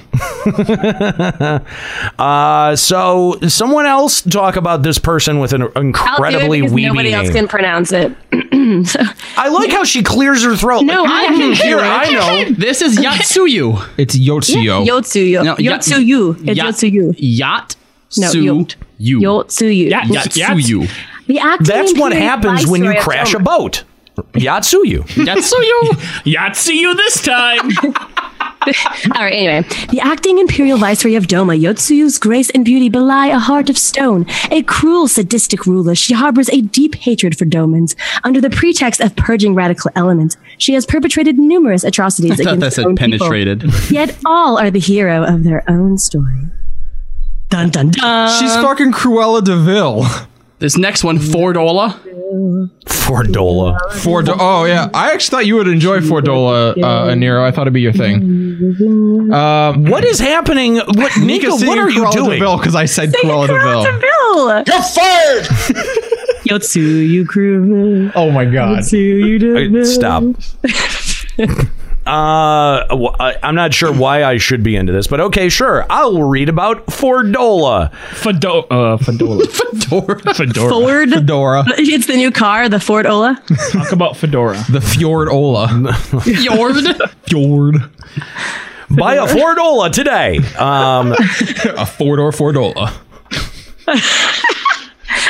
Uh, so someone else talk about this person with an incredibly
I'll do it because
weeby
Nobody else
name.
can pronounce it. *clears throat* so,
I like how she clears her throat.
No, I *laughs* can
Here, I
*laughs*
know.
This is Yatsuyu.
It's Yotsuyo.
Yotsuyo.
No, ya-
Yotsuyu. It's
ya-
Yotsuyu.
Yacht.
No,
Su- you.
Yotsuyu.
Yatsuyu.
The actor
That's
named
what
Peter
happens when you
Viceroy of
crash a
Rome.
boat. Yatsuyu.
*laughs*
Yatsuyu.
Yatsuyu this
*laughs*
time.
All right, anyway. The acting imperial viceroy of Doma, Yotsuyu's grace and beauty belie a heart of stone. A cruel, sadistic ruler, she harbors a deep hatred for Domans. Under the pretext of purging radical elements, she has perpetrated numerous atrocities
*laughs* I thought
against
that
her own
said penetrated.
people. Yet all are the hero of their own story. Uh, Dun dun dun.
She's fucking Cruella Deville.
This next one, Fordola.
Fordola.
Fordo- oh yeah, I actually thought you would enjoy Fordola, uh, Nero. I thought it'd be your thing.
*laughs*
Uh,
What is happening? What Nika?
Nika,
What are you doing?
Because I said Cruella
Cruella
Deville.
Deville.
You're fired!
Yotsuyu Cruella.
Oh my god.
Yotsuyu Deville.
Uh, Stop. Uh, wh- I- I'm not sure why I should be into this, but okay, sure. I'll read about Fordola.
Fedo-
*laughs*
uh, Fedora. Fedora. Fedora.
Ford.
Fedora.
It's the new car, the
*laughs*
Ford Ola.
Talk about Fedora.
The Fjord
*laughs*
Ola.
Yord.
Fjord.
Buy a Fordola today. Um,
A four door Fordola.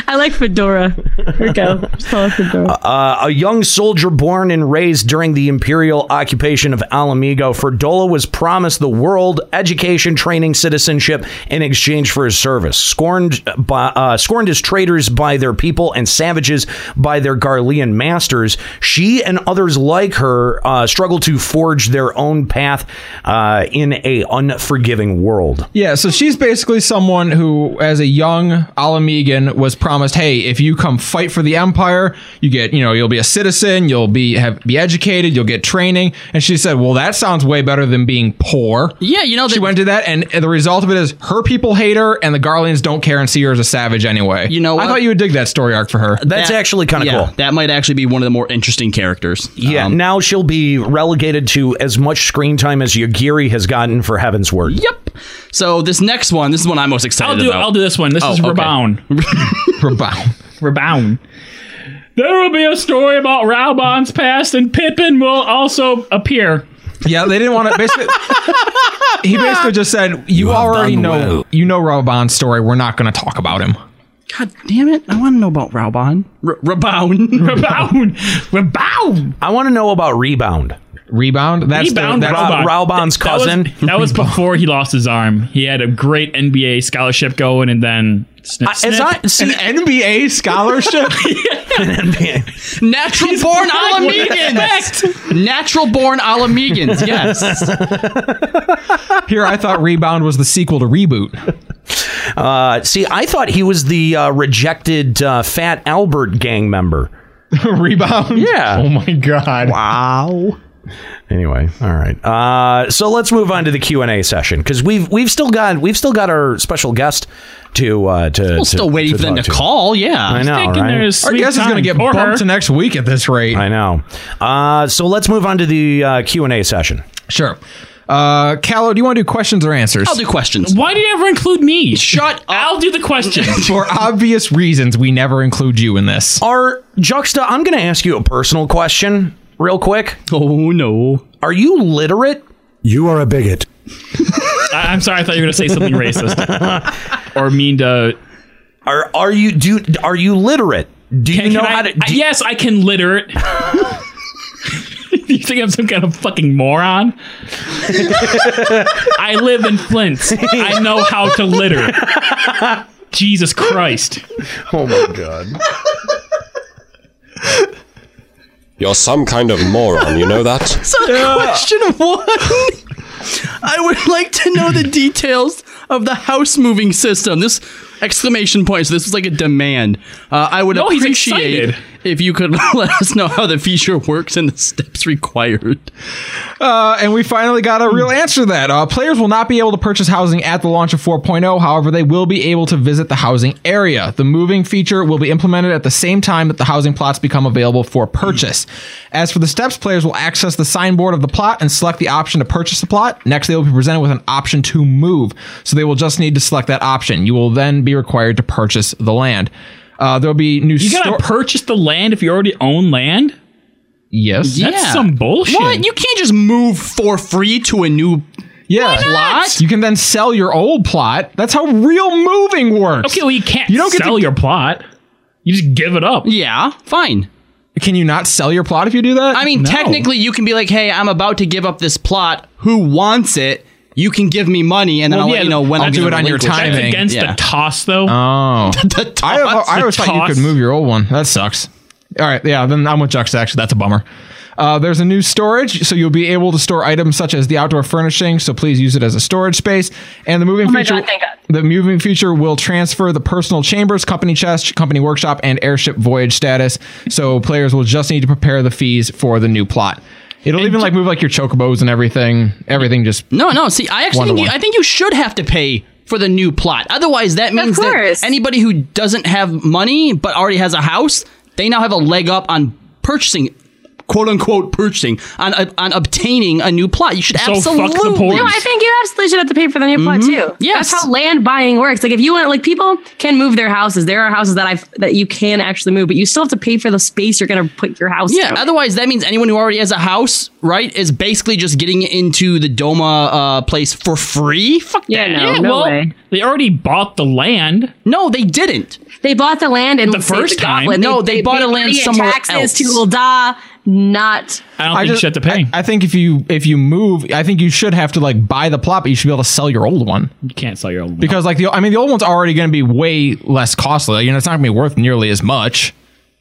I like Fedora. Here we go. Just call it Fedora.
Uh, a young soldier born and raised during the imperial occupation of Alamigo, Ferdola was promised the world, education, training, citizenship in exchange for his service. Scorned by, uh, scorned as traitors by their people and savages by their Garlean masters, she and others like her uh, struggle to forge their own path uh, in a unforgiving world.
Yeah, so she's basically someone who, as a young Alamegan, was promised, "Hey, if you come fight for the Empire, you get, you know, you'll be a citizen, you'll be have be educated, you'll get training." And she said, "Well, that sounds way better than being poor."
Yeah, you know
She
that-
went to that, and the result of it is her people hate her, and the Garlands don't care and see her as a savage anyway.
You know
I
what?
thought you would dig that story arc for her.
That's
That-
actually kind of
yeah,
cool.
That might actually be one of the more interesting characters.
Yeah,
Um,
now she'll be relegated to as much screen time as Yagiri has gotten for Heaven's Word.
yep. So this next one, this is one I'm most excited
I'll do.
about.
I'll do this one. This
Oh,
is
okay.
Rabound.
Rebound.
Rabound. There will be a story about Rabound's past, and Pippin will also appear.
Yeah, they didn't want to. Basically, *laughs* he basically just said, "You, already know, you know Robon's story. We're not going to talk about him."
God damn it! I want to know about Raubon. *laughs* R-
*laughs*
Rabound.
Rabound. Rabound.
I want to know about Rebound.
Rebound. That's
Rebound
the, that's
Raubon.
Raubon's
That was-
cousin.
That was, before he lost his arm. He had a great NBA scholarship going, and then snip,
I-
snip.
as I
*laughs*
see,
an NBA
*laughs*
scholarship.
Natural born Alamegans. Natural born Alamegans. Yes.
Here, I thought Rebound was the sequel to Reboot.
uh, see, I thought he was the uh, rejected uh, Fat Albert gang member.
*laughs* Rebound.
Yeah.
Oh my god.
Wow. Anyway, all right. Uh, so let's move on to the Q and A session because we've we've still got we've still got our special guest to uh, to.
We're still waiting for them to, call. Yeah.
I know,
Thinking
right?
there's
Our
sweet
guest is going to
time
get
for
bumped
her.
to next week at this rate.
I know. Uh, so let's move on to the uh, Q and A session.
Sure. Uh, Callow, do you want to do questions or answers?
I'll do questions.
Why did you ever include me?
Shut up.
I'll do the question.
*laughs* For obvious reasons, we never include you in this.
Are Juxta? I'm going to ask you a personal question real quick?
Oh no.
Are you literate?
You are a bigot.
I, I'm sorry. I thought you were going to say
*laughs*
something racist or mean to.
Are are you do you- are you literate? Do you know
I,
how to?
I- yes, I can
*laughs*
literate. *laughs* you think I'm some kind of
*laughs*
fucking moron? I live in Flint. I know how to litter.
*laughs*
Jesus Christ.
Oh my god.
You're some kind of moron, you know that?
So question one. *laughs* I would like to know the details of the house moving system. This exclamation point. So this is like a demand. Uh, I would
No, he's
appreciate
excited.
if you could *laughs* let us know how the feature works and the steps required.
Uh, and we finally got a real
Hmm.
answer to that. Uh, players will not be able to purchase housing at the launch of 4.0. However, they will be able to visit the housing area. The moving feature will be implemented at the same time that the housing plots become available for purchase. As for the steps, players will access the signboard of the plot and select the option to purchase the plot. Next, they will be presented with an option to move. So they will just need to select that option. You will then be required to purchase the land. Uh, there'll be new.
You gotta purchase the land if you already own land.
Yes,
that's some bullshit.
What? You can't just move for free to a new
yeah.
plot.
You can then sell your old plot. That's how real moving works.
Okay, well you can't. You don't sell your plot. You just give it up.
Yeah, fine.
Can you not sell your plot if you do that?
I mean, technically, you can be like, "Hey, I'm about to give up this plot. Who wants it? You can give me money, and then
Well,
I'll
yeah,
let you know when
I'll
I'm
do
gonna
it on your
relinquish
timing.
That's against
Yeah.
the toss,
*laughs*
though.
Oh, I, have- I
The
always thought you
toss.
could move your old one. That sucks. All right, yeah, then I'm with Jux. Actually, that's a bummer. Uh, there's a new storage, so you'll be able to store items such as the outdoor furnishing. So please use it as a storage space. And the moving
Oh my
feature,
God, thank God.
the moving feature will transfer the personal chambers, company chest, company workshop, and airship voyage status. So players will just need to prepare the fees for the new plot. It'll even like move like your chocobos and everything. Everything just
No, no. See, I actually
One to
think you,
one.
I think you should have to pay for the new plot. Otherwise, that means that anybody who doesn't have money but already has a house, they now have a leg up on purchasing, quote unquote, purchasing on uh, on obtaining a new plot. You should absolutely.
No, I think you absolutely should have to pay for the new plot too.
Mm-hmm. Yes.
that's how land buying works. Like if you want, like people can move their houses. There are houses that I've that you can actually move, but you still have to pay for the space you're going to put your house.
Yeah.
in.
Otherwise, that means anyone who already has a house, right, is basically just getting into the Doma uh, place for free. Fuck yeah,
no, no way.
They already bought the land.
No, they didn't.
They bought the land and
The first time?
No, they bought
paid
a land
money and
somewhere
taxes
else.
to Ulda, not.
just- I, I think if you if you move, I think you should have to like buy the plot, but you should be able to sell your old one.
You can't sell your old one.
Because like the I mean the old one's already going to be way less costly. You know, it's not going to be worth nearly as much.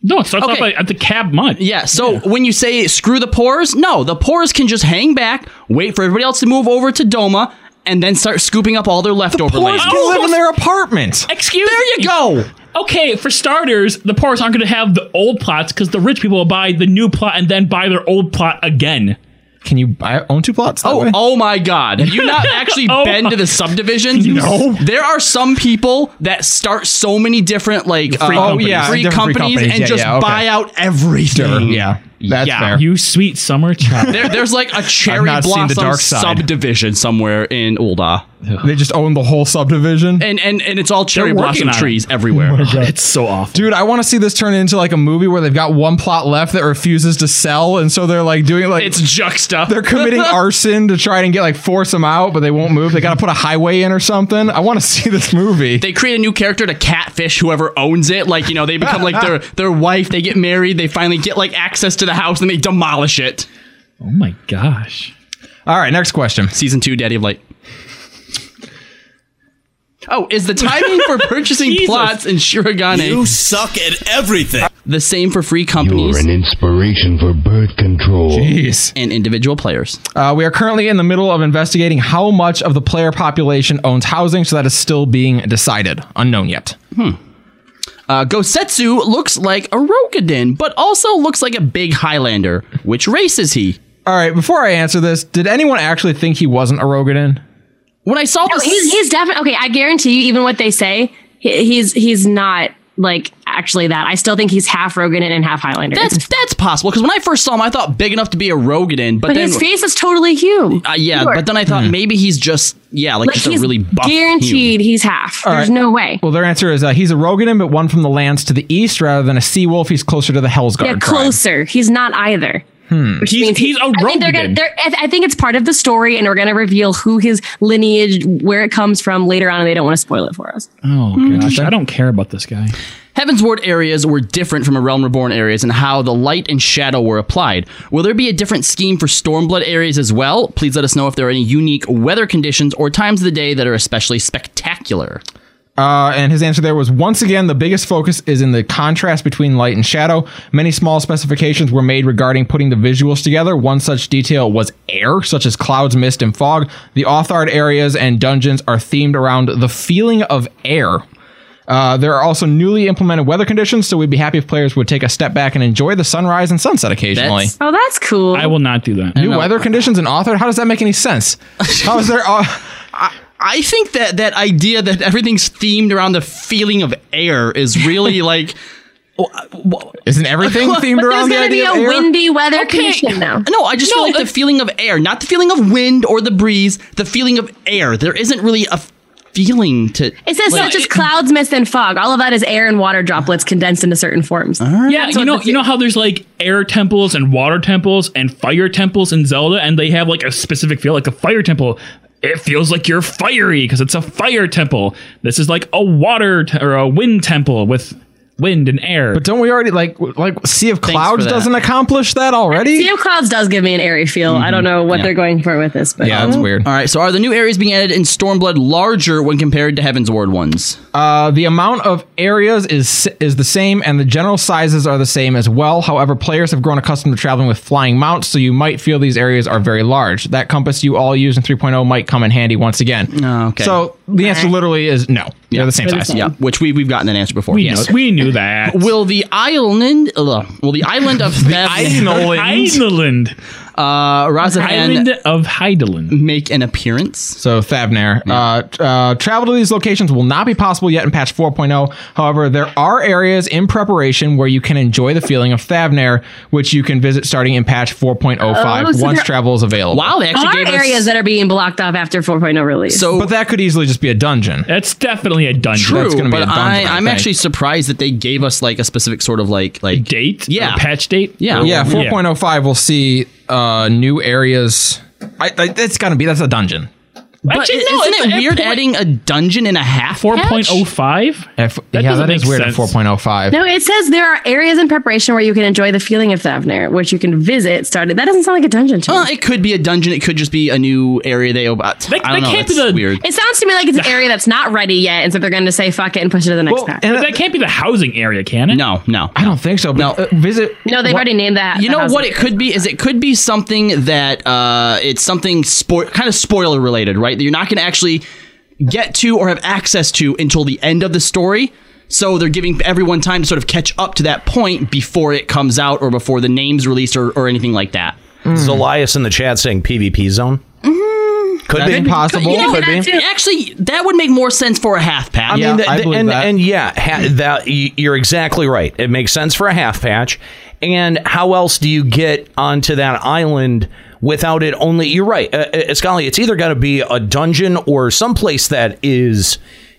No, it starts off
Okay.
at- at the cab mud.
Yeah. So when you say screw the pores, no, the pores can just hang back, wait for everybody else to move over to Doma, and then start scooping up all their leftover
Poor
land.
Oh,
can live in their apartment.
Excuse
There you go.
Okay, for starters, the poor's aren't going to have the old plots because the rich people will buy the new plot and then buy their old plot again.
Can you buy, own two plots? that
Oh,
way?
oh my God! Have
*laughs*
you not actually
Oh
been
*laughs*
my-
to the subdivisions? No. There are some people that start so many different like
Free
uh,
companies. Oh, yeah,
free
different free
companies,
companies.
and
Yeah,
just
yeah, okay.
buy out everything.
Sure, yeah, that's
Yeah.
fair.
You sweet summer child.
There,
*laughs*
there's like a cherry
not seen
blossom
the dark side.
subdivision somewhere in Ulda,
they just own the whole subdivision.
and and and it's all cherry
working
blossom
on it.
trees
*laughs*
everywhere.
it's so awful.
Dude, I want to see this turn into like a movie where they've got one plot left that refuses to sell, and so they're like doing like
It's *laughs* juxta.
*laughs* they're
*laughs*
*laughs*
committing arson to try and get like force them out, but they won't move. They got to put a highway in or something. I want to *laughs* see this movie.
they create a new character to catfish whoever owns it. Like you know, they become
*laughs*
like their their wife. They get married. They finally get like access to the house, and they demolish it.
Oh my gosh.
All right, next question.
Season two, Daddy of Light. Oh, is the timing
*laughs*
for purchasing
Jesus.
plots in Shiragane
You suck at everything.
the same for free companies?
You're an inspiration for birth control.
Jeez.
And individual players.
Uh, we are currently in the middle of investigating how much of the player population owns housing, so that is still being decided. Unknown yet.
Hmm. Uh, Gosetsu looks like a Rokadin, but also looks like a big Highlander. Which race is he?
All right, before I answer this, did anyone actually think he wasn't a Rogadin?
When I saw
No,
this,
he's, he's definitely okay. I guarantee you, even what they say, he, he's he's not like actually that. I still think he's half Rogan and half Highlander.
that's that's possible because when I first saw him, I thought big enough to be a Rokadin, but,
but
then
his face is totally Hume.
Uh, yeah,
Sure.
but then I thought maybe he's just yeah, like,
Like,
just a
he's
really buff. Hume.
guaranteed he's half.
All
There's
right.
no way.
Well, their answer is uh, he's a Rogadin, but one from the lands to the east rather than a Sea Wolf. He's closer to the Hell's Guard.
Yeah,
tribe.
closer. He's not either.
Hmm.
Which
He's-
means
he's a
I think they're gonna.
Rogan.
They're, I I think it's part of the story, and we're gonna reveal who his lineage, where it comes from later on, and they don't want to spoil it for us.
Oh
Mm.
gosh, I don't care about this guy.
Heaven's Ward areas were different from a Realm Reborn areas in how the light and shadow were applied. Will there be a different scheme for Stormblood areas as well? Please let us know if there are any unique weather conditions or times of the day that are especially spectacular.
Uh, and his answer there was once again the biggest focus is in the contrast between light and shadow. Many small specifications were made regarding putting the visuals together. One such detail was air, such as clouds, mist, and fog. The Authard areas and dungeons are themed around the feeling of air. Uh, there are also newly implemented weather conditions, so we'd be happy if players would take a step back and enjoy the sunrise and sunset occasionally.
That's- oh, that's cool.
I will not do that.
New weather conditions in Authard? How does that make any sense? How is there? Uh,
I think that that idea that everything's themed around the feeling of air is *laughs* really like.
Isn't *laughs*
*laughs*
everything themed
uh, But there's
around the
gonna be
idea
a
of air?
windy weather condition now.
No, I just feel
No,
like the feeling of air, not the feeling of wind or the breeze, the feeling of air. There isn't really a f- feeling to.
It says
like-
such as clouds, mist, and fog. All of that is air and water droplets condensed into certain forms.
Yeah, you know, you know how there's like air temples and water temples and fire temples in Zelda, and they have like a specific feel, like a fire temple. It feels like you're fiery because it's a fire temple. This is like a water te- or a wind temple with wind and air. But
don't we already like like Sea of Clouds doesn't accomplish that already?
Sea of Clouds does give me an airy feel. I don't know what
Mm-hmm. Yeah.
they're going for with this, but
weird.
All right, so are the new areas being added in Stormblood larger when compared to Heaven's Ward ones?
Uh, the amount of areas is is the same, and the general sizes are the same as well. However, players have grown accustomed to traveling with flying mounts, so you might feel these areas are very large. That compass you all use in 3.0 might come in handy once again.
okay.
So the answer literally is no. They're the same size.
Yeah, which we we've gotten an answer before.
We knew-
we knew that.
*laughs* Will the island? Ugh, will the island
*laughs*
of Thev-
Island.
Uh, Razathan
Island of Heidelin
make an appearance?
So Thavner, uh, t- uh, travel to these locations will not be possible yet in patch 4.0. However, there are areas in preparation where you can enjoy the feeling of Thavner, which you can visit starting in patch 4.05
Oh, so
once
there-
travel is available.
All our areas that are being blocked off after 4.0 release.
but that could easily just be a dungeon.
That's definitely a dungeon.
True,
That's gonna be
but
a dungeon,
I,
I
I'm
think.
actually surprised that they gave us like a specific sort of like like
date.
Yeah,
patch date.
Yeah,
yeah. 4.05 will see uh, new areas. I, I, that's gonna be that's a dungeon.
But
Actually,
i-
no, it's
isn't it
a-
weird adding a dungeon and a half? Four
4.05.
If,
That
yeah,
doesn't
that is
make
weird
sense.
at 4.05.
No, it says there are areas in preparation where you can enjoy the feeling of Thavner, which you can visit. Started. That doesn't sound like a dungeon to me.
Uh, it could be a dungeon. It could just be a new area they open. I don't
that
know.
can't
That's weird.
It sounds to me
*laughs*
like it's an area that's not ready yet, and so they're going to say fuck it and push it to the next patch.
But that can't be the housing area, can it?
No, no.
I don't think so. But uh, visit.
No, they've
what-
already named that.
You
the
know
housing
what it could be is it could be something that uh, it's something spoil kind of spoiler related, right? That you're not going to actually get to or have access to until the end of the story. So they're giving everyone time to sort of catch up to that point before it comes out or before the name's released or, or anything like that.
Mm. Zelias in the chat saying PvP zone. Could
That'd
be
be possible.
Could,
You know,
be.
Actually, that would make more sense for a half patch.
I mean, the- the- and and yeah, ha- that y- you're exactly right. It makes sense for a half patch. And how else do you get onto that island without it? Only you're right, uh, uh, Scully. It's either got to be a dungeon or someplace that is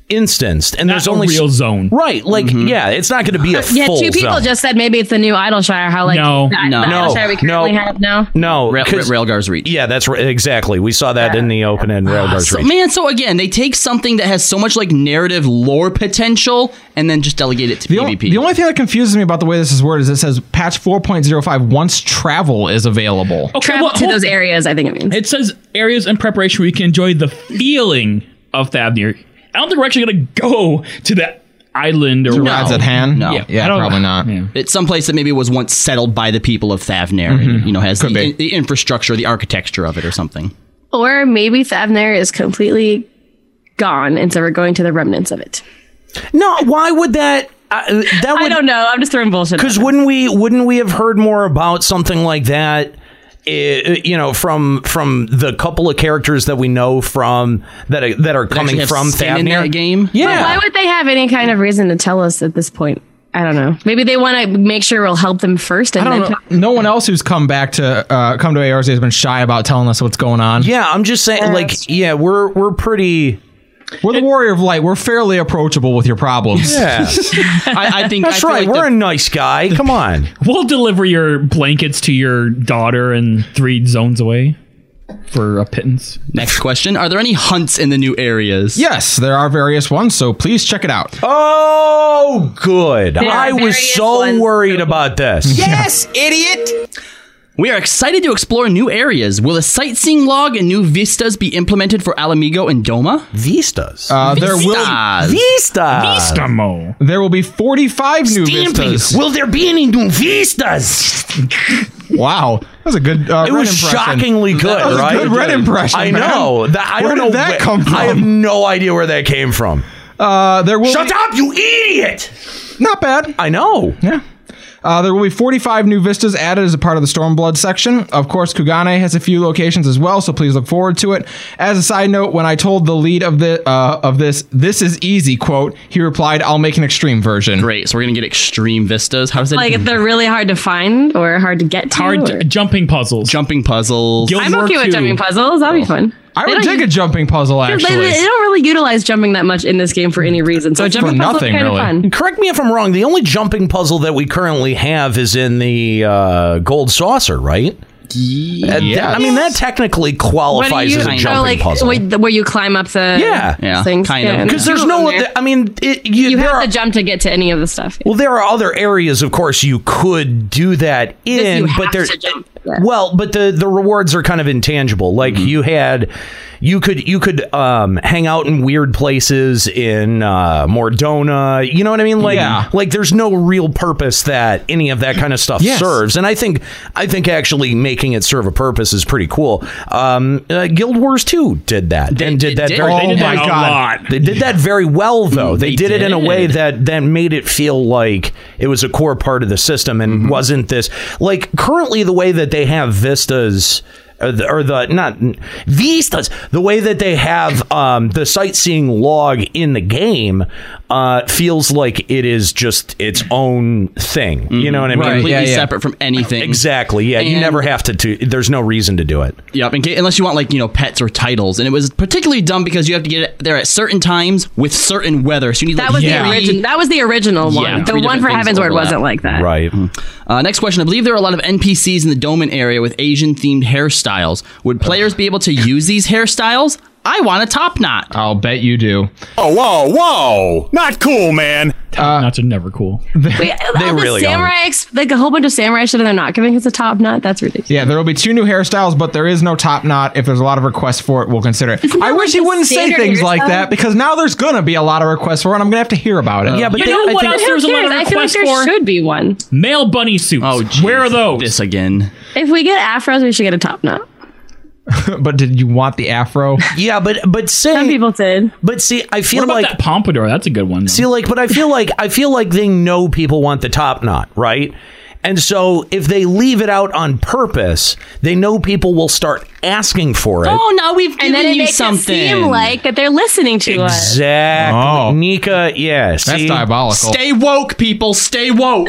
instanced, and there's
a
only s-
real zone.
Right? Like, yeah, it's not going to be a
Mm-hmm. Uh, Yeah,
full
two people
zone.
just said maybe it's the new Idleshire. How like
No,
the,
no,
the Idleshire we
no,
currently have now.
no,
Rail-
'cause-
Railgar's Reach.
Yeah, that's right. Exactly. We saw that in the open end. Railgar's
So,
Reach.
man, so again, they take something that has so much like narrative lore potential and then just delegate it to
The, on- the only thing that confuses me about the way this is worded is it says patch 4.05 once travel is available.
Oh,
Travel to those areas, I think it means.
It says areas in preparation where you can enjoy the feeling of Thavnir. I don't think we're actually going to go to that island or
No.
whatever.
No.
I don't-
It's someplace that maybe was once settled by the people of Thavnir.
Mm-hmm.
and, You know, has the, the infrastructure, the architecture of it, or something.
Or maybe Thavner is completely gone, and so we're going to the remnants of it.
No, why would that? Uh, that
I don't know. I'm just throwing bullshit.
Because wouldn't we wouldn't we have heard more about something like that? eh, you know, from from the couple of characters that we know from that are, that are coming
have
from
skin in
Thavnir
that game?
But
Yeah,
why would they have any kind of reason to tell us at this point? I don't know. Maybe they want to make sure we'll help them first, and
I
then
don't know. No one else who's come back to uh, come to ARC has been shy about telling us what's going on.
yeah. I'm just saying, like, yeah, we're we're pretty.
We're the warrior of light. We're fairly approachable with your problems.
Yeah.
*laughs*
I, I think
That's right. We're a nice guy. Come on.
*laughs* We'll deliver your blankets to your daughter and three zones away for a pittance.
Next question Are there any hunts in the new areas?
Yes, there are various ones, so please check it out.
Oh, good.
There
I
are
was so worried
*laughs*
about this.
*laughs*
Yes, idiot!
We are excited to explore new areas. Will a sightseeing log and new vistas be implemented for Alamigo and Doma?
Vistas.
Uh, there will
Vistas.
Vistas.
Vistamo.
There will be 45 new vistas.
will there be any new vistas?
Wow, that was a good. Uh,
It
Ren
was
impression.
shockingly good,
That was
right?
A good Ren impression.
I
man.
know. That, I
where
don't
did
know
that
wh-
come from?
I have no idea where that came from.
uh, there will
Shut
be,
up, you idiot!
Not bad.
I know.
Yeah. Uh, there will be 45 new vistas added as a part of the Stormblood section. Of course, Kugane has a few locations as well, so please look forward to it. As a side note, when I told the lead of the uh, of this, this is easy quote, he replied, "I'll make an extreme version."
Great. So we're going to get extreme vistas. How does that
Like if
even-
they're really hard to find or hard to get to.
Hard
or-
jumping puzzles.
Jumping puzzles.
I'm okay with jumping puzzles. That'll
Oh,
be fun.
I
They
would
don't
dig a jumping puzzle
They-
actually.
They, they don't really utilize jumping that much in this game for any reason. So a jumping puzzle is
nothing,
kind
really.
of fun.
Correct me if I'm wrong. The only jumping puzzle that we currently have is in the uh, gold saucer, right? Yeah. I mean, that technically qualifies as a jumping
so Oh, like
puzzle.
wait, the- where you climb up the
Yeah. Yeah,
things?
kind of. 'Cause there's
Two
no
them
other-
there.
I mean, it, you,
have to jump to get to any of the stuff.
Well, there are other areas, of course, you could do that in,
you
but
have
there.
to jump
Well, but the the rewards are kind of intangible. Like
Mm-hmm.
you had, you could you could um, hang out in weird places in uh, Mordona. You know what I mean? Like
Yeah.
like there's no real purpose that any of that kind of stuff
Yes.
serves. And I think I think actually making it serve a purpose is pretty cool. Um, uh, Guild Wars Two did that and did that
did.
very.
They did Oh that my a God. lot.
They did that very well, though. They, did, it in a way that that made it feel like it was a core part of the system and wasn't this like currently the way that they have vistas. Or the, or the not vistas the way that they have um, the sightseeing log in the game uh, feels like it is just its own thing you know what i mean
Completely separate from anything.
exactly yeah you
And-
never have to do there's no reason to do it
Yep, in ca- unless you want like you know pets or titles, and it was particularly dumb because you have to get there at certain times with certain weather. So you need
That
like,
was
three-
the original. That was the original
Yeah,
one. The
three
one
different
for
things
Heaven's Word
overlap.
wasn't like that.
right
Uh, next question: I believe there are a lot of NPCs in the Doman area with Asian-themed hairstyles. Would players be able to use these hairstyles? I want a top knot.
I'll bet you do.
Oh, whoa, whoa! Oh, Not cool, man.
Knots are never
*laughs*
cool.
Wait, all the
Uh, really
samurai, ex- like a whole bunch of samurai shit, and they're not giving us a top knot. That's ridiculous.
Yeah, there will be two new hairstyles, but there is no top knot. If there's a lot of requests for it, we'll consider it. I wish you wouldn't say
standard
things like
hairstyle?
that because now there's gonna be a lot of requests for it. and I'm gonna have to hear about it.
yeah but
You
they-
know
I
what
think-
else
Who
there's a lot of
cares? I feel like
requests
there
for?
should be one.
Male bunny suits.
Oh, geez,
Where are those?
This again.
If we get afros, we should get a top knot.
*laughs* but did you want the
*laughs*
afro?
yeah but but say
Some people did.
But see, I feel
What about
like
that pompadour? That's a good one. though.
see, like, but I feel like I feel like they know people want the top knot, right? And so if they leave it out on purpose, they know people will start asking for it.
Oh no, we've
And then
given
it
you
makes
something.
it seem like that they're listening to us.
Exactly,
Oh.
Nika. Yeah,
That's
see?
diabolical.
*laughs*
Stay woke, people. Stay
*laughs*
woke.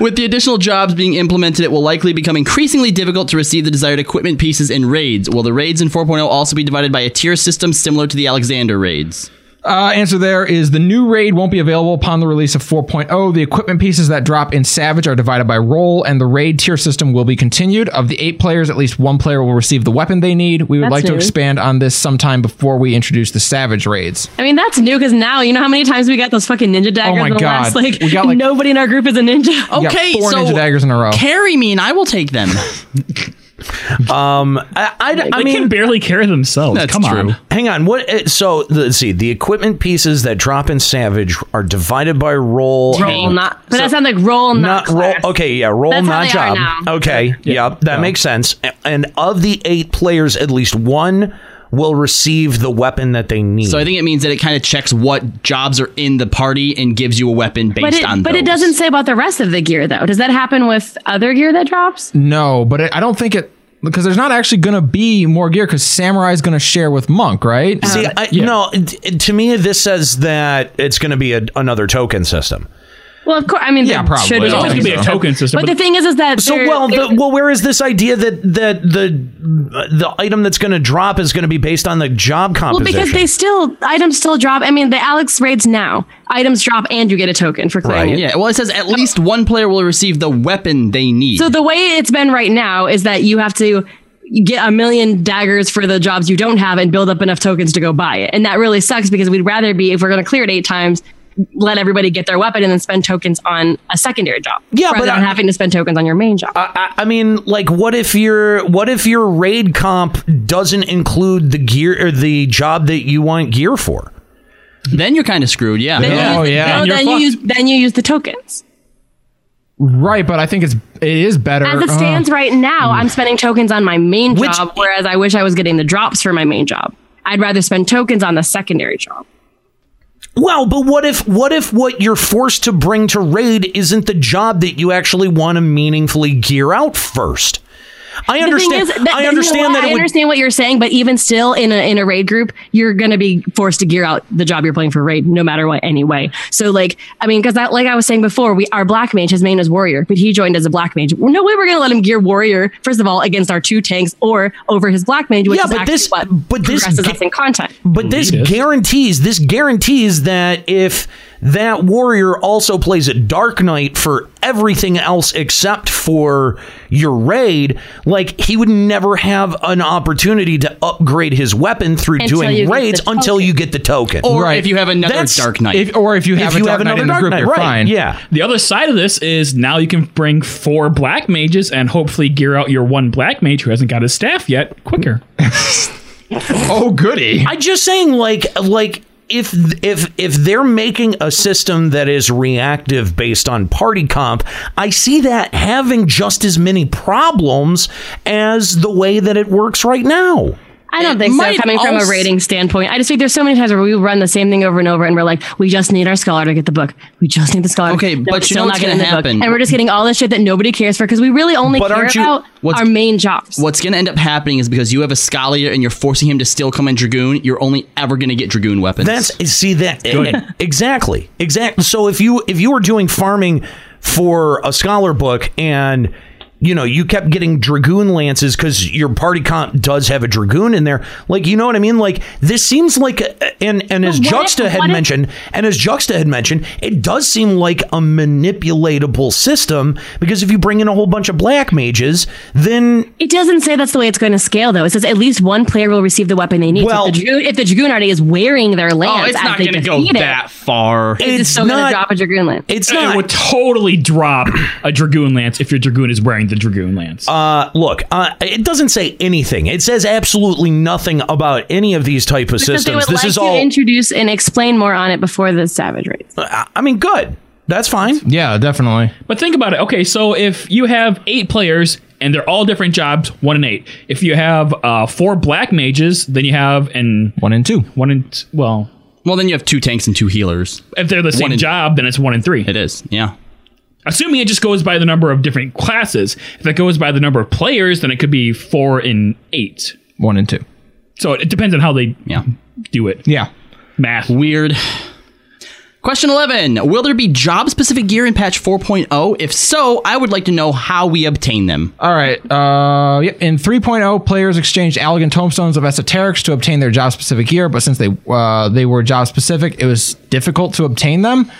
With the additional jobs being implemented, it will likely become increasingly difficult to receive the desired equipment pieces in raids. Will the raids in 4.0 also be divided by a tier system similar to the Alexander raids?
Uh, answer there is the new raid won't be available upon the release of 4.0. The equipment pieces that drop in Savage are divided by role, and the raid tier system will be continued. Of the eight players, at least one player will receive the weapon they need. We would
That's
like to
new.
expand on this sometime before we introduce the Savage raids.
I mean, that's new because now you know how many times we got those fucking ninja daggers.
Oh my
in the
God.
Last, like,
We got, like-
nobody in our group is a ninja.
*laughs* We got
Okay,
four
so
ninja daggers in a row.
carry me and I will take them.
*laughs* Um, I, I, I
They
mean,
can barely carry themselves.
That's
Come
true.
on.
Hang on. What? uh, So let's see. The equipment pieces that drop in Savage are divided by roll.
Roll
and-
not, but that sounds like roll
not
not,
roll.
class.
Okay, yeah, roll
That's how
not
they are
job.
now.
Okay, yeah, that makes sense. A- And of the eight players, at least one will receive the weapon that they need.
So I think it means that it kind of checks what jobs are in the party and gives you a weapon based
But it,
on
but
those.
it doesn't say about the rest of the gear though. Does that happen with other gear that drops?
No, but it, I don't think it because there's not actually going to be more gear because Samurai's going to share with Monk, right? Uh,
See, I, no, t- to me, this says that it's going to be a, another token system.
Well, of course. I mean, yeah,
probably.
Should
There's always gonna be a token system,
But,
but-
the thing is, is that
So
there-
well,
there-
the, well, where is this idea that that the the item that's going to drop is going to be based on the job
well,
composition?
because they still items still drop. I mean, the Alex raids now items drop and you get a token for clearing. it.
Yeah, well, it says at least one player will receive the weapon they need.
So the way it's been right now is that you have to get a million daggers for the jobs you don't have and build up enough tokens to go buy it. And that really sucks because we'd rather be if we're going to clear it eight times, let everybody get their weapon and then spend tokens on a secondary job.
Yeah,
rather
but
than
I-
having to spend tokens on your main job.
I, I mean, like, what if your what if your raid comp doesn't include the gear or the job that you want gear for?
Then you're kind of screwed. Oh, Yeah.
Then you use- No, then you use then you use the tokens.
Right, but I think it's it is better.
As it
uh,
stands
Oh.
right now, I'm spending tokens on my main
Which-
job, whereas I wish I was getting the drops for my main job. I'd rather spend tokens on the secondary job.
Well, but what if what if what you're forced to bring to raid isn't the job that you actually want to meaningfully gear out first? I
The thing
understand.
is that-
I
you know
understand
what?
that
I
it would
understand what you're saying, but even still, in a in a raid group, you're gonna be forced to gear out the job you're playing for raid, no matter what, anyway. So, like, I mean, because that, like I was saying before, we our black mage, his main is warrior, but he joined as a black mage. Well, no way, we're gonna let him gear warrior first of all against our two tanks or over his black mage, which
Yeah,
is
but
actually
this-
what
but this
progresses
ga-
us in content.
But this guarantees this guarantees that if that warrior also plays a dark knight for everything else except for your raid, like he would never have an opportunity to upgrade his weapon through
Until you
doing
get
raids
the
until you get the token.
Or if you have another
That's-
Dark Knight.
If, or if you have a dark knight in the group, you're fine.
The other side of this is now you can bring four black mages and hopefully gear out your one black mage who hasn't got his staff yet quicker.
*laughs* oh, goody.
I'm just saying, like, like if if if they're making a system that is reactive based on party comp, I see that having just as many problems as the way that it works right now.
I don't think so.
might
Coming from a
als-
rating standpoint, I just think there's so many times where we run the same thing over and over, and we're like, we just need our scholar to get the book. We just need the scholar.
Okay,
No,
but
it's
you
still
know what's
getting
gonna
the book.
happen.
and we're just getting all this shit that nobody cares for because we really only
But
care
aren't you-
about
what's-
our main jobs.
What's going to end up happening is because you have a Scalia and you're forcing him to still come in Dragoon, you're only ever going to get Dragoon weapons.
That's see that
Good.
*laughs* exactly exactly. So if you if you were doing farming for a scholar book and you know you kept getting dragoon lances because your party comp does have a dragoon in there, like you know what I mean. Like this seems like a- and and as
But what if-
Juxta had
what if-
mentioned and as Juxta had mentioned, it does seem like a manipulatable system because if you bring in a whole bunch of black mages, then
It doesn't say that's the way it's going to scale, though. It says at least one player will receive the weapon they need.
Well-
so if, the dragoon, if the dragoon already is wearing their lance, as they
Oh, gonna
defeat it,
far.
It's, just still going to drop a dragoon lance.
It's
not. It would totally drop a dragoon lance if your dragoon is wearing the dragoon lance.
Uh, look, uh, it doesn't say anything. It says absolutely nothing about any of these type of
Because they
systems.
would
This
like
is
to
all.
introduce and explain more on it before the savage raids.
I I mean, good. That's fine.
Yeah, definitely.
But think about it. Okay, so if you have eight players and they're all different jobs, one and eight. If you have uh, four black mages, then you have an
one and two.
One and well,
well, then you have two tanks and two healers.
If they're the same
in-
job, then it's one and three.
It is. Yeah.
Assuming it just goes by the number of different classes. If it goes by the number of players, then it could be four and eight.
One and two.
So it, it depends on how they
yeah.
do it.
Yeah.
Math.
Weird. Question 11 Will there be job specific gear in patch 4.0? If so, I would like to know how we obtain them.
All right. Uh, yep. In 3.0, players exchanged elegant tombstones of esoterics to obtain their job specific gear, but since they uh, they were job specific, it was difficult to obtain them.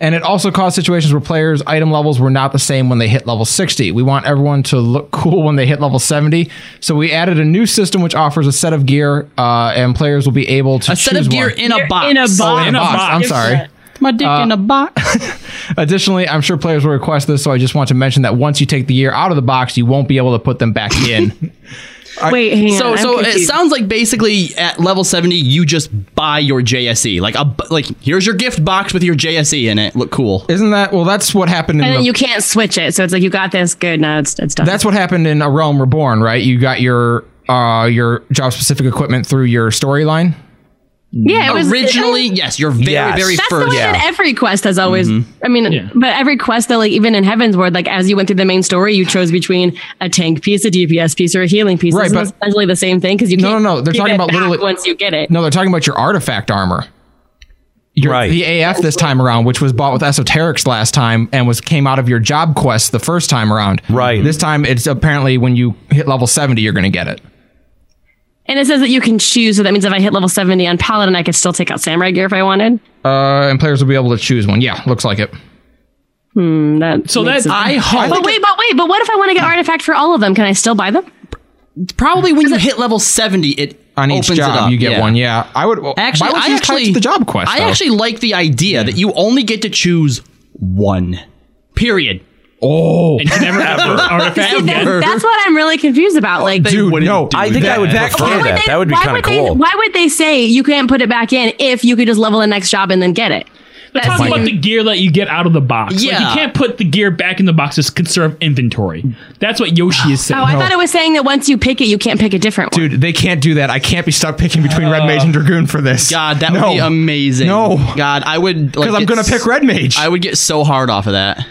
And it also caused situations where players' item levels were not the same when they hit level 60. We want everyone to look *laughs* cool when they hit level 70. So we added a new system which offers a set of gear, uh, and players will be able to
A set of
choose
gear
one.
in a box.
Oh, in a box. I'm sorry. Uh,
My dick in a box.
Additionally, I'm sure players will request this, so I just want to mention that once you take the gear out of the box, you won't be able to put them back
*laughs*
in.
Wait, hang
so
on. I'm
so it
confused.
sounds like basically at level 70 you just buy your JSE. Like a bu- like here's your gift box with your JSE in it. Look cool.
Isn't that well? That's what happened in
and
the
then you can't switch it. So it's like you got this. Good. No, it's it's done.
That's what happened in A Realm Reborn, right? You got your uh your job specific equipment through your storyline.
yeah. It was
originally
it-
yes, your very
Yes.
very
That's
first.
the way that every quest has always.
Mhm.
I mean, but every quest though, like even in Heaven's Ward, like as you went through the main story, you chose between a tank piece, a DPS piece, or a healing piece.
Right,
Isn't
but-
that essentially the same thing because you
No,
can't
no, no, Oh, they're
give
talking
it
about
back
literally-
once you get it.
No, they're talking about your artifact armor. your the AF this time around, which was bought with esoterics last time and was came out of your job quest the first time around. Right. This time it's apparently when you hit level seventy, you're gonna get it.
And it says that you can choose, so that means if I hit level 70 on Paladin, I could still take out Samurai gear if I wanted.
Uh, and players will be able to choose one. Yeah, looks like it.
Hmm, that
So
makes
that-
it-
I hope-
But wait, but wait, but what if I want to get artifact for all of them? Can I still buy them?
Probably
*laughs*
when you hit level 70, it
On each
opens it
job,
up.
you get
yeah.
one. Yeah, I would. well,
Actually,
why would
I
you type
actually
the job quest.
I
though?
actually like the idea that you only get to choose one. Period.
Oh,
and
*laughs*
you never
*laughs*
ever artifact
See, that-
again.
that's what I'm really confused about. Like,
no, I think I would
that.
prefer
Why would
that.
they-
that would be
why
kind
would
of
they?
cool.
Why would they say you can't put it back in if you could just level the next job and then get it?
They're talking about the gear that you get out of the box. Like,
Yeah.
you can't put the gear back in the box to conserve inventory. That's what Yoshi is saying.
Oh, I thought it was saying that once you pick it, you can't pick a different one.
Dude, they can't do that. I can't be stuck picking between Red Mage and
Uh,
Dragoon for this.
God, that
No.
would be amazing.
No.
God, I would. Because
I'm gonna pick Red Mage.
I would get so hard off of that.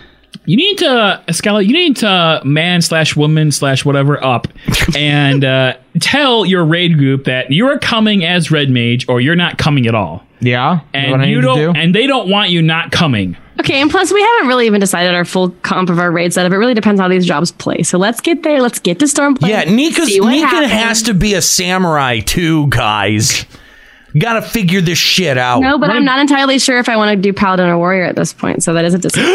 You need to, Escala, you need to man slash woman slash whatever up and uh, *laughs* tell your raid group that you're coming as Red Mage or you're not coming at all.
Yeah.
And
what I
you
need to
don't, and they don't want you not coming.
Okay, and plus we haven't really even decided our full comp of our raid setup. It really depends how these jobs play. So let's get there. Let's get to Stormplane.
Yeah, Nika's,
see what
Nika
happens.
has to be a samurai too, guys. Gotta figure this shit out.
No, but I'm not entirely sure if I want to do Paladin or Warrior at this point. So
*gasps*
that is a decision.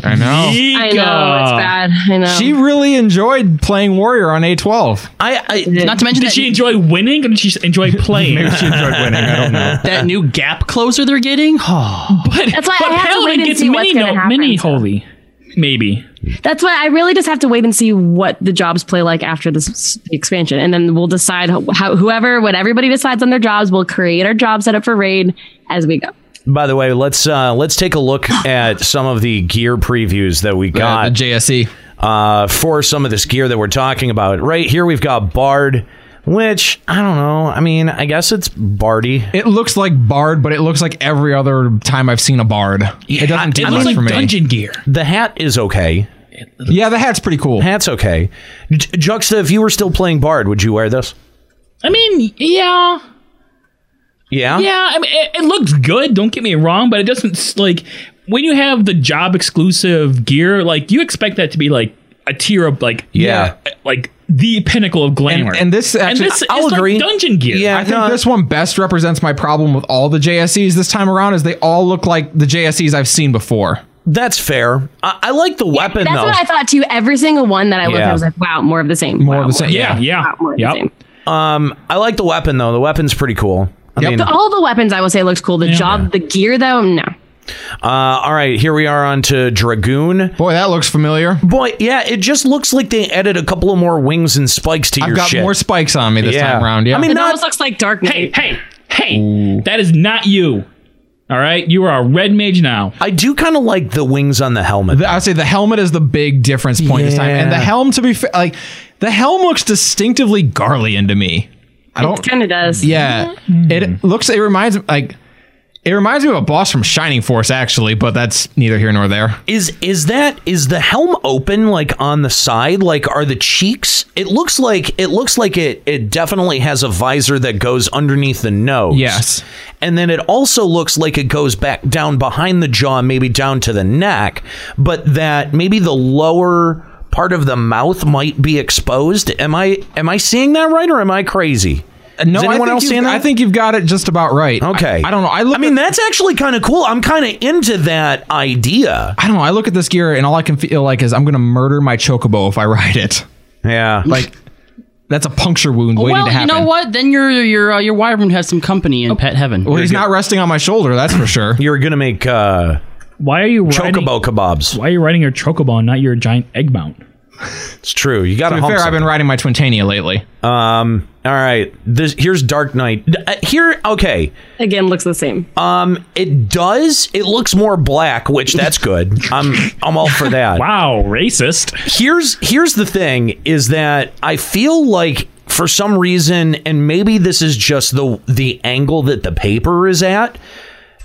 I know.
I know it's bad. I know.
She really enjoyed playing Warrior on A12.
I,
I
Not to mention
did
that-
she enjoy winning or did she
*laughs*
enjoy playing?
Maybe she enjoyed winning. I don't
*laughs*
know.
That new gap closer they're getting. Oh.
*sighs* But,
That's why I
but
have to
Paladin
wait and
gets
see what's
mini,
gonna happen,
mini holy. Maybe.
That's why I really just have to wait and see what the jobs play like after this s- expansion, and then we'll decide how, how whoever, what everybody decides on their jobs, we'll create our job setup for raid as we go.
By the way, let's uh, let's take a
*sighs*
look at some of the gear previews that we got.
the E. JSE
uh, for some of this gear that we're talking about. Right here, we've got Bard, which I don't know. I mean, I guess it's Bardy.
It looks like Bard, but it looks like every other time I've seen a Bard. it doesn't do
it
much
looks like
for me.
dungeon
gear.
The hat is okay.
Yeah, the hat's pretty cool.
Hat's okay. J- Juxta, if you were still playing Bard, would you wear this?
I mean, yeah.
Yeah.
Yeah, I mean, it, it looks good. Don't get me wrong, but it doesn't s- like when you have the job exclusive gear. Like you expect that to be like a tier of like
Yeah.
like the pinnacle of glamour.
And, and this actually,
this is like dungeon gear.
Yeah, I think this one best represents my problem with all the JSEs this time around is they all look like the JSEs I've seen before.
That's fair. I, I like the weapon
That's what I thought too. Every single one that I looked
Yeah.
at was like, wow, more of the same. More
of the same. Yeah,
yeah.
Yep. Um, I like the weapon though. The weapon's pretty cool. I mean,
all the weapons I will say looks cool. The job, the gear though, no.
Uh, all right, here we are on to Dragoon.
Boy, that looks familiar.
Boy, yeah, it just looks like they added a couple of more wings and spikes to
I've
your
got
shit.
more spikes on me this
Yeah.
time around. Yeah,
I mean,
it
not-
almost looks like Dark Knight.
Hey, hey, that is not you. All right, you are a red mage now.
I do kind of like the wings on the helmet.
I would say the helmet is the big difference point this time, and the
Yeah.
helm to be fair, like the helm looks distinctively Garlean to me. I don't
kind of does.
Yeah, it looks. It reminds like it reminds me of a boss from Shining Force, actually, but that's neither here nor there.
Is is that is the helm open like on the side? Like are the cheeks? It looks like it looks like it it definitely has a visor that goes underneath the nose.
Yes.
And then it also looks like it goes back down behind the jaw, maybe down to the neck, but that maybe the lower part of the mouth might be exposed. Am I am I seeing that right or am I crazy?
Uh, No,
is
I
anyone
think
else
you've-
seeing that?
I think you've got it just about right.
Okay.
I, I don't know. I look.
I mean, that's actually kind of cool. I'm kind of into that idea.
I don't know. I look at this gear and all I can feel like is I'm gonna murder my chocobo if I *laughs* ride it.
Yeah.
Like that's a puncture wound waiting
well,
to happen.
you know what? Then your your uh, your wyvern has some company in pet heaven.
Well, he's not resting on my shoulder. That's for sure.
You're gonna make. uh
Why are you
chocobo kebabs?
Why are you riding your chocobo and not your giant egg mount?
It's true. You got
To be fair, I've been riding my Twintania lately.
Um. All right. This here's Dark Knight. D- uh, Here. Okay.
Again, looks the same.
Um. It does. It looks more black, which that's good. *laughs* I'm. I'm all for that.
wow. Racist.
Here's here's the thing. Is that I feel like for some reason, and maybe this is just the the angle that the paper is at.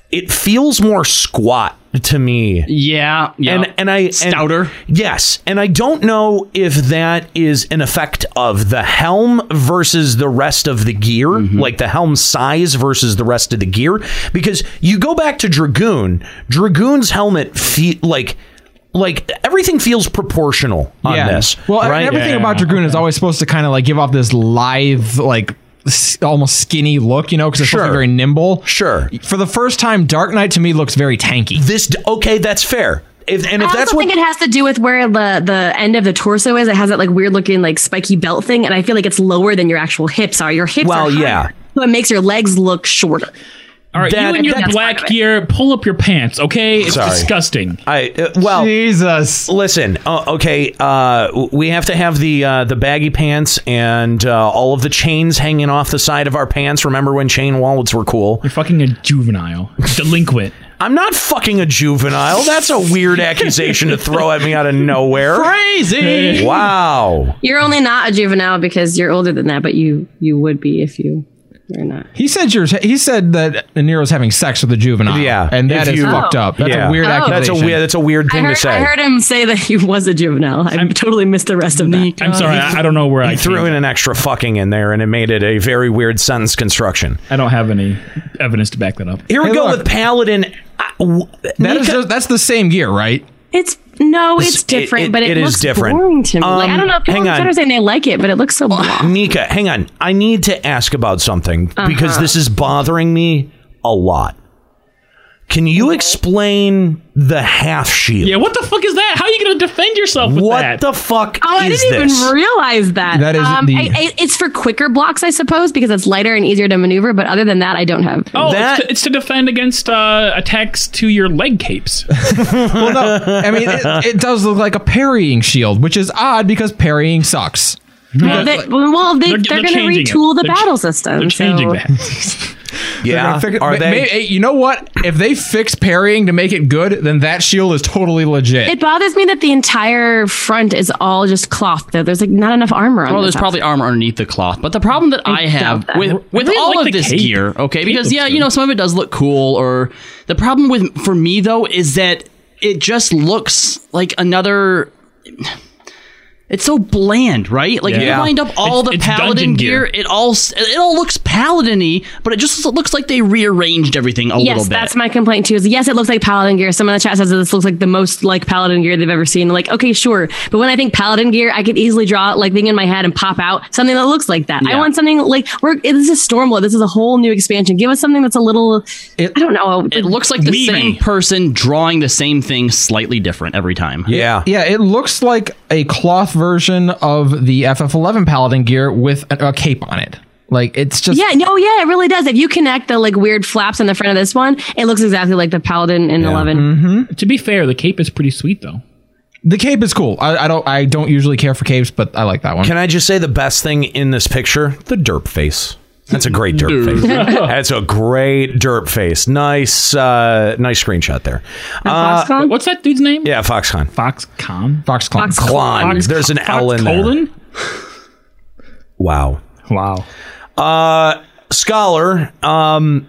it feels more squat to me.
Yeah, yeah.
And and I stouter. yes, and I don't know if that is an effect of the helm versus the rest of the gear,
Mm-hmm.
like the helm size versus the rest of the gear, because you go back to dragoon. Dragoon's helmet feet like like everything feels proportional on
yeah.
this.
Well, and
right?
everything about Dragoon is always supposed to kind of like give off this lithe, like s- almost skinny look, you know, because it's supposed to be very nimble.
Sure.
For the first time, Dark Knight to me looks very tanky.
This okay, that's fair. If, and
I
if
also
that's what
think it has to do with where the the end of the torso is. It has that like weird looking like spiky belt thing, and I feel like it's lower than your actual hips are. Your hips
Well,
are
yeah.
higher, so it makes your legs look shorter.
All right, you and your black gear, pull up your pants, okay? It's
Sorry.
disgusting.
I uh, well, Jesus. Listen, uh, okay, uh, w- we have to have the uh, the baggy pants and uh, all of the chains hanging off the side of our pants. Remember when chain wallets were cool? You're
fucking a juvenile, delinquent.
I'm not fucking a juvenile. That's a weird accusation to throw at me out of nowhere.
Crazy.
Wow.
You're only not a juvenile because you're older than that, but you you would be if you were not.
He said yours. He said that Nero's having sex with a juvenile.
Yeah,
and that
if
is
you-
fucked up. That's
yeah.
a weird
Oh.
accusation.
That's a weird. That's a weird
I
thing
heard,
to say.
I heard him say that he was a juvenile. I totally missed the rest of that.
know where
he I threw in an extra fucking in there, and it made it a very weird sentence construction.
I don't have any evidence to back that up.
Here we go with Paladin.
That is just- that's the same gear, right?
It's no, it's,
It's- it-
different,
it-
but it,
it is
looks
different.
boring to me. like, I
Um,
don't know. People
hang
on.
on.
are saying they like it, but it looks so blah.
Nika, hang on. I need to ask about something because
Uh-huh.
this is bothering me a lot. Can you explain the half shield?
Yeah, what the fuck is that? How are you going to defend yourself with
What
that?
the fuck
Oh, I didn't even realize that.
That is
um,
the-
I- I- it's for quicker blocks, I suppose, because it's lighter and easier to maneuver. But other than that, I don't have.
Oh, it's, to, it's to defend against uh, attacks to your leg capes.
*laughs* well, no. I mean, it, it does look like a parrying shield, which is odd because parrying sucks.
well, they, well, they, they're, going to retool the battle system. so-
Yeah,
They're gonna fix-
are
ma-
they?
ma- hey, you know what? If they fix parrying to make it good, then that shield is totally legit.
It bothers me that the entire front is all just cloth, though. There's like not enough armor on.
Well,
this
there's probably armor underneath the cloth, but the problem that I,
I
have
doubt that.
with with
I really
all
like
of
the
this
cape.
gear, okay,
Cape
because
looks
yeah, you know, some of it does look cool. Or the problem with for me though is that it just looks like another. It's so bland, right? Like if you
Yeah.
lined up all
It's-
the
it's
paladin
dungeon
gear,
gear.
it all s- it all looks paladin-y, but it just looks like they rearranged everything a
yes,
little bit.
that's my complaint too. Is yes, it looks like paladin gear. Someone in the chat says that this looks like the most like paladin gear they've ever seen. Like, okay, sure, but when I think paladin gear, I could easily draw like thing in my head and pop out something that looks like that. I
Yeah.
want something like we're it- this is Stormlord. This is a whole new expansion. Give us something that's a little. I don't know.
it looks like the same person drawing the same thing slightly different every time.
Yeah.
Yeah, it looks like a cloth version of the FF11 Paladin gear with a, a cape on it. Like it's just
yeah, no, yeah, it really does. If you connect the like weird flaps in the front of this one, it looks exactly like the paladin in eleven.
Mm-hmm.
To be fair, the cape is pretty sweet though.
the cape is cool. I, I don't I don't usually care for capes, but I like that one.
Can I just say the best thing in this picture? The derp face. That's a great derp face. That's a great derp face. Nice, uh, nice screenshot there. Uh,
Foxconn? What's that dude's name?
yeah, Foxconn.
Foxconn.
Foxconn.
Klon. There's an L in there.
Colon?
Wow.
Wow.
Uh, scholar. Um,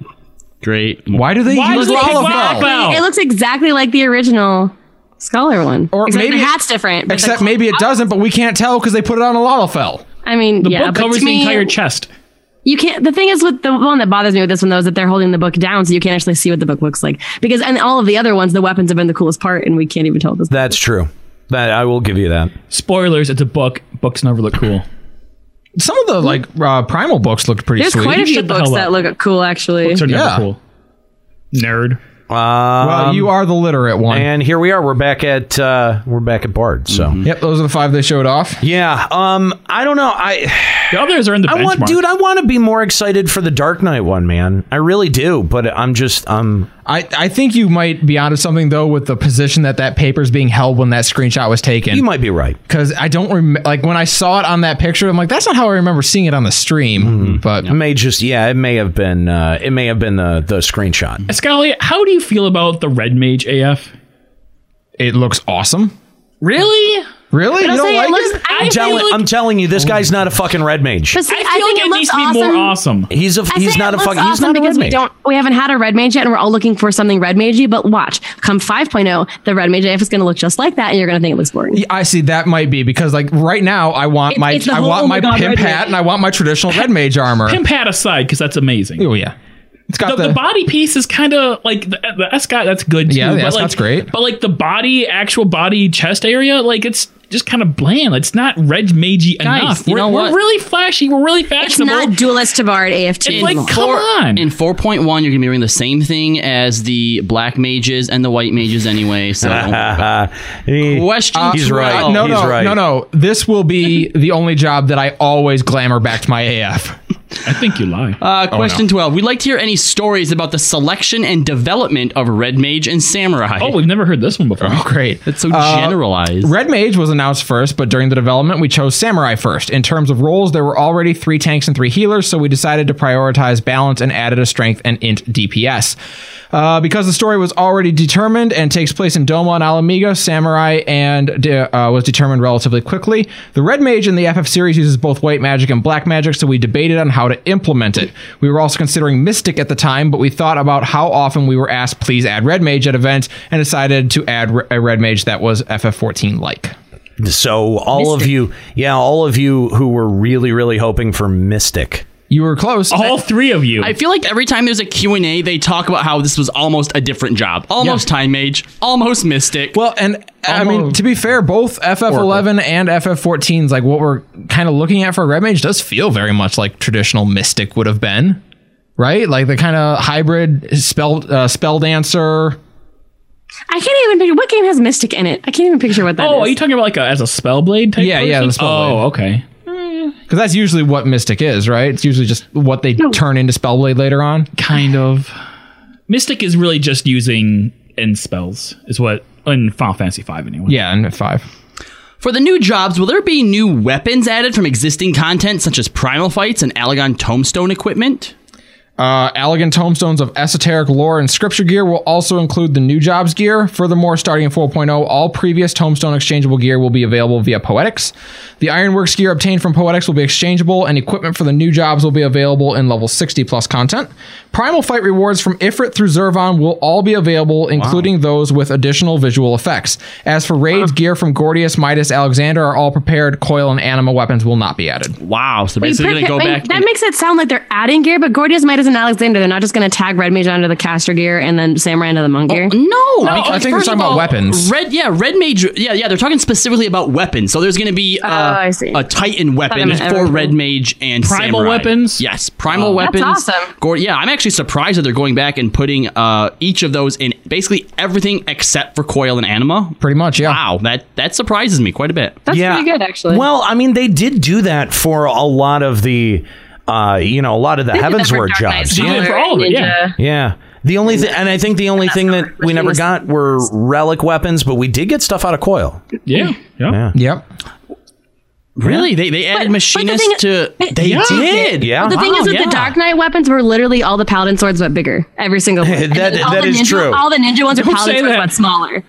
Great.
Why do they
Why
use
do they pick
Lalafell?
It looks exactly like the original scholar one, or except
maybe-
the hat's different. but the
Except
cl-
maybe it doesn't, but we can't tell because they put it on a Lalafell.
I mean,
The
yeah,
book
but
covers
to
the
me,
entire
chest.
You can't. The thing is with the one that bothers me with this one though is that they're holding the book down, so you can't actually see what the book looks like. Because and all of the other ones, the weapons have been the coolest part, and we can't even tell this.
that's true. That I will give you that.
Spoilers, it's a book. Books never look cool.
Some of the like uh, primal books looked pretty
There's
sweet.
quite a few books that look cool, actually.
Nerd.
well, you are the literate one.
Um, And here we are. We're back at uh, we're back at Bard. So
yep, those are the five they showed off.
Yeah. Um. I don't know. I
the others are in the
I want,
benchmark.
dude. I want to be more excited for the Dark Knight one, man. I really do. But I'm just um.
I, I think you might be onto something though with the position that that paper's being held when that screenshot was taken.
You might be right.
because I don't remember. Like when I saw it on that picture, I'm like, that's not how I remember seeing it on the stream. But
Mm-hmm. It may just yeah. It may have been uh. It may have been the the screenshot.
Scully, how do you feel about the Red Mage AF?
It looks awesome.
Really?
Really?
But
You
I'll
don't
say it
like
looks-
it?
I
I'm
feel
telling,
like-
I'm telling you, this guy's not a fucking red mage.
But see, I I feel think like it it looks needs to be more awesome.
He's a
I
he's
say
not
it
a
looks
fucking he's
awesome
not a red
because we
mage.
don't we haven't had a red mage yet, and we're all looking for something red magey. But watch, come 5.0, the red mage AF is going to look just like that, and you're going to think it looks boring.
I see that might be because like right now I want
It's-
my
it's the
I
whole,
want
oh
my
my God,
pimp
red
hat
mage.
and I want my traditional red mage armor.
Pimp hat aside, because that's amazing.
Oh yeah, it's got
the,
the,
the body piece is kind of like the, the Escot. That's good. Too,
Yeah, the
but,
Escot's
like,
great.
But like the body, actual body, chest area, like it's just kind of bland. It's not red magey
Guys,
enough.
you
we're,
know
we're
what?
really flashy. We're really
It's
fashionable.
not duelist Tavard AF2.
It's like, come on.
In 4.1, you're gonna be doing the same thing as the black mages and the white mages
*laughs*
anyway. So question.
Uh, uh,
12.
No, no, no, no. This will be the only job that I always glamour back to my AF.
I think you lie.
Uh,
Oh,
question
no.
12. We'd like to hear any stories about the selection and development of Red Mage and Samurai. Oh,
we've never heard this one before.
Oh, great.
That's so
Uh,
generalized.
Red Mage was announced first, but during the development, we chose Samurai first. In terms of roles, there were already three tanks and three healers, so we decided to prioritize balance and added a strength and int DPS. Uh, because the story was already determined and takes place in Doma and Alamigo, Samurai and de- uh, was determined relatively quickly. The Red Mage in the FF series uses both white magic and black magic, so we debated on how to implement it. We were also considering Mystic at the time, but we thought about how often we were asked, please add Red Mage at events, and decided to add re- a Red Mage that was FF14 like.
So all of
Mystic.
you, yeah, all of you who were really, really hoping for Mystic.
You were close.
All three of you.
I feel like every time there's a Q&A, they talk about how this was almost a different job. Almost Time Mage, almost Mystic.
Well, and I mean, to be fair, both FF11 and FF14s, like what we're kind of looking at for Red Mage, does feel very much like traditional Mystic would have been, right? Like the kind of hybrid spell uh, spell dancer.
I can't even picture what game has Mystic in it. I can't even picture what that is.
Oh, are you talking about like a, as a spell blade type?
Yeah, yeah,
person?
the spell
Oh, okay.
Because that's usually what Mystic is, right? It's usually just what they turn into Spellblade later on.
Kind of. Mystic is really just using end spells, is what in Final Fantasy V anyway.
Yeah, and at five.
For the new jobs, will there be new weapons added from existing content such as primal fights and Alagon tombstone equipment?
Uh, Allegan tombstones of esoteric lore and scripture gear will also include the new jobs gear. Furthermore, starting in 4.0, oh, all previous tombstone exchangeable gear will be available via Poetics. The Ironworks gear obtained from Poetics will be exchangeable, and equipment for the new jobs will be available in level 60 plus content. Primal fight rewards from Ifrit through Zervan will all be available, including those with additional visual effects. As for raids, gear from Gordius, Midas, Alexander are all prepared. Coil and anima weapons will not be added.
Wow, so
Wait, perfect. Wait, that makes it sound like they're adding gear, but Gordius, Midas, and Alexander, they're not just going to tag Red Mage onto the caster gear and then Samurai into the monk gear.
No,
I think they're
Oh, first
talking
of
about
all,
weapons.
Red, yeah, red mage. Yeah, yeah, they're talking specifically about weapons. So there's going to be uh,
Oh,
a titan
I
weapon
meant
for
everything.
red mage and
Primal
samurai.
weapons?
Yes, primal
Oh. That's
weapons.
awesome.
Gor- yeah, I'm actually surprised that they're going back and putting uh, each of those in basically everything except for coil and anima.
Pretty much, yeah.
Wow, that that surprises me quite a bit.
good, actually.
Well, I mean, they did do that for a lot of the, uh, you know, a lot of the Heavensward jobs.
They did
Yeah.
it for all of it, yeah.
Yeah. The only thing, and I think the only thing that we never got were relic weapons, but we did get stuff out of coil.
Yeah.
Yeah.
Yep.
Really, they they added machinists to. They
Yeah.
did. Oh,
Yeah.
But the thing
Wow,
is that
yeah.
the Dark Knight weapons were literally all the paladin swords but bigger. Every single one. And
That-
then all
that
the
is
ninja-
true.
All the ninja ones are
Don't
paladin
say
swords
that.
but smaller.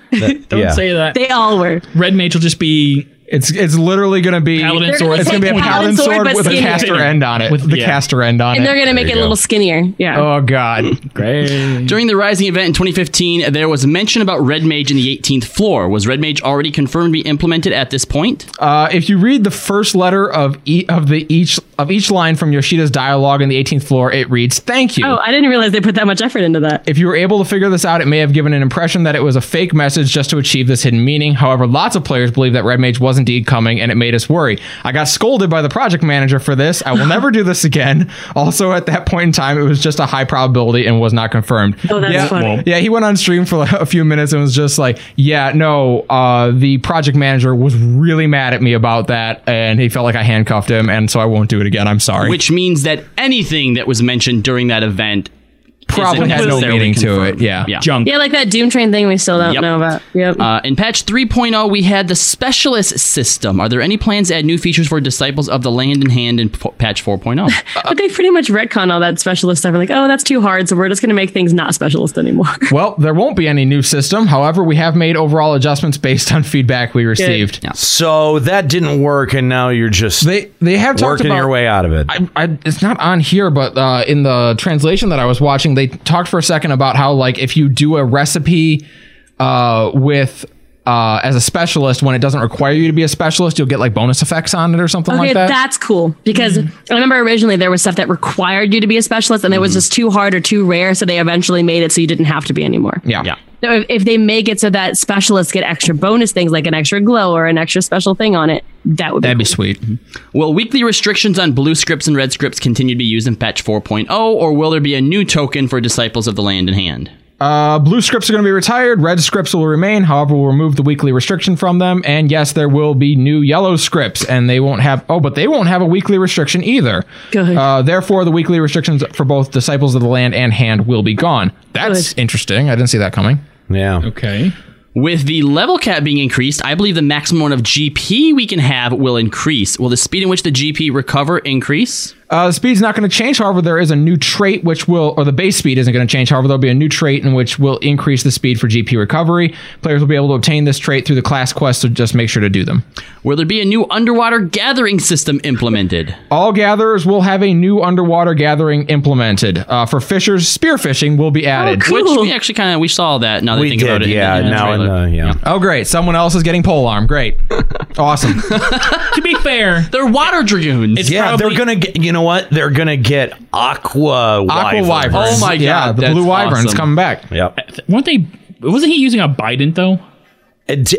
Don't say that.
They all were.
Red Mage will just be.
It's it's literally going to be
paladin
They're
sword.
gonna
It's going to be a
Like
paladin
paladin
sword,
sword, but
with a
skinnier.
caster end on it. With the
yeah.
caster end on it.
And they're going to make it a little skinnier. Yeah.
Oh God!
Great.
During the Rising event in 2015, there was mention about Red Mage in the 18th floor. Was Red Mage already confirmed to be implemented at this point?
Uh, if you read the first letter of e- of the each of each line from Yoshida's dialogue in the 18th floor, it reads, "Thank you."
Oh, I didn't realize they put that much effort into that.
If you were able to figure this out, it may have given an impression that it was a fake message just to achieve this hidden meaning. However, lots of players believe that Red Mage was indeed coming, and it made us worry. I got scolded by the project manager for this. I
*laughs*
will never do this again. Also, at that point in time, it was just a high probability and was not confirmed.
Oh, that's
yeah,
funny.
Yeah, he went on stream for like a few minutes and was just like, "Yeah, no, uh, the project manager was really mad at me about that, and he felt like I handcuffed him, and so I won't do it again. I'm sorry."
Which means that anything that was mentioned during that event
Probably had no
necessarily
meaning to it.
confirmed.
Yeah.
Yeah.
Yeah, like that Doom Train thing we still don't
Yep.
know about. Yep.
Uh, in patch 3.0, we had the specialist system. Are there any plans to add new features for disciples of the land in hand in p- patch oh?
*laughs*
4.0?
but they pretty much retcon all that specialist stuff. We're like, oh, that's too hard, so we're just going to make things not specialist anymore. *laughs*
*laughs* Well, there won't be any new system. However, we have made overall adjustments based on feedback we received.
So that didn't work, and now you're just
they they have talked
working
about-
your way out of it.
I, I, it's not on here, but uh, in the translation that I was watching, they talked for a second about how like if you do a recipe uh, with uh, as a specialist when it doesn't require you to be a specialist, you'll get like bonus effects on it or something
okay,
like that.
that's cool because I remember originally there was stuff that required you to be a specialist, and it was just too hard or too rare, so they eventually made it so you didn't have to be anymore.
yeah, yeah.
So if, if they make it so that specialists get extra bonus things like an extra glow or an extra special thing on it, that would be
That'd be sweet.
Will weekly restrictions on blue scripts and red scripts continue to be used in patch 4.0, or will there be a new token for disciples of the land in hand?
Uh, blue scripts are going to be retired. Red scripts will remain. However, we'll remove the weekly restriction from them. And yes, there will be new yellow scripts, and they won't have. Oh, but they won't have a weekly restriction either.
Good.
Uh, therefore, the weekly restrictions for both disciples of the land and hand will be gone. That's interesting. I didn't see that coming.
Yeah.
Okay.
With the level cap being increased, I believe the maximum amount of GP we can have will increase. Will the speed in which the GP recover increase?
Uh, the speed's not going to change. However, there is a new trait which will, or the base speed isn't going to change. However, there'll be a new trait in which will increase the speed for GP recovery. Players will be able to obtain this trait through the class quest, so just make sure to do them.
Will there be a new underwater gathering system implemented?
All gatherers will have a new underwater gathering implemented. Uh, for fishers, spearfishing will
Oh,
be added.
Oh, Which we actually kind of we saw that now that I think about it. in the- in the trailer.
yeah.
Oh, great! Someone else is getting pole arm.
*laughs*
Great, awesome.
to be fair,
they're water dragoons.
yeah, they're gonna get. You know what? They're gonna get aqua.
Aqua
wyverns.
wyverns.
Oh my
Yeah,
God,
the
that's
blue wyverns
awesome.
coming back.
Um, Yep.
Uh, weren't they? Wasn't he using a Bident though?
Uh,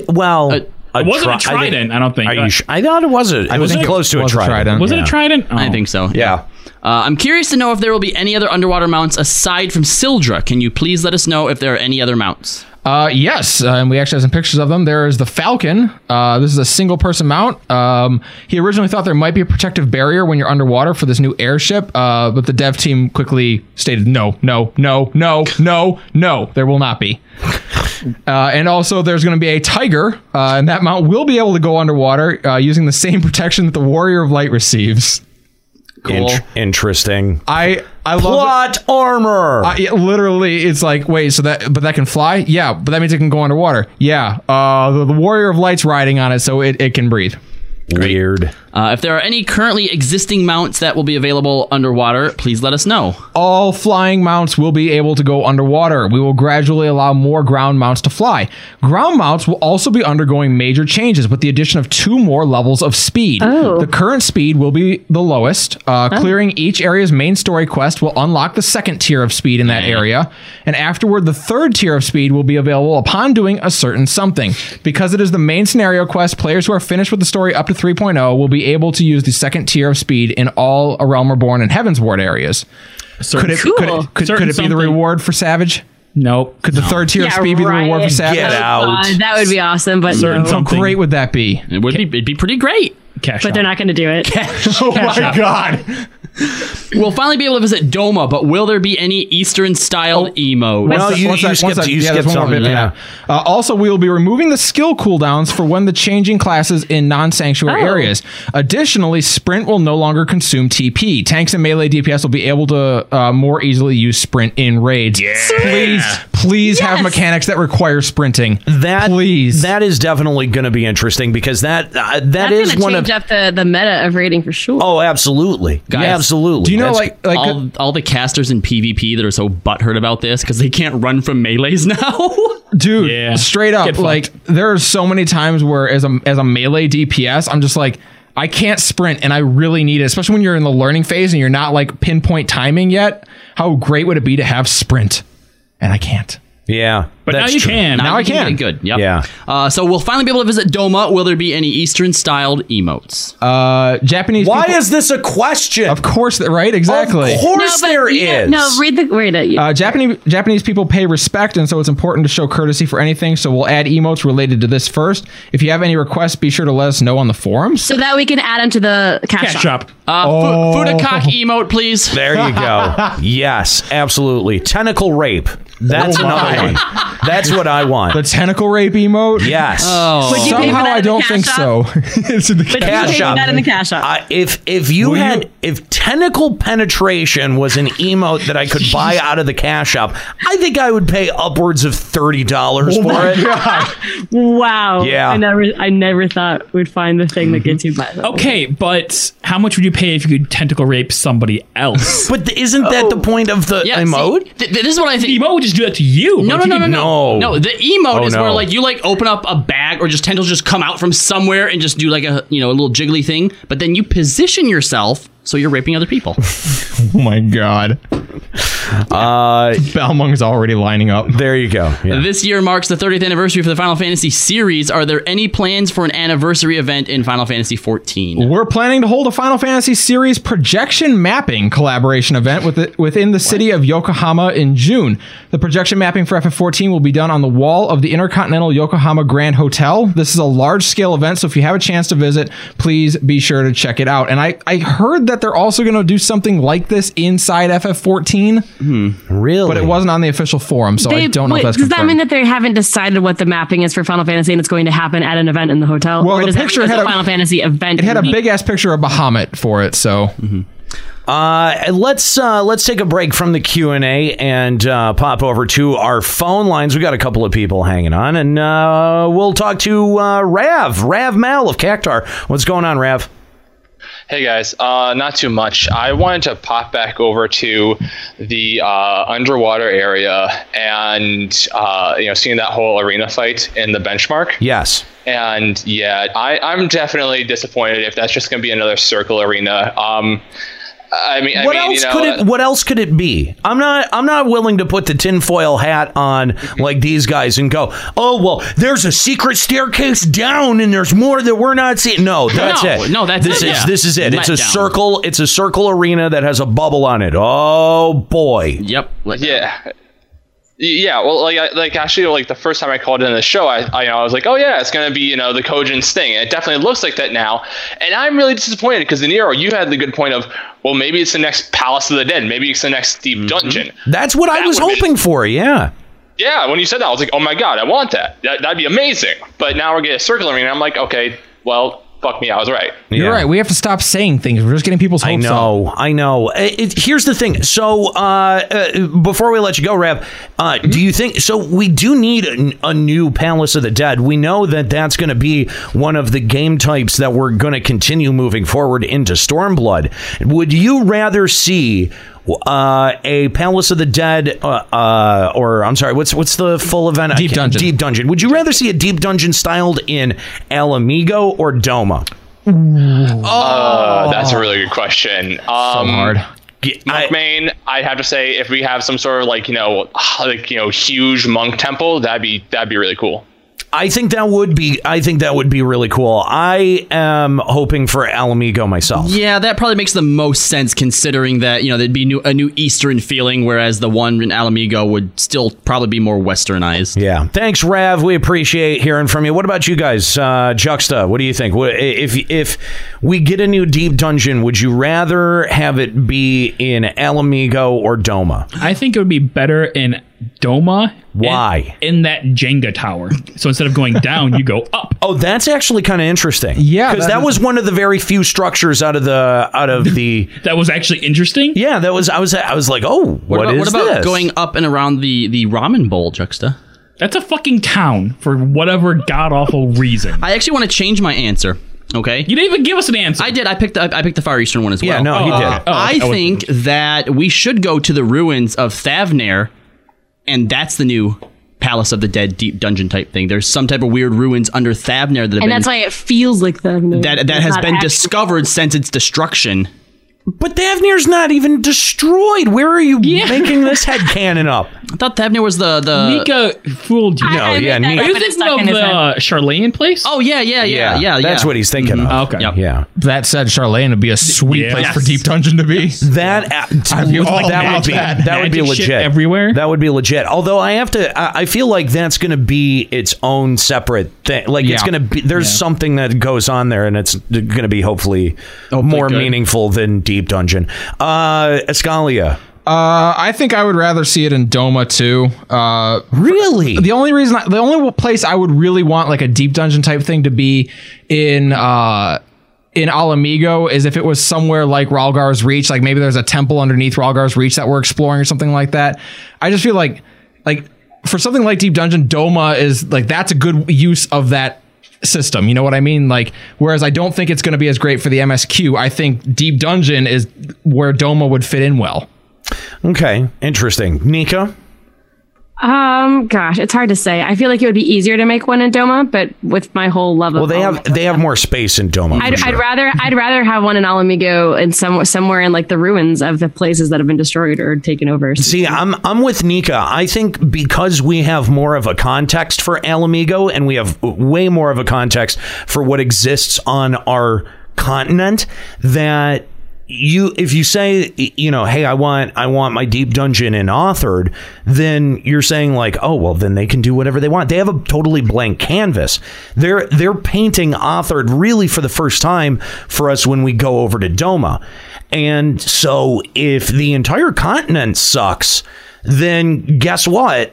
well,
it wasn't
tri- I
a
think-
trident. I, don't think.
Are you su- I thought it was a. I was
wasn't-
close to a
was a
trident.
trident, Was it a yeah. trident? Oh.
I think so.
Yeah.
Uh, I'm curious to know if there will be any other underwater mounts aside from Sildra. Can you please let us know if there are any other mounts?
Uh, yes, uh, and we actually have some pictures of them. There is the Falcon. Uh, this is a single person mount. Um, he originally thought there might be a protective barrier when you're underwater for this new airship, uh, but the dev team quickly stated no, no, no, no, no, no, there will not be. Uh, and also, there's going to be a tiger, uh, and that mount will be able to go underwater uh, using the same *laughs* protection that the Warrior of Light receives.
Int- interesting.
I I love
Plot armor.
I, Uh, yeah, literally, it's like wait, so that but that can fly, yeah, but that means it can go underwater, yeah. Uh, the, the warrior of light's riding on it, so it, it can breathe.
Weird.
Uh, if there are any currently existing mounts that will be available underwater, please let us know.
All flying mounts will be able to go underwater. We will gradually allow more ground mounts to fly. Ground mounts will also be undergoing major changes with the addition of two more levels of speed.
Oh.
The current speed will be the lowest. Uh,
Oh.
Clearing each area's main story quest will unlock the second tier of speed in that
Mm-hmm.
area. And afterward, the third tier of speed will be available upon doing a certain something. Because it is the main scenario quest, players who are finished with the story up to 3.0 will be able to use the second tier of speed in all A Realm Reborn and Heaven's Ward areas. Could it, could
Cool.
it, could, could
Certain
it be the
something.
reward for Savage?
Nope.
Could the third tier of speed be the reward for Savage?
Oh, God, that would be awesome, but
Certain
no.
How
something.
great would that be?
It would be it'd be pretty great.
Cash
But they're not going to do it.
*laughs* Oh
Cash
my
out.
god.
We'll finally be able to visit Doma, but will there be any Eastern styled
Oh.
emotes?
Well, you, you
What's
skipped,
that?
you
Yeah, there's
skipped
one more
something.
bit for
Yeah.
that. Uh, also, we will be removing the skill cooldowns for when the changing classes in non-sanctuary
Oh.
areas. Additionally, sprint will no longer consume TP. Tanks and melee DPS will be able to uh, more easily use sprint in raids. Please, please have
Yes.
mechanics that require sprinting.
That
please.
That is definitely going to be interesting because that uh, that
That's
is
going to
one
change
of.
up the, the meta of rating for sure.
Oh, absolutely.
Guys,
absolutely.
do you know,
That's-
like, like
all, all the casters in PvP that are so butthurt about this because they can't run from melees *laughs* now.
dude
Yeah.
straight up
Get
like there are so many times where as a as a melee dps i'm just like i can't sprint and i really need it especially when you're in the learning phase and you're not like pinpoint timing yet how great would it be to have sprint and i can't
Yeah.
But now you can. Now I
you
can.
get Good. Yep.
Yeah.
Uh, so we'll finally be able to visit Doma. Will there be any Eastern styled emotes?
Uh, Japanese.
Why is this a question?
Of course, right? Exactly.
Of course
No, but
there is.
you- No, read the read it.
Uh, Japanese Japanese people pay respect, and so it's important to show courtesy for anything. So we'll add emotes related to this first. If you have any requests, be sure to let us know on the forums.
so that we can add them to the cash shop.
Uh, fu- Fudocock
Oh.
emote, please.
There you
*laughs*
go. yes, absolutely. Tentacle rape. That's
Oh
another
my.
one. That's what I want.
The tentacle rape emote.
Yes.
Oh. Would you pay for
Oh. Somehow
that
I
in the
don't
cash
think
shop?
so. *laughs* it's in the
But
Cash
you pay for
shop.
that in the cash shop.
I, if if you had if tentacle penetration was an emote that I could buy out of the cash shop, I think I would pay upwards of thirty
Oh
dollars for it.
wow.
Yeah.
I never I never thought we'd find the thing that gets you by the
Okay, but how much would you pay if you could tentacle rape somebody
*laughs*
else?
but isn't that the point of the
Yeah, see, th- th- this is what I think.
Emote would just do that to you.
No, no,
Like,
no,
you
no,
could-
no, no. The emote
Oh,
is
no.
where like you like open up a bag or just tendrils just come out from somewhere and just do like a you know a little jiggly thing, but then you position yourself so you're raping other people.
Oh my god.
Uh,
Balmung's already lining up.
There you go.
This year marks the 30th anniversary for the Final Fantasy series. Are there any plans for an anniversary event in Final Fantasy 14?
We're planning to hold a Final Fantasy series projection mapping collaboration event with the, within the city of Yokohama in June. The projection mapping for FF14 will be done on the wall of the Intercontinental Yokohama Grand Hotel. This is a large scale event, so if you have a chance to visit, please be sure to check it out. And I, I heard that they're also going to do something like this inside FF14,
really,
but it wasn't on the official forum, so I
They-
don't know
wait,
if that's
does
confirmed.
that mean that they haven't decided what the mapping is for Final Fantasy and it's going to happen at an event in the hotel?
Well,
or
the
does that mean
picture
it's
had
a
a-
Final Fantasy event.
it had a
in the-
big ass picture of Bahamut for it, so.
Uh, let's uh, let's take a break from the Q and A and uh, pop over to our phone lines. We got a couple of people hanging on, and uh, we'll talk to uh, Rav Rav Mal of Cactar. What's going on, Rav?
Hey guys, uh, not too much. I wanted to pop back over to the uh, underwater area and uh, you know seeing that whole arena fight in the benchmark.
Yes.
And yeah, I, I'm definitely disappointed if that's just going to be another circle arena. Um, I mean, I
what
mean,
else
you know, uh,
could it? What else could it be? I'm not. I'm not willing to put the tinfoil hat on like these guys and go. Oh well, there's a secret staircase down, and there's more that we're not seeing. No, that's
No,
it.
no, that's
this
it,
is
yeah.
this is it. it's a
Letdown.
circle. It's a circle arena that has a bubble on it. Oh boy.
Yep.
yeah. Yeah, well, like, I- like actually, like the first time I called in the show, I, I, you know, I was like, oh yeah, it's gonna be, you know, the Kojin's thing, and it definitely looks like that now. And I'm really disappointed because Nero, you had the good point of, well, maybe it's the next Palace of the Dead, maybe it's the next deep dungeon.
That's what I was hoping for. Yeah.
Yeah, when you said that, I was like, oh my god, I want that. that that'd be amazing. But now we're getting a circle arena. I'm like, okay, well, fuck me, I was right.
You're right. We have to stop saying things. We're just getting people's hopes
I know. I know. It- it- here's the thing. So uh, uh, before we let you go, Rab, uh, do you think so? We do need a, a new Palace of the Dead. We know that that's going to be one of the game types that we're going to continue moving forward into Stormblood. Would you rather see? Uh, a Palace of the Dead, uh, uh, or I'm sorry, what's what's the full event? Deep Dungeon. Deep Dungeon. Would you rather see a Deep Dungeon styled in Alamigo or Doma?
Uh, that's a really good question. Um,
hard.
Monk Main, I'd have to say if we have some sort of like you know like you know huge monk temple, that'd be that'd be really cool.
I think that would be. I think that would be really cool. I am hoping for Alamigo myself.
Yeah, that probably makes the most sense considering that, you know, there'd be new, a new Eastern feeling, whereas the one in Alamigo would still probably be more Westernized.
Yeah. Thanks, Rav. We appreciate hearing from you. What about you guys, uh, Juxta? What do you think? What- If if we get a new deep dungeon, would you rather have it be in Alamigo or Doma?
I think it would be better in Doma.
Why?
In, in that Jenga tower. So instead
*laughs*
of going down, you go up.
Oh, that's actually kind of interesting. Yeah, because
that
that,
is-
was one of the very few structures out of the out of the
*laughs* that was actually interesting.
Yeah, that was. I was. I was like, oh,
What, about,
is
what about
this?
going up and around the, the ramen bowl, Juxta?
That's a fucking town for whatever god awful reason.
I actually want to change my answer. Okay, you
didn't even give us an answer.
I did. I picked. I, I picked the Far Eastern one as well.
Yeah, no, he Oh, did. okay. Oh,
I
okay. I
think that we should go to the ruins of Thavnir, and that's the new Palace of the Dead deep dungeon type thing. There's some type of weird ruins under Thavnir that have
and
been,
that's why it feels like the
that that has been discovered since its destruction.
But Davnir's not even destroyed. Where are you making
*laughs*
this head cannon up? I
thought Davnir was the the
Nika fooled you.
No, yeah, Nika.
Are you thinking of the Charlene place?
Oh yeah, yeah, yeah, yeah.
That's
yeah.
what he's thinking of.
Okay.
Yeah.
That said, Charlene would be a sweet
Yes.
place for Deep Dungeon to be.
That
I'd be all
that
about
would be
that.
that, would be legit everywhere. That would be legit. Although I have to, I, I feel like that's going to be its own separate thing. Like it's
Yeah.
going to be there's something that goes on there, and it's going to be hopefully, more meaningful than Deep Dungeon. Uh, Escalia.
Uh, I think I would rather see it in Doma too. Uh,
really?
The only reason, I, the only place I would really want like a deep dungeon type thing to be in uh, in Alamigo is if it was somewhere like Ralgar's Reach. Like maybe there's a temple underneath Ralgar's Reach that we're exploring or something like that. I just feel like like for something like deep dungeon, Doma is like that's a good use of that system. You know what I mean? Like, whereas I don't think it's going to be as great for the MSQ. I think Deep Dungeon is where Doma would fit in well.
Okay, interesting. Nika,
Um, gosh, it's hard to say. I feel like it would be easier to make one in Doma, but with my whole love
Well,
of
they
Alamo-
have they have more space in Doma. for
I'd,
sure.
I'd rather I'd rather have one in Alamigo and some somewhere in like the ruins of the places that have been destroyed or taken over.
See, I'm I'm with Nika. I think because we have more of a context for Alamigo and we have way more of a context for what exists on our continent that you if you say you know hey i want i want my deep dungeon in authored then you're saying like oh well then they can do whatever they want they have a totally blank canvas they're they're painting authored really for the first time for us when we go over to doma and so if the entire continent sucks then guess what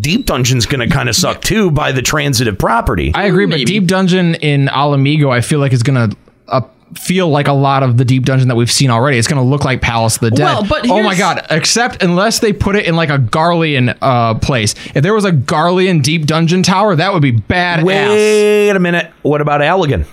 deep dungeon's going to kind of suck too by the transitive property
I agree, but Deep Dungeon in Alamigo, I feel like is going to uh, feel like a lot of the Deep Dungeon that we've seen already. It's going to look like Palace of the Dead.
Well, but
oh my
here's-
god! Except unless they put it in like a Garlean uh, place. If there was a Garlean Deep Dungeon tower, that would be badass.
Wait a minute. What about Allegan?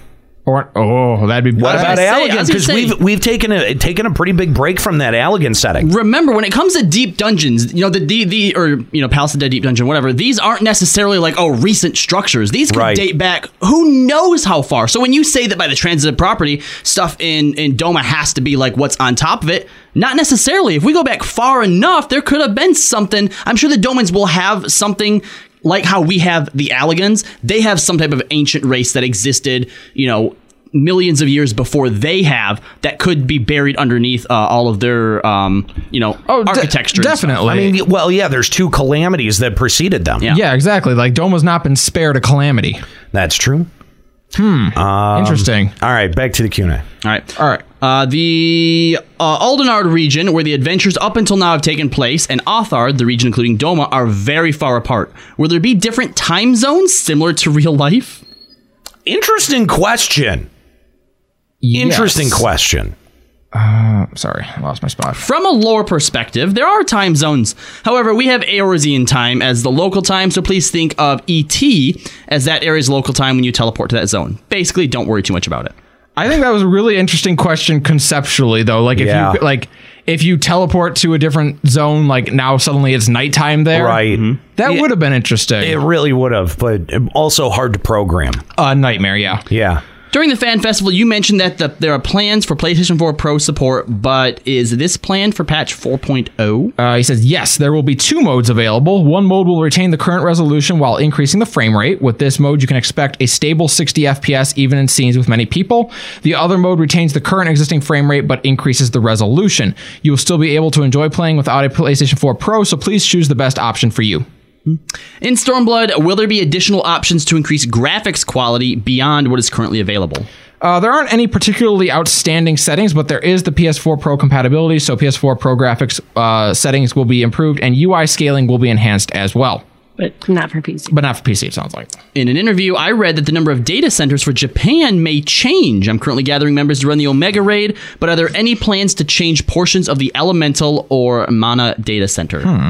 Or oh, that'd be
What
badass.
about Allegan? Because
say-
we've we've taken a taken a pretty big break from that Allegan setting.
Remember, when it comes to deep dungeons, you know the the, the or you know Palace of Dead Deep Dungeon, whatever. These aren't necessarily like oh recent structures. These could
Right.
date back who knows how far. So when you say that by the transitive property stuff in in Doma has to be like what's on top of it, not necessarily. If we go back far enough, there could have been something. I'm sure the Domans will have something. Like how we have the Alligans, they have some type of ancient race that existed, you know, millions of years before they have that could be buried underneath uh, all of their um, you know architecture. and stuff.
I mean, well, yeah. There's two calamities that preceded them.
Yeah. exactly. Like Doma's not been spared a calamity.
That's true.
Hmm.
Um,
Interesting.
All right, back to the Q and A.
All right. All right. Uh, the uh, Aldenard region, where the adventures up until now have taken place, and Othard, the region including Doma, are very far apart. Will there be different time zones similar to real life?
Interesting question. Interesting question.
Uh, sorry, I lost my spot.
From a lore perspective, there are time zones. However, we have Eorzean time as the local time, so please think of ET as that area's local time when you teleport to that zone. Basically, don't worry too much about it.
I think that was a really interesting question conceptually, though. Like if
Yeah.
you like if you teleport to a different zone, like now suddenly it's nighttime there.
Right.
That would have been interesting.
It really would have, but um, also hard to program.
A nightmare. Yeah.
Yeah.
During the fan festival, you mentioned that the, there are plans for PlayStation 4 Pro support, but is this planned for patch oh? 4.0?
Uh, he says, yes, there will be two modes available. One mode will retain the current resolution while increasing the frame rate. With this mode, you can expect a stable 60 FPS even in scenes with many people. The other mode retains the current existing frame rate but increases the resolution. You will still be able to enjoy playing without a PlayStation 4 Pro, so please choose the best option for you.
In Stormblood, will there be additional options to increase graphics quality beyond what is currently available?
Uh, there aren't any particularly outstanding settings, but there is the PS4 Pro compatibility, so PS4 Pro graphics uh, settings will be improved and UI scaling will be enhanced as well.
But not for PC.
But not for PC, it sounds like.
In an interview, I read that the number of data centers for Japan may change. I'm currently gathering members to run the Omega raid, but are there any plans to change portions of the Elemental or Mana data center?
Hmm.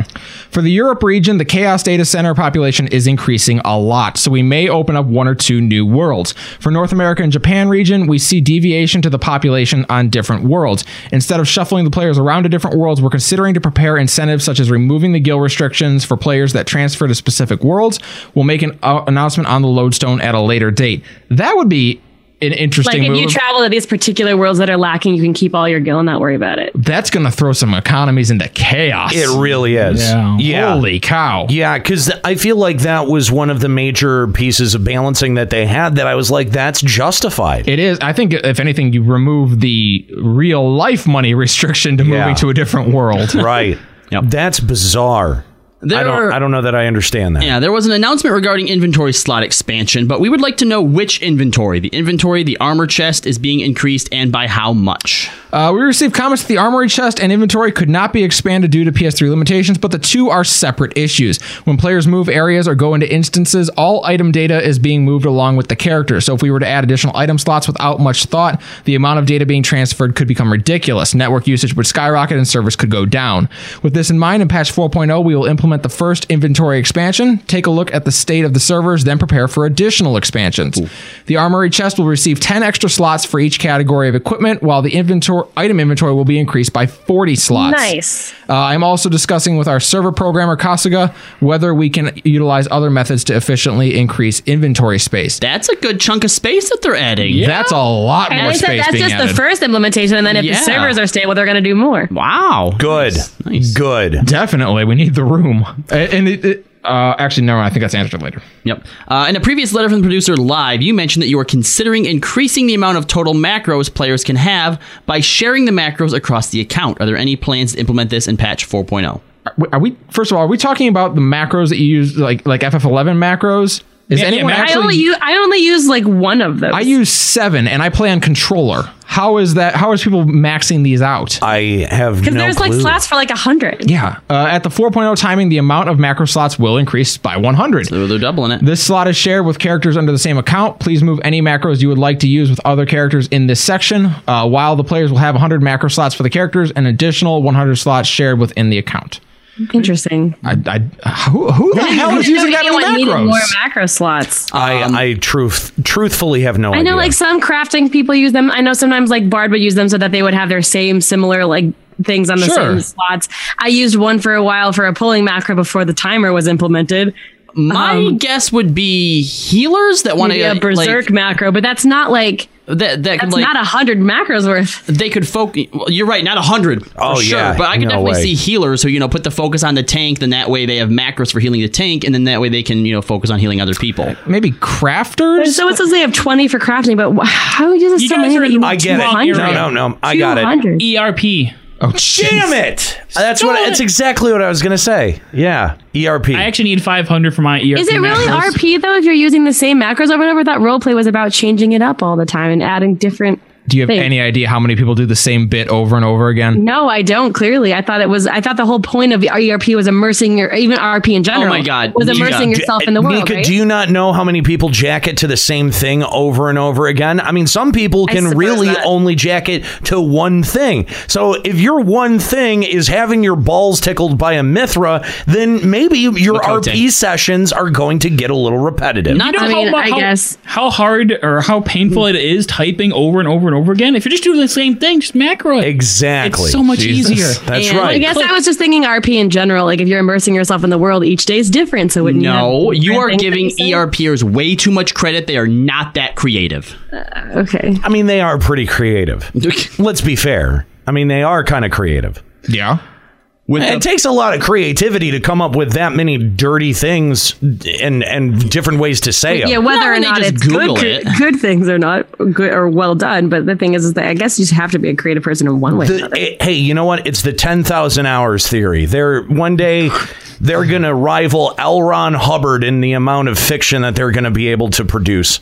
For the Europe region, the Chaos Data Center population is increasing a lot, so we may open up one or two new worlds. For North America and Japan region, we see deviation to the population on different worlds. Instead of shuffling the players around to different worlds, we're considering to prepare incentives such as removing the guild restrictions for players that transfer to specific worlds. We'll make an uh, announcement on the lodestone at a later date. That would be an interesting
like if
move.
you travel to these particular worlds that are lacking, you can keep all your gil and not worry about it.
That's going to throw some economies into chaos.
It really is.
Yeah.
Holy
cow.
Yeah, because I feel like that was one of the major pieces of balancing that they had that I was like, that's justified.
It is. I think if anything, you remove the real life money *laughs* restriction to moving to a different world.
*laughs* right. That's bizarre. I don't
There-
I don't know that I understand that.
Yeah, there was an announcement regarding inventory slot expansion, but we would like to know which inventory. The inventory, the armor chest is being increased and by how much.
Uh, we received comments that the armory chest and inventory could not be expanded due to PS3 limitations, but the two are separate issues. When players move areas or go into instances, all item data is being moved along with the character. So if we were to add additional item slots without much thought, the amount of data being transferred could become ridiculous. Network usage would skyrocket and service could go down. With this in mind, in patch 4.0, we will implement the first inventory expansion, take a look at the state of the servers, then prepare for additional expansions. The armory chest will receive 10 extra slots for each category of equipment, while the inventory item inventory will be increased by 40 slots.
Nice.
Uh, I'm also discussing with our server programmer Kasuga whether we can utilize other methods to efficiently increase inventory space.
That's a good chunk of space that they're adding.
That's a lot
And
more
they said
space
that's
being
just
added.
the first implementation, and then if
Yeah.
the servers are stable, they're going to do more.
Wow.
Good. Good.
Definitely, we need the room. A- And it, it- uh, actually, no, I think that's answered later.
Yep. Uh, in a previous letter from the producer live, you mentioned that you are considering increasing the amount of total macros players can have by sharing the macros across the account. Are there any plans to implement this in patch oh? 4.0?
Are we- Are we? First of all, are we talking about the macros that you use, like like FF11 macros? Is anyone
I
actually?
only use I only use like one of those.
I use seven, and I play on controller. How is that? How is people maxing these out?
I have
because there's like slots for like a hundred.
Yeah. Uh, at the 4.0 timing, the amount of macro slots will increase by 100.
So they're doubling it.
This slot is shared with characters under the same account. Please move any macros you would like to use with other characters in this section. Uh, while the players will have 100 macro slots for the characters, an additional 100 slots shared within the account.
Interesting.
I, I, who, who the hell is using that
Anyone
many
needed
macros?
more macro slots. um,
I I truth truthfully have no
I
idea.
know like some crafting people use them. I know sometimes like Bard would use them so that they would have their same similar like things on the
Sure.
same slots. I used one for a while for a pulling macro before the timer was implemented. Um,
My guess would be healers that wanna,
maybe a
like-
berserk macro, but that's not like
that, that
that's
like-
not a hundred macros worth.
They could focus. Well, you're right, not a hundred.
Oh,
for sure,
yeah,
but I can
no
definitely
way.
see healers who you know put the focus on the tank. Then that way they have macros for healing the tank, and then that way they can you know focus on healing other people.
Maybe crafters.
So it says they have twenty for crafting, but wh- how uses so many? that you need 200?
E ERP.
Oh,
damn it! That's what. It's exactly what I was gonna say. Yeah, E ERP. I
actually need 500 for my ERP.
Is it really
macros.
RP though? If you're using the same macros over and over, that roleplay was about changing it up all the time and adding different.
Do you have
things.
any idea how many people do the same bit over and over again?
No, I don't. Clearly, I thought it was. I thought the whole point of ERP was immersing your even RP in
Oh
general. was immersing
Mika,
yourself
d-
in the world.
Mika,
right?
do you not know how many people jack it to the same thing over and over again? I mean, some people
I
can
suppose
really
that-
only jack it to one thing. So if your one thing is having your balls tickled by a Mithra, then maybe your
Lakote.
RP sessions are going to get a little repetitive.
You know how mu- how- how hard or how painful it is typing over and over and over again. If you're just doing the same thing, just macro it.
Exactly.
It's so much
Jesus.
easier.
That's
Well, I
right.
guess I was just thinking RP in general. Like if you're immersing yourself in the world, each day is different. So wouldn't
No,
you, have
you are
different
giving
things that you say?
ERPers way too much credit. They are not that creative.
Uh.
Okay.
I mean, they are pretty creative. Let's be fair. I mean, they are kind of creative.
Yeah.
it takes a lot of creativity to come up with that many dirty things and and different ways to say them.
Yeah, whether or not it's good, *laughs* good things or not good or well done. But the thing is, is that I guess you just have to be a creative person in one way. or
The-
another.
eh, hey, you know what? It's the ten thousand hours theory. They're one day they're gonna rival L. Ron Hubbard in the amount of fiction that they're gonna be able to produce.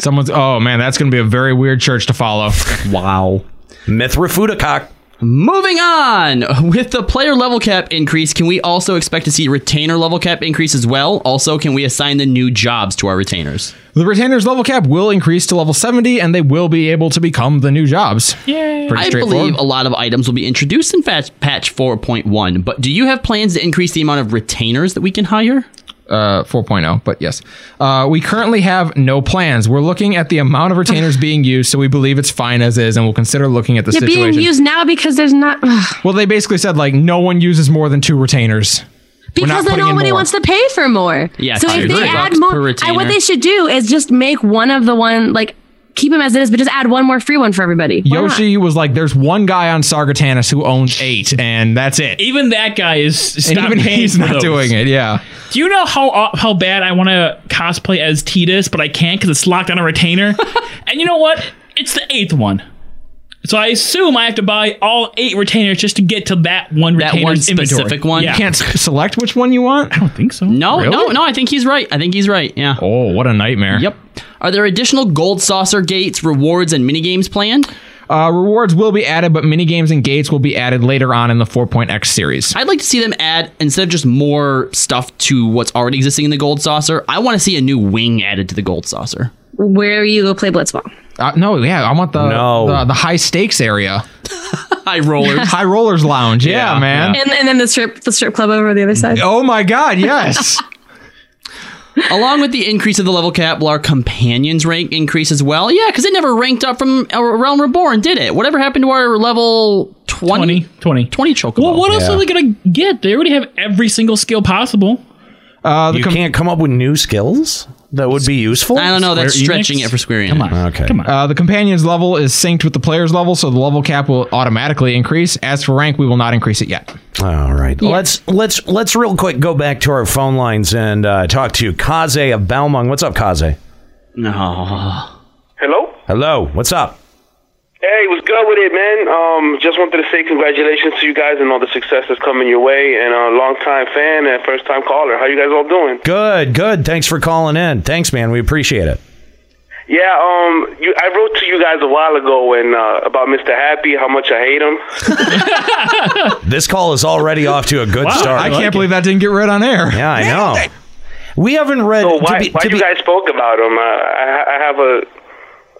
Someone's oh man, that's gonna be a very weird church to follow.
wow. Mithra Futakak.
Moving on with the player level cap increase, can we also expect to see retainer level cap increase as well? Also, can we assign the new jobs to our retainers?
The retainer's level cap will increase to level 70, and they will be able to become the new jobs.
Yay.
Pretty
I
straightforward.
believe a lot of items will be introduced in fa- patch 4.1, but do you have plans to increase the amount of retainers that we can hire?
Uh, 4.0, but yes. Uh, we currently have no plans. We're looking at the amount of retainers being used, so we believe it's fine as is, and we'll consider looking at the
yeah,
situation.
being used now because there's not
well, they basically said, like, no one uses more than two retainers. We're not
because then
putting in
nobody
more.
wants to pay for more.
Yeah,
so
I
if
agree.
they add
Bucks per
more, I,
retainer.
what they should do is just make one of the one like keep him as it is, but just add one more free one for everybody. Why not?
Yoshi was like, "There's one guy on Sargatanus who owns eight, and that's it."
Even that guy is
And
stopped
even
paying
he's
for
not
those.
doing it. Yeah,
Do you know how uh, how bad I want to cosplay as Titus, but I can't because it's locked on a
*laughs*
retainer? and you know what? It's the eighth one. So I assume I have to buy all eight retainers just to get to that one
That
retainer's
one
inventory.
specific one?
Yeah.
You can't
select which one you want. I don't think so.
No,
Really?
Oh, no, no. I think he's right. I think he's right. Yeah.
Oh, what a nightmare.
Yep. Are there additional gold saucer gates, rewards, and minigames planned?
Uh, rewards will be added, but minigames and gates will be added later on in the 4.x series.
I'd like to see them add instead of just more stuff to what's already existing in the gold saucer. I want to see a new wing added to the gold saucer.
Where you go play blitzball.
Uh, no, yeah, I want the the, the high stakes area,
*laughs* high rollers,
*laughs* high rollers lounge. Yeah, man.
And, and then the strip the strip club over the other side.
Oh my god, yes.
Along with the increase of the level cap, will our companion's rank increase as well? Yeah, because it never ranked up from uh, Realm Reborn, did it? Whatever happened to our level 20? 20,
20.
chocobo.
Well, what else are they gonna get? They already have every single skill possible.
Uh,
you can't come up with new skills that would be useful.
I don't know. That's
Square
stretching
Enix?
it for Square Enix.
Come on. Okay. Come on.
Uh, the companion's level is synced with the player's level, so the level cap will automatically increase. As for rank, we will not increase it yet.
All right. Let's let's let's real quick go back to our phone lines and uh, talk to Kaze of Balmung. What's up, Kaze?
No.
Hello?
Hello. What's up?
Hey, what's good with it, man? Um, just wanted to say congratulations to you guys and all the success that's coming your way. And a long time fan and first time caller. How you guys all doing?
Good. Good. Thanks for calling in. Thanks, man. We
*laughs*
appreciate it.
Yeah, um, you, I wrote to you guys a while ago and uh, about Mr. Happy, how much I hate him.
This call is already off to a good
Wow,
start.
I can't believe that didn't get read on air.
Yeah, I know. We haven't read.
So
Oh, to
why
be-
why
to
you
be-
guys spoke about him? Uh, I, ha- I have a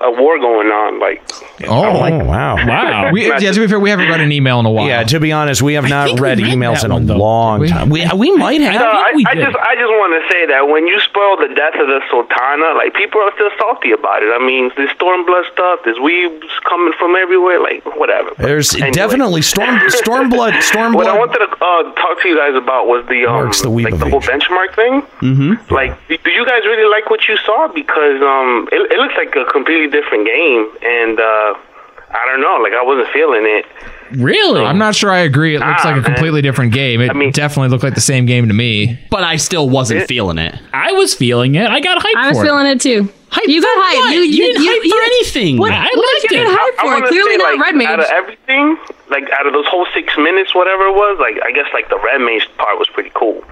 a war going on. Like,
Oh,
wow.
Wow.
We, yeah, to be fair, we haven't read an email in a while.
Yeah, to be honest, we have not read emails in a long time. We, we might have.
No, I, I just I just want to say that when you spoil the death of the Sultana, like people are still salty about it. I mean, this Stormblood stuff, this weaves coming from everywhere, like whatever.
There's
*laughs*
definitely storm stormblood stormblood.
What I wanted to uh, talk to you guys about was the um,
Marks the weave
like
of
the whole benchmark thing.
Mm-hmm.
Like, do do you guys really like what you saw? Because um, it, it looks like a completely different game, and uh, I don't know. Like, I wasn't feeling it.
Really? I'm not sure I agree. It looks
Nah,
like a completely different game. It definitely looked like the same game to me.
But I still wasn't feeling it.
I was feeling it. I got hyped.
I was
for it.
feeling it too. you got hyped.
what?
You,
You didn't hype for anything.
What,
I
what did you get hyped
I
for?
wanna
Clearly
say,
not
like,
red mage.
Out of everything, like out of those whole six minutes, whatever it was, like I guess like the red mage part was pretty cool.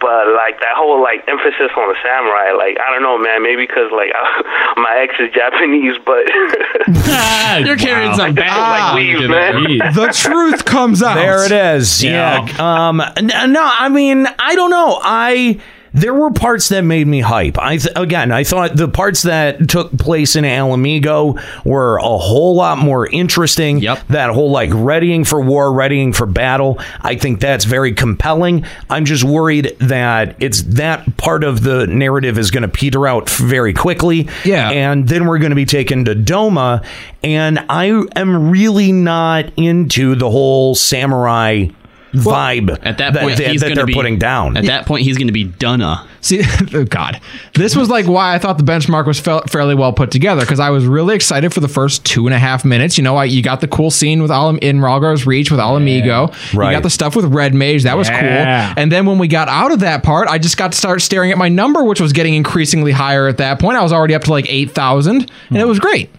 But like that whole like emphasis on the samurai, like I don't know, man. Maybe because like *laughs* my ex is Japanese, but *laughs*
You're carrying some bad
like weaves, man.
the truth comes out.
There it is. Yeah. Um. n- No, I mean, I don't know. I there were parts that made me hype. I th- again, I thought the parts that took place in Alamigo were a whole lot more interesting. Yep. That whole like readying for war, readying for battle. I think that's very compelling. I'm just worried that it's that part of the narrative is going to peter out very quickly. Yeah. And then we're going to be taken to Doma, and I am really not into the whole samurai vibe
At that point,
that,
he's
that
going to
they're
be
putting down.
At that point, he's going to be Dunna.
See, *laughs* oh God, this was like why I thought the benchmark was fa- fairly well put together because I was really excited for the first two and a half minutes. You know, I, you got the cool scene with Alam in Ralgar's Reach with Alamigo.
right.
You got the stuff with Red Mage that was
Yeah.
cool. And then when we got out of that part, I just got to start staring at my number, which was getting increasingly higher at that point. I was already up to like eight thousand, and it was great.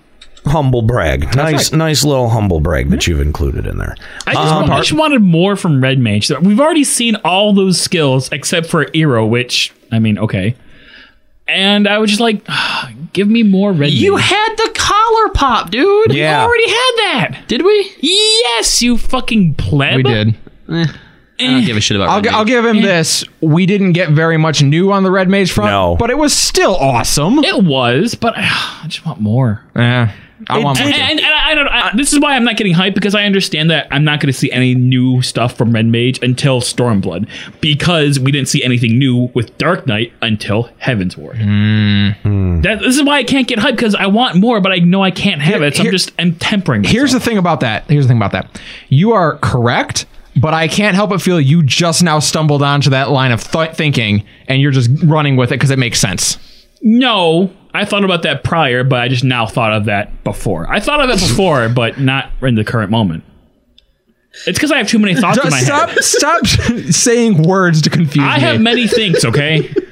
Hmm. humble brag. Nice,
right.
nice little humble brag that you've included in there.
I just,
Um,
want- I just wanted more from Red Mage. So We've already seen all those skills except for Eero, which I mean, okay. And I was just like, *sighs* "Ah, give me more Red
You
Mage.
had the collar pop, dude.
Yeah. already had that.
Did we?
Yes, you fucking pleb. Eh.
We did.
I don't give a shit about
I'll,
red
gi-
mage.
I'll give him this. We didn't get very much new on the Red Mage front, but it was still awesome.
It was, but *sighs* I just want more.
Yeah, I want more.
and, and, and I, I don't. I, this is why I'm not getting hyped because I understand that I'm not going to see any new stuff from Red Mage until Stormblood because we didn't see anything new with Dark Knight until Heaven's Ward.
Hmm.
That, this is why I can't get hyped because I want more, but I know I can't have it. So I'm just I'm tempering. myself.
Here's the thing about that. Here's the thing about that. You are correct, but I can't help but feel you just now stumbled onto that line of th- thinking, and you're just running with it because it makes sense.
No, I thought about that prior, but I just now thought of that before. I thought of that before, *laughs* but not in the current moment. It's because I have too many thoughts in my
stop,
head.
stop *laughs* saying words to confuse
I
me.
have many things, okay?
*laughs*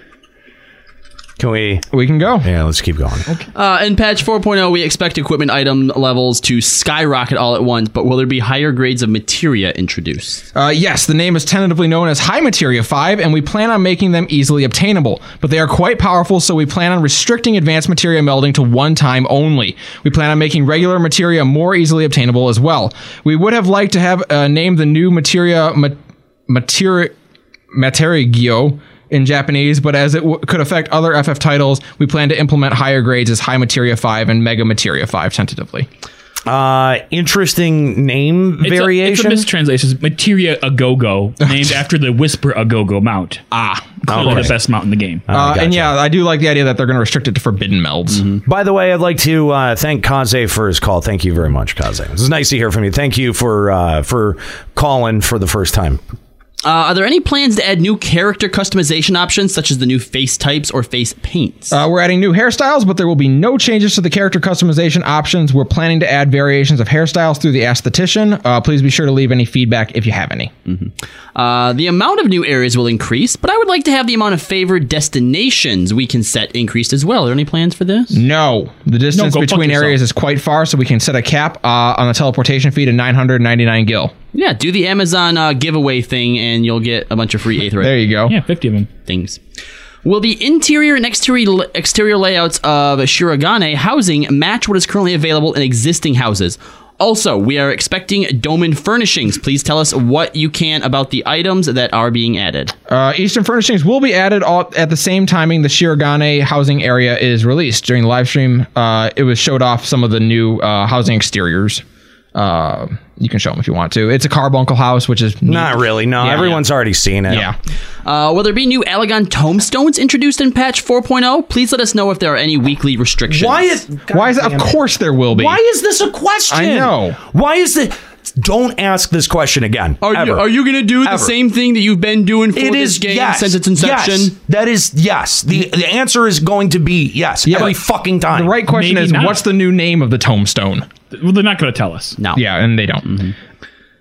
Can we?
We can go.
Yeah, let's keep going. Okay.
Uh, in patch 4.0, we expect equipment item levels to skyrocket all at once, but will there be higher grades of materia introduced?
Uh, yes, the name is tentatively known as High Materia 5, and we plan on making them easily obtainable. But they are quite powerful, so we plan on restricting advanced materia melding to one time only. We plan on making regular materia more easily obtainable as well. We would have liked to have uh, named the new materia ma- materia materigio in Japanese, but as it w- could affect other FF titles, we plan to implement higher grades as High Materia 5 and Mega Materia 5 tentatively.
Uh, interesting name
It's a-
variation.
it's a mistranslation. It's Materia
*laughs*
Agogo, named after the Whisper Agogo Mount.
Ah,
clearly
okay.
the best mount in the game.
Uh,
Oh,
And yeah, I do like the idea that they're going to restrict it to forbidden melds.
By the way, I'd like to uh, thank Kaze for his call. Thank you very much, Kaze. This is nice to hear from you. Thank you for uh, for calling for the first time.
Uh, are there any plans to add new character customization options, such as the new face types or face paints?
Uh, we're adding new hairstyles, but there will be no changes to the character customization options. We're planning to add variations of hairstyles through the aesthetician. Uh, please be sure to leave any feedback if you have any.
Mm-hmm.
Uh, the amount of new areas will increase, but I would like to have the amount of favored destinations we can set increased as well. Are there any plans for this?
No, the distance
go fuck
between
yourself.
areas is quite far, so we can set a cap uh, on the teleportation fee to 999 gil.
Yeah, do the Amazon uh, giveaway thing, and you'll get a bunch of free eighth.
There you go.
Yeah, 50 of them.
Things. Will the interior and exterior exterior layouts of Shiragane housing match what is currently available in existing houses? Also, we are expecting Doman furnishings. Please tell us what you can about the items that are being added.
Uh, Eastern furnishings will be added all at the same timing the Shiragane housing area is released. During the live stream, uh, it was showed off some of the new uh, housing exteriors. Uh, you can show them if you want to. It's a carbuncle house, which is neat.
Not really. No,
Yeah.
everyone's already seen it.
Yeah.
Uh, will there be new Alagon tombstones introduced in patch 4.0? Please let us know if there are any weekly restrictions.
Why is-
Why is of course there will be.
Why is this a question?
I know.
Why is this? Don't ask this question again.
Are you,
ever.
are you going to do the
Ever.
same thing that you've been doing for
It
this
is
game
yes.
since its inception?
Yes. That is yes. The the answer is going to be yes, every fucking time.
The right question
Maybe
is
not.
what's the new name of the tombstone?
Well, they're not going to tell us.
No.
Yeah, and they don't.
Mm-hmm.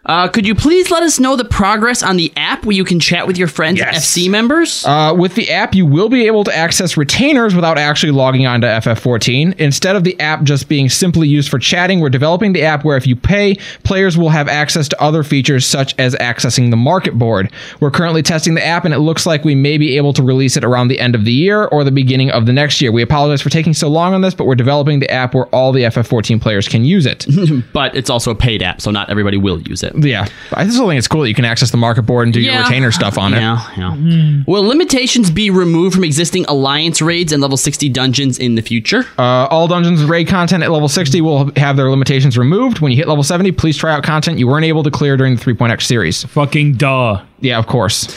Uh, could you please let us know the progress on the app where you can chat with your friends, and FC members?
Uh, with the app, you will be able to access retainers without actually logging on to FF14. Instead of the app just being simply used for chatting, we're developing the app where if you pay, players will have access to other features such as accessing the market board. We're currently testing the app, and it looks like we may be able to release it around the end of the year or the beginning of the next year. We apologize for taking so long on this, but we're developing the app where all the FF14 players can use
*laughs*
it.
but it's also a paid app, so not everybody will use it.
yeah, I still think it's cool that you can access the market board and do your
Yeah.
retainer stuff on it.
Yeah, yeah. Will limitations be removed from existing alliance raids and level 60 dungeons in the future?
Uh, all dungeons with raid content at level 60 will have their limitations removed. When you hit level 70, please try out content you weren't able to clear during the 3.x series.
Fucking duh.
Yeah, of course.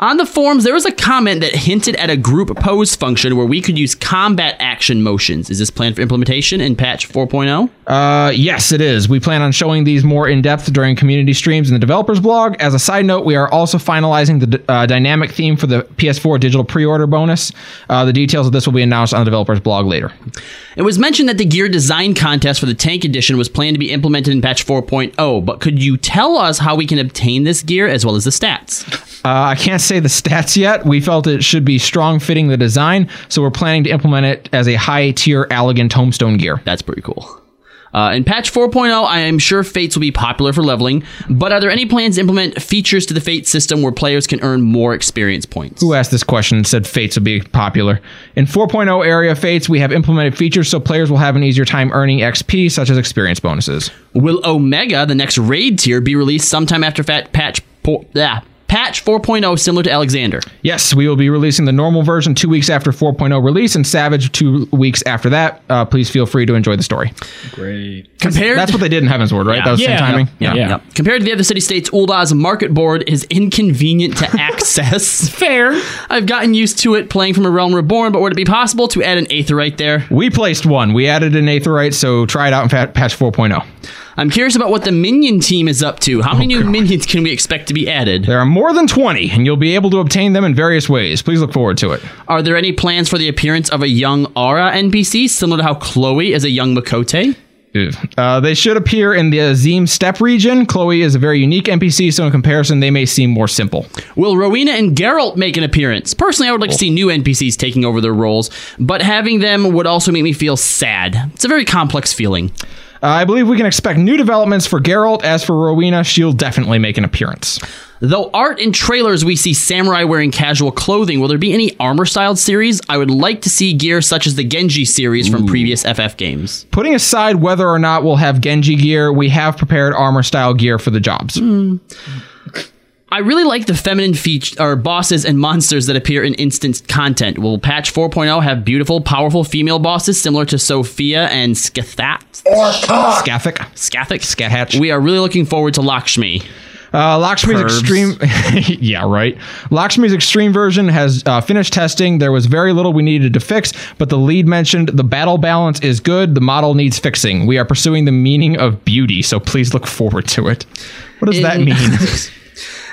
On the forums, there was a comment that hinted at a group pose function where we could use combat action motions. Is this planned for implementation in patch oh? 4.0?
Uh, yes, it is. We plan on showing these more in depth during community streams in the developers blog. As a side note, we are also finalizing the d- uh, dynamic theme for the PS4 digital pre order bonus. Uh, the details of this will be announced on the developers blog later.
It was mentioned that the gear design contest for the tank edition was planned to be implemented in patch 4.0, but could you tell us how we can obtain this gear as well as the stats?
Uh, I can't say the *laughs* stats yet. We felt it should be strong fitting the design, so we're planning to implement it as a high tier Allegan tombstone gear.
That's pretty cool. Uh, in patch 4.0, I am sure fates will be popular for leveling, but are there any plans to implement features to the fate system where players can earn more experience points?
Who asked this question and said Fates would be popular? In 4.0 area of Fates, we have implemented features so players will have an easier time earning XP, such as experience bonuses.
Will Omega, the next raid tier, be released sometime after fat patch po- ah, patch 4.0, similar to Alexander?
Yes, we will be releasing the normal version two weeks after 4.0 release and Savage two weeks after that. Uh, please feel free to enjoy the story.
Great.
Compared,
That's what they did in Heaven's Ward, right? That was the
Yeah.
same timing?
Yeah, yeah. Compared to the other city states, Ulda's market board is inconvenient
*laughs*
to access. Fair. I've gotten used to it playing from a Realm Reborn, but would it be possible to add an Aetherite there?
oh. We placed one. We added an Aetherite, so try it out in fa- patch 4.0.
I'm curious about what the minion team is up to. How many new minions can we expect to be added?
Oh, There are more than 20, and you'll be able to obtain them in various ways. Please look forward to it.
Are there any plans for the appearance of a young Aura NPC, similar to how Chloe is a young Makote?
Uh, they should appear in the Azim Step region. Chloe is a very unique NPC, so in comparison, they may seem more simple.
Will Rowena and Geralt make an appearance? Personally, I would like
Oh.
to see new NPCs taking over their roles, but having them would also make me feel sad. It's a very complex feeling.
I believe we can expect new developments for Geralt. As for Rowena, she'll definitely make an appearance.
Though art and trailers we see samurai wearing casual clothing, will there be any armor styled series? I would like to see gear such as the Genji series from previous FF games.
Putting aside whether or not we'll have Genji gear, we have prepared armor style gear for the jobs.
I really like the feminine feat or bosses and monsters that appear in instant content. Will patch 4.0 have beautiful, powerful female bosses similar to Sophia and Skathat?
Or
Ah!
Scathic.
Scathic?
Skathatch.
We are really looking forward to Lakshmi.
Uh, Lakshmi's extreme, *laughs* yeah, right. Lakshmi's extreme version has uh, finished testing. There was very little we needed to fix, but the lead mentioned the battle balance is good. The model needs fixing. We are pursuing the meaning of beauty, so please look forward to it. What does that
In-
mean?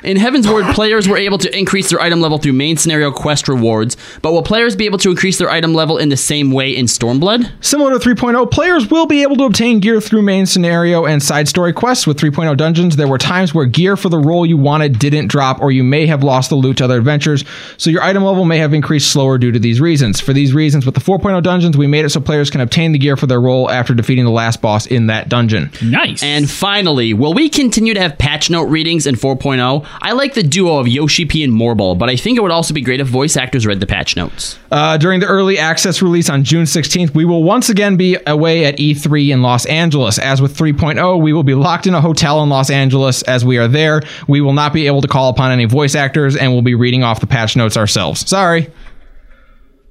In Heaven's Word, players were able to increase their item level through main scenario quest rewards, but will players be able to increase their item level in the same way in Stormblood?
Similar to 3.0, players will be able to obtain gear through main scenario and side story quests. With 3.0 dungeons, there were times where gear for the role you wanted didn't drop, or you may have lost the loot to other adventures, so your item level may have increased slower due to these reasons. For these reasons, with the 4.0 dungeons, we made it so players can obtain the gear for their role after defeating the last boss in that dungeon.
Nice. And finally, will we continue to have patch note readings in 4.0? I like the duo of Yoshi P and Morbol, but I think it would also be great if voice actors read the patch notes.
Uh, during the early access release on June 16th, we will once again be away at E3 in Los Angeles. As with 3.0, we will be locked in a hotel in Los Angeles as we are there. We will not be able to call upon any voice actors and we'll be reading off the patch notes ourselves. Sorry.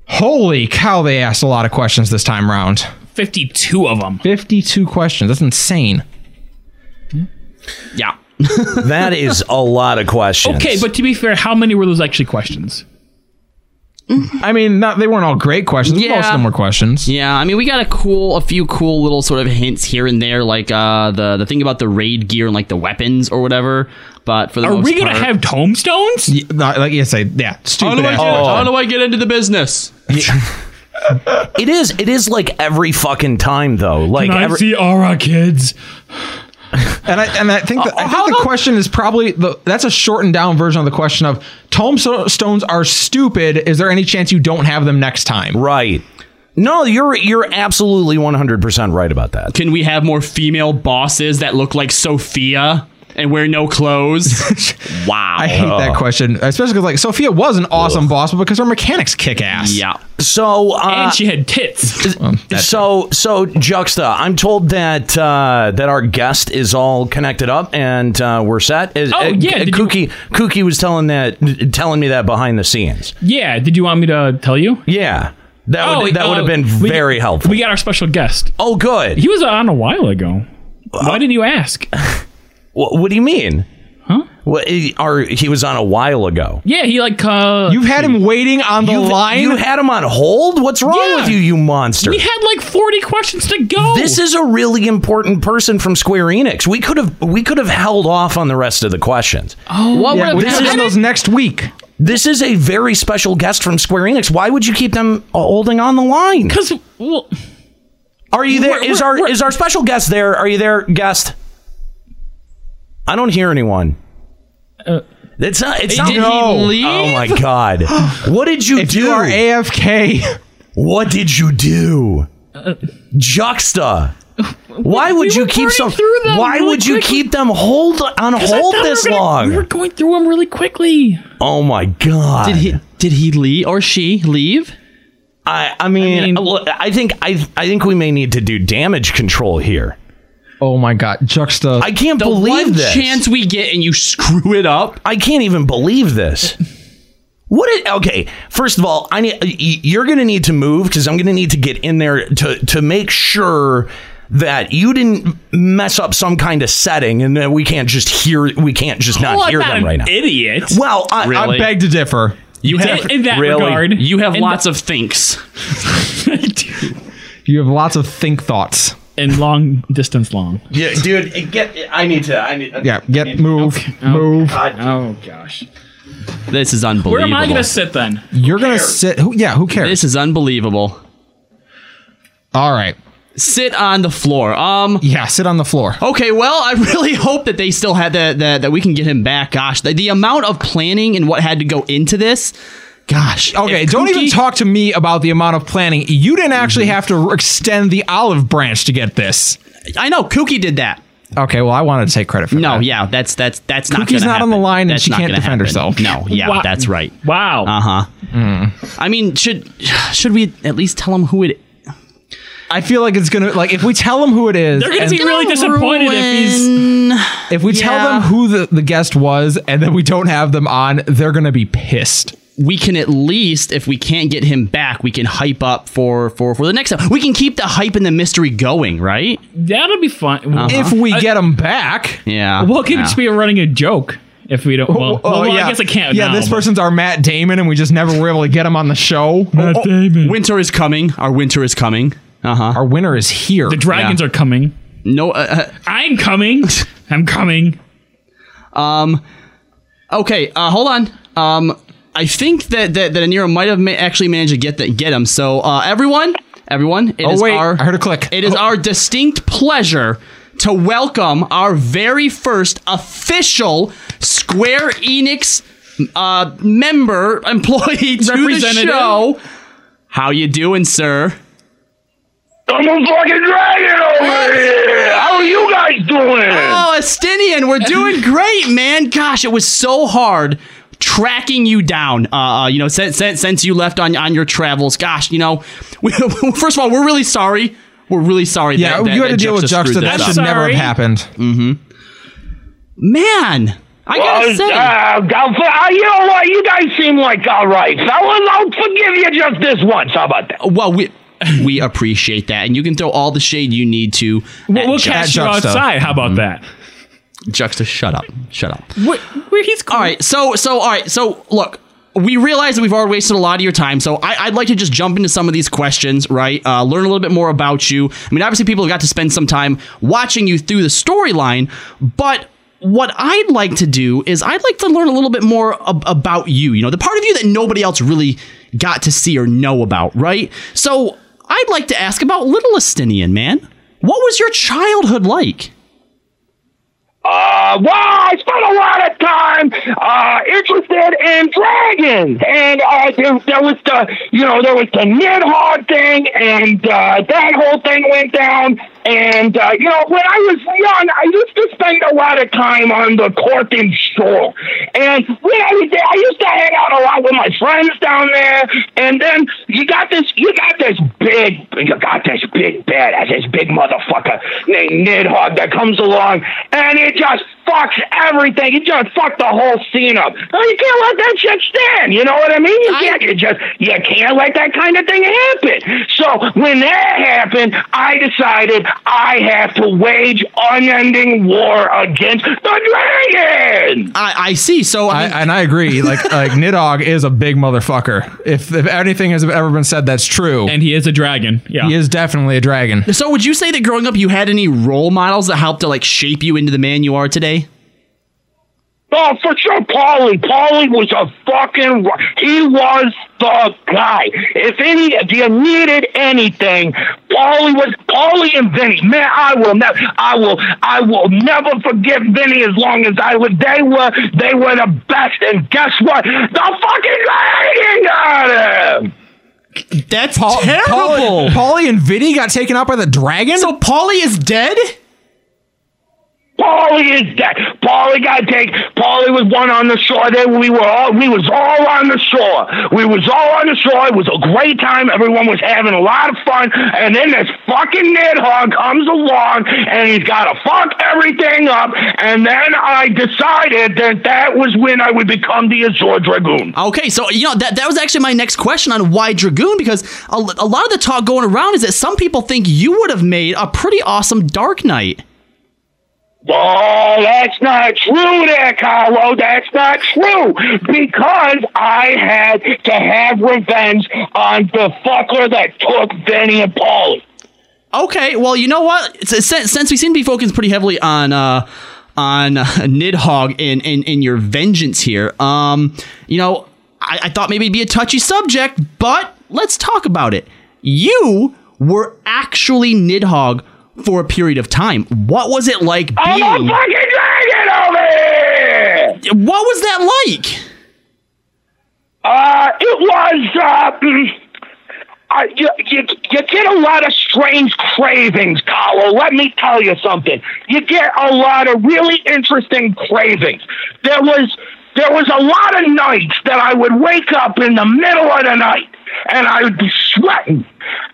Holy cow, they asked a lot of questions this time around.
52 of them.
52 questions. That's insane.
Yeah.
*laughs* *laughs* that
*laughs*
is a lot of questions.
Okay, but to be fair, how many were those actually questions?
I mean, not, they weren't all great questions.
Yeah.
Most of them were questions.
Yeah, I mean, we got a cool, a few cool little sort of hints here and there, like uh, the the thing about the raid gear and like the weapons or whatever. But for the
Are
most
we gonna
part-
have tombstones?
Yeah, not- like yes, I yeah.
How do,
Stupid.
I
ass
get,
question.
how do I get into the business?
it is. It is like every fucking time though. Like
Can I
every,
see Aura kids?
And I and I think
Oh,
the, I think the question is probably the that's a shortened down version of the question of tombstones are stupid. Is there any chance you don't have them next time?
Right. No, you're you're absolutely 100% right about that.
Can we have more female bosses that look like Sophia and wear
*laughs*
no clothes? wow.
I hate that question, especially because like Sophia was an awesome boss, but because her mechanics kick ass.
Yeah.
So uh,
and she had tits.
so so Juxta, I'm told that uh, that our guest is all connected up and uh, we're set. Is,
Oh,
uh,
yeah,
K-
did you-
Kookie Kookie was telling that telling me that behind the scenes.
Yeah. Did you want me to tell you?
Yeah. That
Oh,
would, that
uh,
would have been
we-
very helpful.
We got our special guest.
Oh, good.
He was on a while ago. Why didn't
*laughs*
you ask?
What, what do you mean? Huh? What, he, or he was on a while ago.
Yeah, he like uh,
You've had him waiting on the
You've-
line.
You had him on hold? What's wrong
Yeah.
with you, you monster?
We had like forty questions to go.
this is a really important person from Square Enix. We could have we could have held off on the rest of the questions.
oh,
What
yeah,
would
we
have
have
happened?
those next week.
This is a very special guest from Square Enix. Why would you keep them uh, holding on the line?
because well,
Are you there?
We're-
Is
we're-
our is our special guest there? Are you there, guest? I don't hear anyone. it's not. It's
Did
not.
he leave?
Oh my god!
*gasps*
What did you
If
do?
you are AFK,
what did you do? Juxta. Why would
Uh, we
you
were
keep
burning
some?
through them
Why
really
would you
quickly.
keep them hold on
'cause I
hold
thought we
this
were gonna-
long?
We were going through them really quickly.
oh my god!
Did he did he leave or she leave?
I, I mean,
I mean-
look, I think I, I think we may need to do damage control here.
oh my god, Juxta.
I can't
The
believe
one
this.
chance we get and you screw it up.
I can't even believe this. What? It, okay, first of all, I need y- you're going to need to move because I'm going to need to get in there to to make sure that you didn't mess up some kind of setting and that we can't just hear we can't just not
Well, I'm
hear
not
them
an
right now.
Idiot.
Well, I,
I
Really?
beg to differ.
You have in that
Really?
regard.
You have
In
lots of thinks.
I do.
You have lots of think thoughts.
and long distance long.
Yeah, dude, it get. I need to. I need.
Yeah, get move, move.
Oh gosh.
This is unbelievable.
Where am I gonna sit then?
You're gonna sit. Who, yeah, who cares?
This is unbelievable.
All right.
Sit on the floor. Um.
Yeah, sit on the floor.
Okay. Well, I *laughs* really hope that they still had that that that we can get him back. Gosh, the, the amount of planning and what had to go into this. Gosh.
Okay, don't even talk to me about the amount of planning. You didn't actually
Mm-hmm.
have to extend the olive branch to get this.
I know Kookie did that.
Okay, well, I wanted to take credit for
No, yeah, that's that's that's not.
Cookie's
gonna
not on the
happen.
line and
That's
she
not
can't
gonna
defend
happen.
herself. Hmm.
No, yeah,
Wow.
that's right.
Wow.
Uh huh. I mean, should should we at least tell him who it?
I feel like it's gonna like if we tell them who it is,
They're gonna
and-
be really disappointed if he's. *laughs*
If we tell them who the, the guest was and then we don't have them on, they're going to be pissed.
We can at least, if we can't get him back, we can hype up for for for the next time. We can keep the hype and the mystery going, right?
That'll be fun. Uh,
If we get them back.
Uh-huh. Uh, Yeah.
Well, it could
Yeah.
just be running a joke if we don't. Well, well, I guess I can't.
oh, Yeah,
now,
this
but-
person's our Matt Damon and we just never were able to get him on the show. Oh, Matt
Damon. Winter is coming. Our winter is coming. Uh huh.
Our winter is here.
The dragons are coming.
No, uh,
I'm coming. I'm coming.
Um. Okay. Uh, hold on. Um. I think that that that Anira might have ma- actually managed to get that get him. So uh, everyone, everyone, it is
Oh, wait,
our.
I heard a click. Oh.
It is our distinct pleasure to welcome our very first official Square Enix uh, member *laughs* employee to the
Representative.
show. How you doing, sir?
I'm a fucking dragon over here. How are you guys doing?
Oh, Estinian, we're doing great, man. Gosh, it was so hard tracking you down. Uh, uh, you know, since, since since you left on on your travels. Gosh, you know, *laughs* we, first of all, we're really sorry. We're really sorry.
Yeah,
that, that,
you had to deal with Juxta.
screwed
That
this
should
up.
never have happened.
Mm-hmm. Man, I gotta
Well,
say,
uh, I'll- I- you know what? You guys seem like all right fellas. I'll forgive you just this once. How about that?
well, we we appreciate that, and you can throw all the shade you need to. Mm-hmm.
We'll, we'll catch you outside. How about that?
Juxta, shut up, shut up.
Where, where he's
All right, so so all right, so look, we realize that we've already wasted a lot of your time, so I, I'd like to just jump into some of these questions, right? Uh, learn a little bit more about you. I mean, obviously, people have got to spend some time watching you through the storyline, but what I'd like to do is I'd like to learn a little bit more ab- about you. You know, the part of you that nobody else really got to see or know about, right? So I'd like to ask about Little Estinian, man. What was your childhood like?
Uh, well, I spent a lot of time uh, interested in dragons, and uh, there, there was the you know there was the Nidhogg thing, and uh, that whole thing went down. And uh, you know when I was young, I used to spend a lot of time on the Corkin Shore, and when I was there, I used to hang out a lot with my friends down there. And then you got this, you got this big, you got this big badass, this big motherfucker named Nidhogg that comes along and it just fucks everything. It just fucked the whole scene up. Now, you can't let that shit stand. You know what I mean? You can't. You just you can't let that kind of thing happen. So when that happened, I decided I have to wage unending war against the dragon.
I, I see. So
I and I agree.
*laughs*
Like like Nidhogg is a big motherfucker. If if anything has ever been said, that's true. And
he is a dragon. Yeah,
he is definitely a dragon.
So would you say that growing up you had any role models that helped to like shape you into the man you are today?
Oh, for sure, Paulie. Paulie was a fucking. ro- He was the guy. If any, if you needed anything, Paulie was Paulie and Vinny. Man, I will never, I will, I will never forget Vinny as long as I live. They were, they were the best. And guess what? The fucking dragon got him.
That's
Paulie, Paulie and Vinny got taken out by the dragon. So
Paulie is dead.
Paulie is dead. Paulie got take. Paulie was one on the shore. They we were all we was all on the shore. We was all on the shore. It was a great time. Everyone was having a lot of fun. And then this fucking Nidhogg comes along and he's got to fuck everything up. And then I decided that that was when I would become the Azure Dragoon.
Okay, so you know that that was actually my next question on why dragoon because a, l- a lot of the talk going around is that some people think you would have made a pretty awesome dark knight.
Oh, that's not true there, Carlo. That's not true. Because I had to have revenge on the fucker that took Benny and Paulie.
Okay, well, you know what? It's- it's- Since, since we seem to be focused pretty heavily on uh, on *laughs* uh, Nidhogg and, and and your vengeance here, um, you know, I, I thought maybe it'd be a touchy subject, but let's talk about it. You were actually Nidhogg for a period of time. What was it like being?
I'm a fucking dragon over here!
What was that like?
Uh, it was, uh, mm, uh, you, you, you get a lot of strange cravings, Kyle. Let me tell you something. You get a lot of really interesting cravings. There was, there was a lot of nights that I would wake up in the middle of the night and I would be sweating.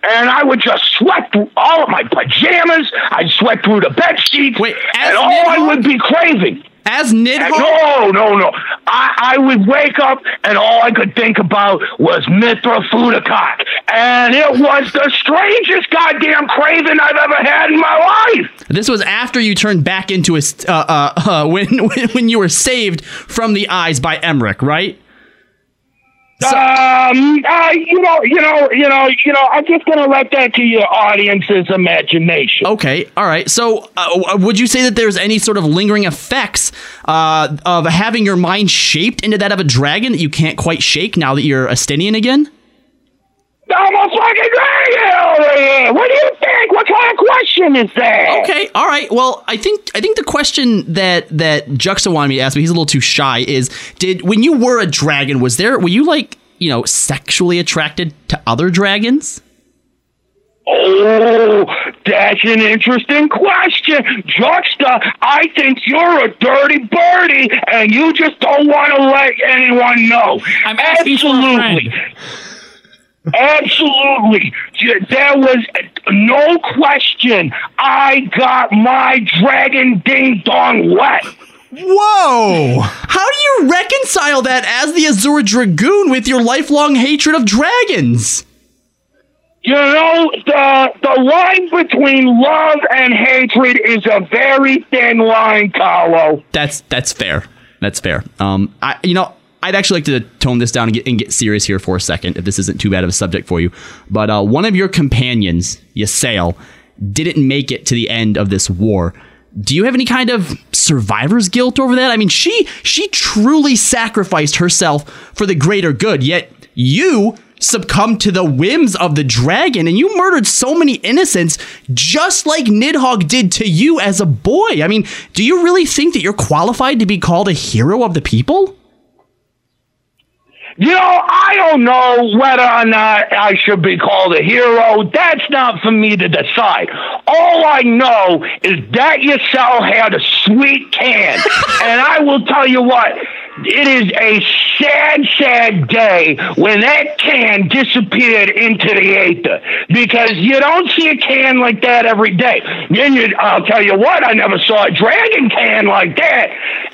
And I would just sweat through all of my pajamas. I'd sweat through the bed sheets. Wait, and all I would be craving.
As Nidhogg?
No, no, no. I, I would wake up and all I could think about was Mithra Fudacock. And it was the strangest goddamn craving I've ever had in my life.
This was after you turned back into a s- uh, uh, *laughs* uh, when, when when you were saved from the eyes by Emmerich, right?
um, uh, you know, you know, you know, you know. I'm just gonna let that to your audience's imagination.
Okay, all right. So, uh, w- would you say that there's any sort of lingering effects uh, of having your mind shaped into that of a dragon that you can't quite shake now that you're a Stinian again?
I'm a fucking dragon over here. What do you think? What kind of question is that?
Okay, all right. Well, I think I think the question that that Juxta wanted me to ask, but he's a little too shy, is did when you were a dragon, was there were you like you know sexually attracted to other dragons?
Oh, that's an interesting question. Juxta, I think you're a dirty birdie and you just don't want to let anyone know. I'm Absolutely. Absolutely. J- There was no question I got my dragon ding dong wet.
Whoa! How do you reconcile that as the Azure Dragoon with your lifelong hatred of dragons?
You know, the the line between love and hatred is a very thin line, Carlo.
That's that's fair. That's fair. Um, I you know I'd actually like to tone this down and get and get serious here for a second. If this isn't too bad of a subject for you, but uh, one of your companions, Yasail, didn't make it to the end of this war. Do you have any kind of survivor's guilt over that? I mean, she she truly sacrificed herself for the greater good, yet you succumbed to the whims of the dragon and you murdered so many innocents just like Nidhogg did to you as a boy. I mean, do you really think that you're qualified to be called a hero of the people?
You know, I don't know whether or not I should be called a hero. That's not for me to decide. All I know is that yourself had a sweet can. and I will tell you what, it is a sad, sad day when that can disappeared into the ether because you don't see a can like that every day. Then you, I'll tell you what, I never saw a dragon can like that.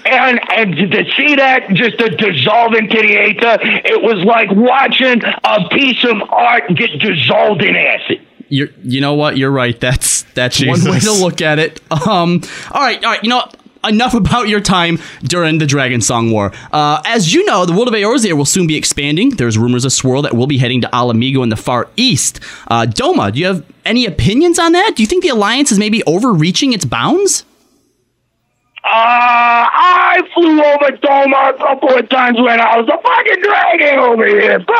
And, and to see that just to dissolve into the ether, it was like watching a piece of art get dissolved in acid.
you you know what you're right that's that's one way to
Jesus.
look at it um all right all right you know what? enough about your time during the dragon song war uh, as you know the world of Eorzea will soon be expanding there's rumors of swirl that will be heading to alamigo in the far east uh, doma do you have any opinions on that do you think the alliance is maybe overreaching its bounds
Uh, I flew over Doma a couple of times when I was a fucking dragon over here, but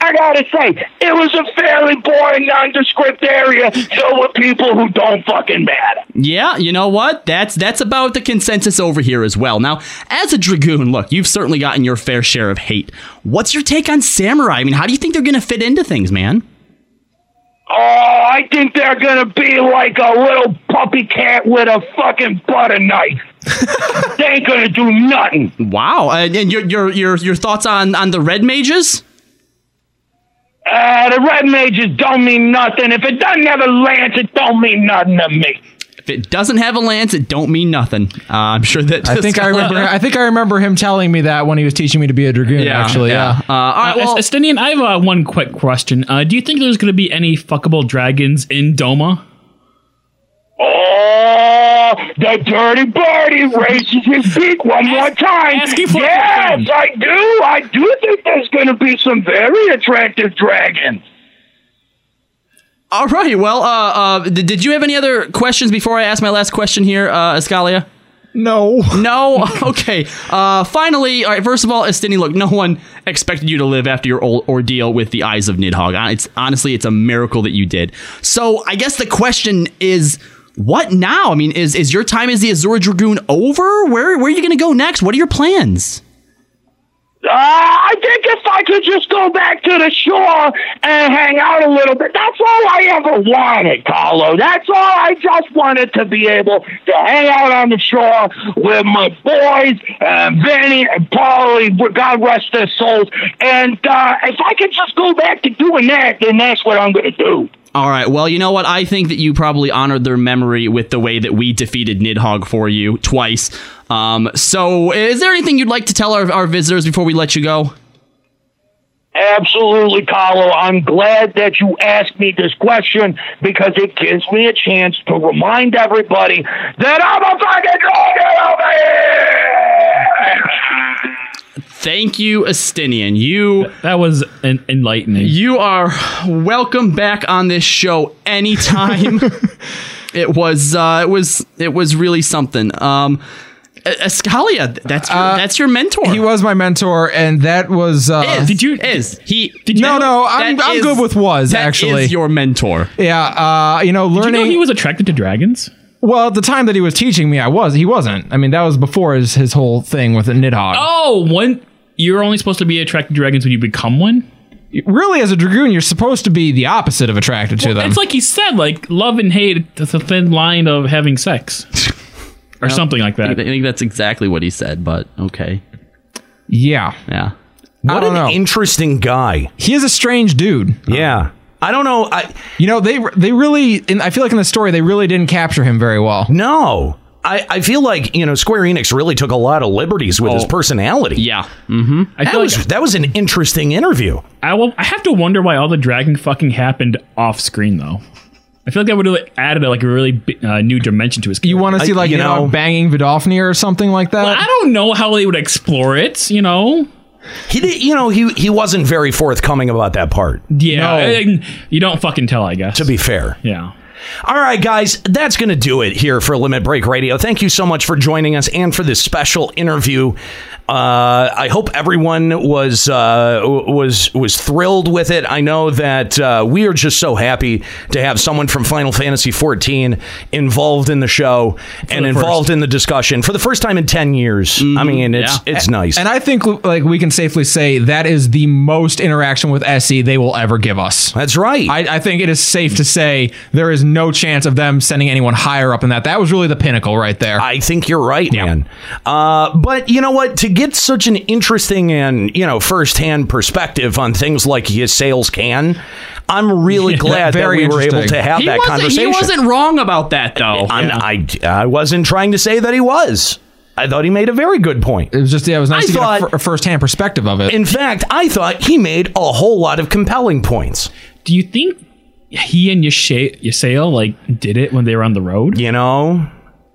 I gotta say, it was a fairly boring, nondescript area filled with people who don't fucking matter.
Yeah, you know what? That's that's about the consensus over here as well. Now, as a dragoon, look, you've certainly gotten your fair share of hate. What's your take on samurai? I mean, how do you think they're going to fit into things, man?
Oh, I think they're gonna be like a little puppy cat with a fucking butter knife. they ain't gonna do nothing.
Wow. And, and your your your your thoughts on on the red mages?
Uh, the red mages don't mean nothing. If it doesn't have a lance, it don't mean nothing to me.
If it doesn't have a lance, it don't mean nothing. Uh, I'm sure that
I
*laughs*
think I remember. I think I remember him telling me that when he was teaching me to be a dragoon. actually, yeah.
Uh, Estinian, I have uh, one quick question. Uh, do you think there's going to be any fuckable dragons in Doma?
Oh, the dirty birdie raises his beak one more time. yes, I do. I do think there's gonna be some very attractive dragons.
All right. Well, uh, uh, did, did you have any other questions before I ask my last question here, uh, Escalia?
No.
No? Okay. Uh, finally, all right, first of all, Estini, look, no one expected you to live after your old ordeal with the Eyes of Nidhogg. Hon- It's, honestly, it's a miracle that you did. So I guess the question is what now? I mean, is, is your time as the Azura Dragoon over? Where, where are you going to go next? What are your plans?
Uh, I think if I could just go back to the shore and hang out a little bit, that's all I ever wanted, Carlo. That's all I just wanted to be able to hang out on the shore with my boys, uh, Vinny and Paulie, God rest their souls. And uh, if I could just go back to doing that, then that's what I'm going to do.
All right. Well, you know what? I think that you probably honored their memory with the way that we defeated Nidhogg for you twice. Um, so, is there anything you'd like to tell our, our visitors before we let you go?
Absolutely, Carlo. I'm glad that you asked me this question because it gives me a chance to remind everybody that I'm a fucking dragon over here.
Thank you, Estinian. You
that was an enlightening.
You are welcome back on this show
*laughs*
anytime. it was uh, it was it was really something. Um, Escalia, that's your, that's your mentor.
Uh, He was my mentor, and that was. Uh,
Is. Did you is he? Did you
no, no, I'm,
That
I'm
is-
good with was
that
actually.
is your mentor.
yeah, uh, you know, learning.
he was attracted to dragons.
Well, at the time that he was teaching me, I was. He wasn't. I mean, that was before his his whole thing with Nidhogg.
Oh, one. You're only supposed to be attracted to dragons when you become one.
Really, as a dragoon, you're supposed to be the opposite of attracted to them.
It's like he said, like love and hate. It's a thin line of having sex, or something like
I
that.
think, I think that's exactly what he said, but okay.
yeah,
yeah.
What an interesting guy.
He is a strange dude.
Yeah. I don't know. I
you know they they really. In, I feel like in the story they really didn't capture him very well.
No. I, I feel like you know Square Enix really took a lot of liberties with his personality.
Yeah, mm-hmm.
Oh. I
that
feel
was
like-
that was an interesting interview.
I will. I have to wonder why all the dragon fucking happened off screen though. I feel like that would have added like a really bi- uh, new dimension to his. Character.
You want to
Uh,
see like you know, banging Vidolfnir or something like that.
I don't know how they would explore it. You know.
He did. You know he he wasn't very forthcoming about that part.
Yeah. and you don't fucking tell. I guess. To
be fair.
Yeah.
All right, guys, that's going to do it here for Limit Break Radio. Thank you so much for joining us and for this special interview. Uh, I hope everyone was uh, w- was was thrilled with it. I know that uh, we are just so happy to have someone from Final Fantasy 14 involved in the show and
the Mm-hmm.
involved in the discussion for the first time in 10 years. I mean, it's it's nice.
And I think like we can safely say that is the most interaction with SE they will ever give us.
That's right.
I, I think it is safe to say there is no chance of them sending anyone higher up in that. That was really the pinnacle right there.
I think you're right, man. Uh, but you know what? To get such an interesting and you know firsthand perspective on things like your sales can,
*laughs*
I'm really glad that
very
we were able
interesting.
to have
He
that
wasn't,
conversation.
he wasn't wrong about that though.
I'm- i I wasn't trying to say that he was. I thought he made a very good point.
It was just yeah, it was nice
I
to
thought-
get a, fir- a first-hand perspective of it.
In fact, I thought he made a whole lot of compelling points.
Do you think he and Yasha- Yaseo like did it when they were on the road?
You know,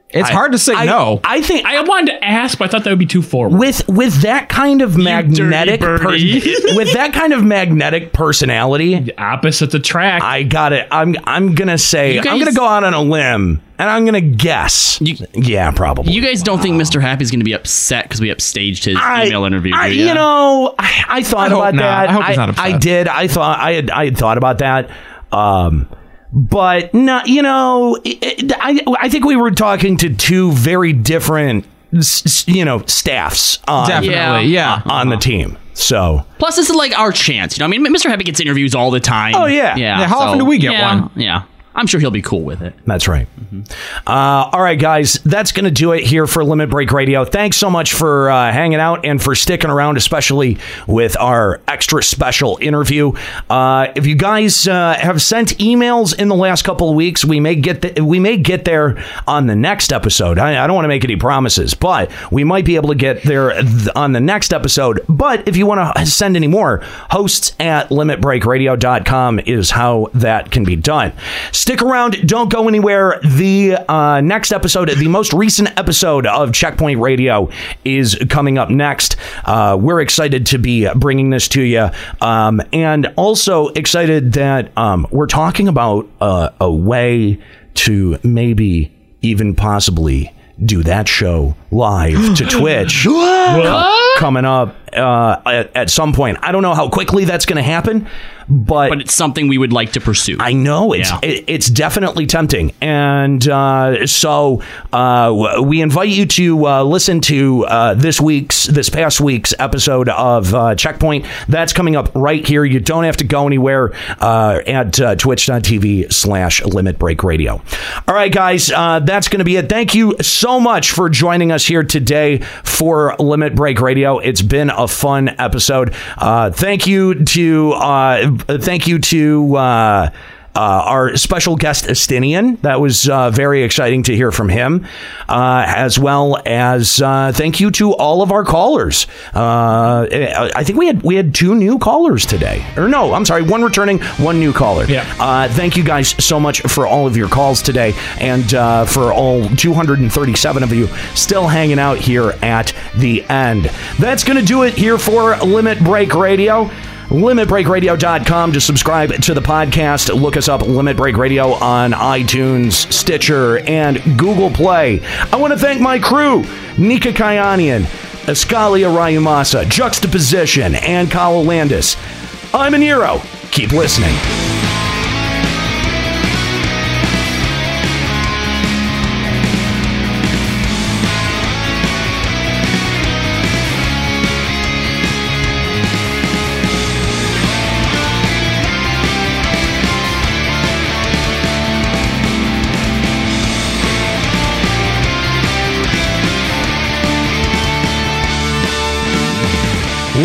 It's
I-
hard to say
I-
no.
I think
I wanted to ask, but I thought that would be too forward.
with with that kind of magnetic per-
birdie.
*laughs*
*laughs* with that kind of magnetic personality
opposite the track
i got it i'm i'm gonna say
You
i'm
guys-
gonna go out on a limb and i'm gonna guess yeah probably
You guys don't think Mr. Happy's going to be upset because we upstaged his
I-
email interview?
I-
do
you know i, I thought
I hope
about
not.
that
I hope he's not upset.
I did i thought i had i had thought about that um but no you know it, it- i i think we were talking to two very different s- s- you know staffs on,
Definitely, yeah.
on the team so
Plus, this is like our chance. You know, I mean, Mr. Happy gets interviews all the time.
Oh, yeah.
yeah.
Yeah, how often do we get
yeah,
one?
Yeah, I'm sure he'll be cool with it.
That's right. Uh, all right, guys, that's going to do it here for Limit Break Radio. Thanks so much for uh, hanging out and for sticking around, especially with our extra special interview. Uh, if you guys uh, have sent emails in the last couple of weeks, we may get the, we may get there on the next episode. I, I don't want to make any promises, but we might be able to get there th- on the next episode. But if you want to send any more, hosts at limitbreakradio.com is how that can be done. Stick around. Don't go anywhere. The uh, next episode, the most recent episode of Checkpoint Radio is coming up next. Uh, we're excited to be bringing this to you. Um, and also excited that um, we're talking about uh, a way to maybe even possibly do that show live to Twitch co-
*laughs*
coming up uh, at, at some point. I don't know how quickly that's going to happen, but but
it's something we would like to pursue.
I know it's it, it's definitely tempting, and uh, so uh, w- we invite you to uh, listen to uh, this week's this past week's episode of uh, Checkpoint. That's coming up right here. You don't have to go anywhere uh, at uh, twitch.tv slash limit break radio. All right, guys, uh, that's going to be it. Thank you so much for joining us here today for Limit Break Radio. It's been a fun episode. Uh, thank you to uh, thank you to. Uh, uh, our special guest Estinian. That was uh, very exciting to hear from him, uh, as well as uh, thank you to all of our callers. Uh, I I think we had we had two new callers today, or no, I'm sorry, one returning, one new caller. Yeah. Uh, thank you guys so much for all of your calls today, and uh, for all 237 of you still hanging out here at the end. That's gonna do it here for Limit Break Radio. LimitBreakRadio.com to subscribe to the podcast. Look us up, Limit Break Radio, on iTunes, Stitcher, and Google Play. I want to thank my crew, Nika Kyanian, Escalia Rayumasa, Juxtaposition, and Kyle Landis. I'm an hero. Keep listening.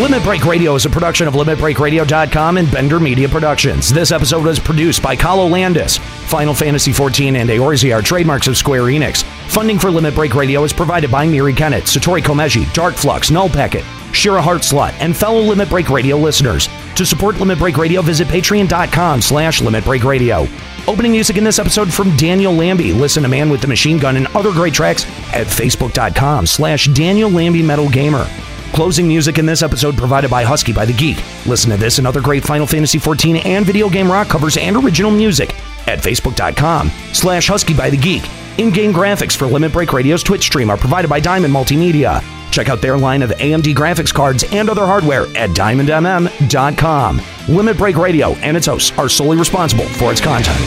Limit Break Radio is a production of LimitBreakRadio.com and Bender Media Productions. This episode was produced by Kahlo Landis. Final Fantasy XIV and Eorzea are trademarks of Square Enix. Funding for Limit Break Radio is provided by Miri Kennett, Satori Komeji, Dark Flux, Null Packet, Shira Heartslot, and fellow Limit Break Radio listeners. To support Limit Break Radio, visit patreon.com slash Limit Break Radio. Opening music in this episode from Daniel Lambie. Listen to Man with the Machine Gun and other great tracks at facebook.com slash Daniel Lambie Metal Gamer. Closing music in this episode provided by Husky by the Geek. Listen to this and other great Final Fantasy XIV and video game rock covers and original music at facebook.com slash Husky by the Geek. In-game graphics for Limit Break Radio's Twitch stream are provided by Diamond Multimedia. Check out their line of AMD graphics cards and other hardware at diamondmm.com. Limit Break Radio and its hosts are solely responsible for its content.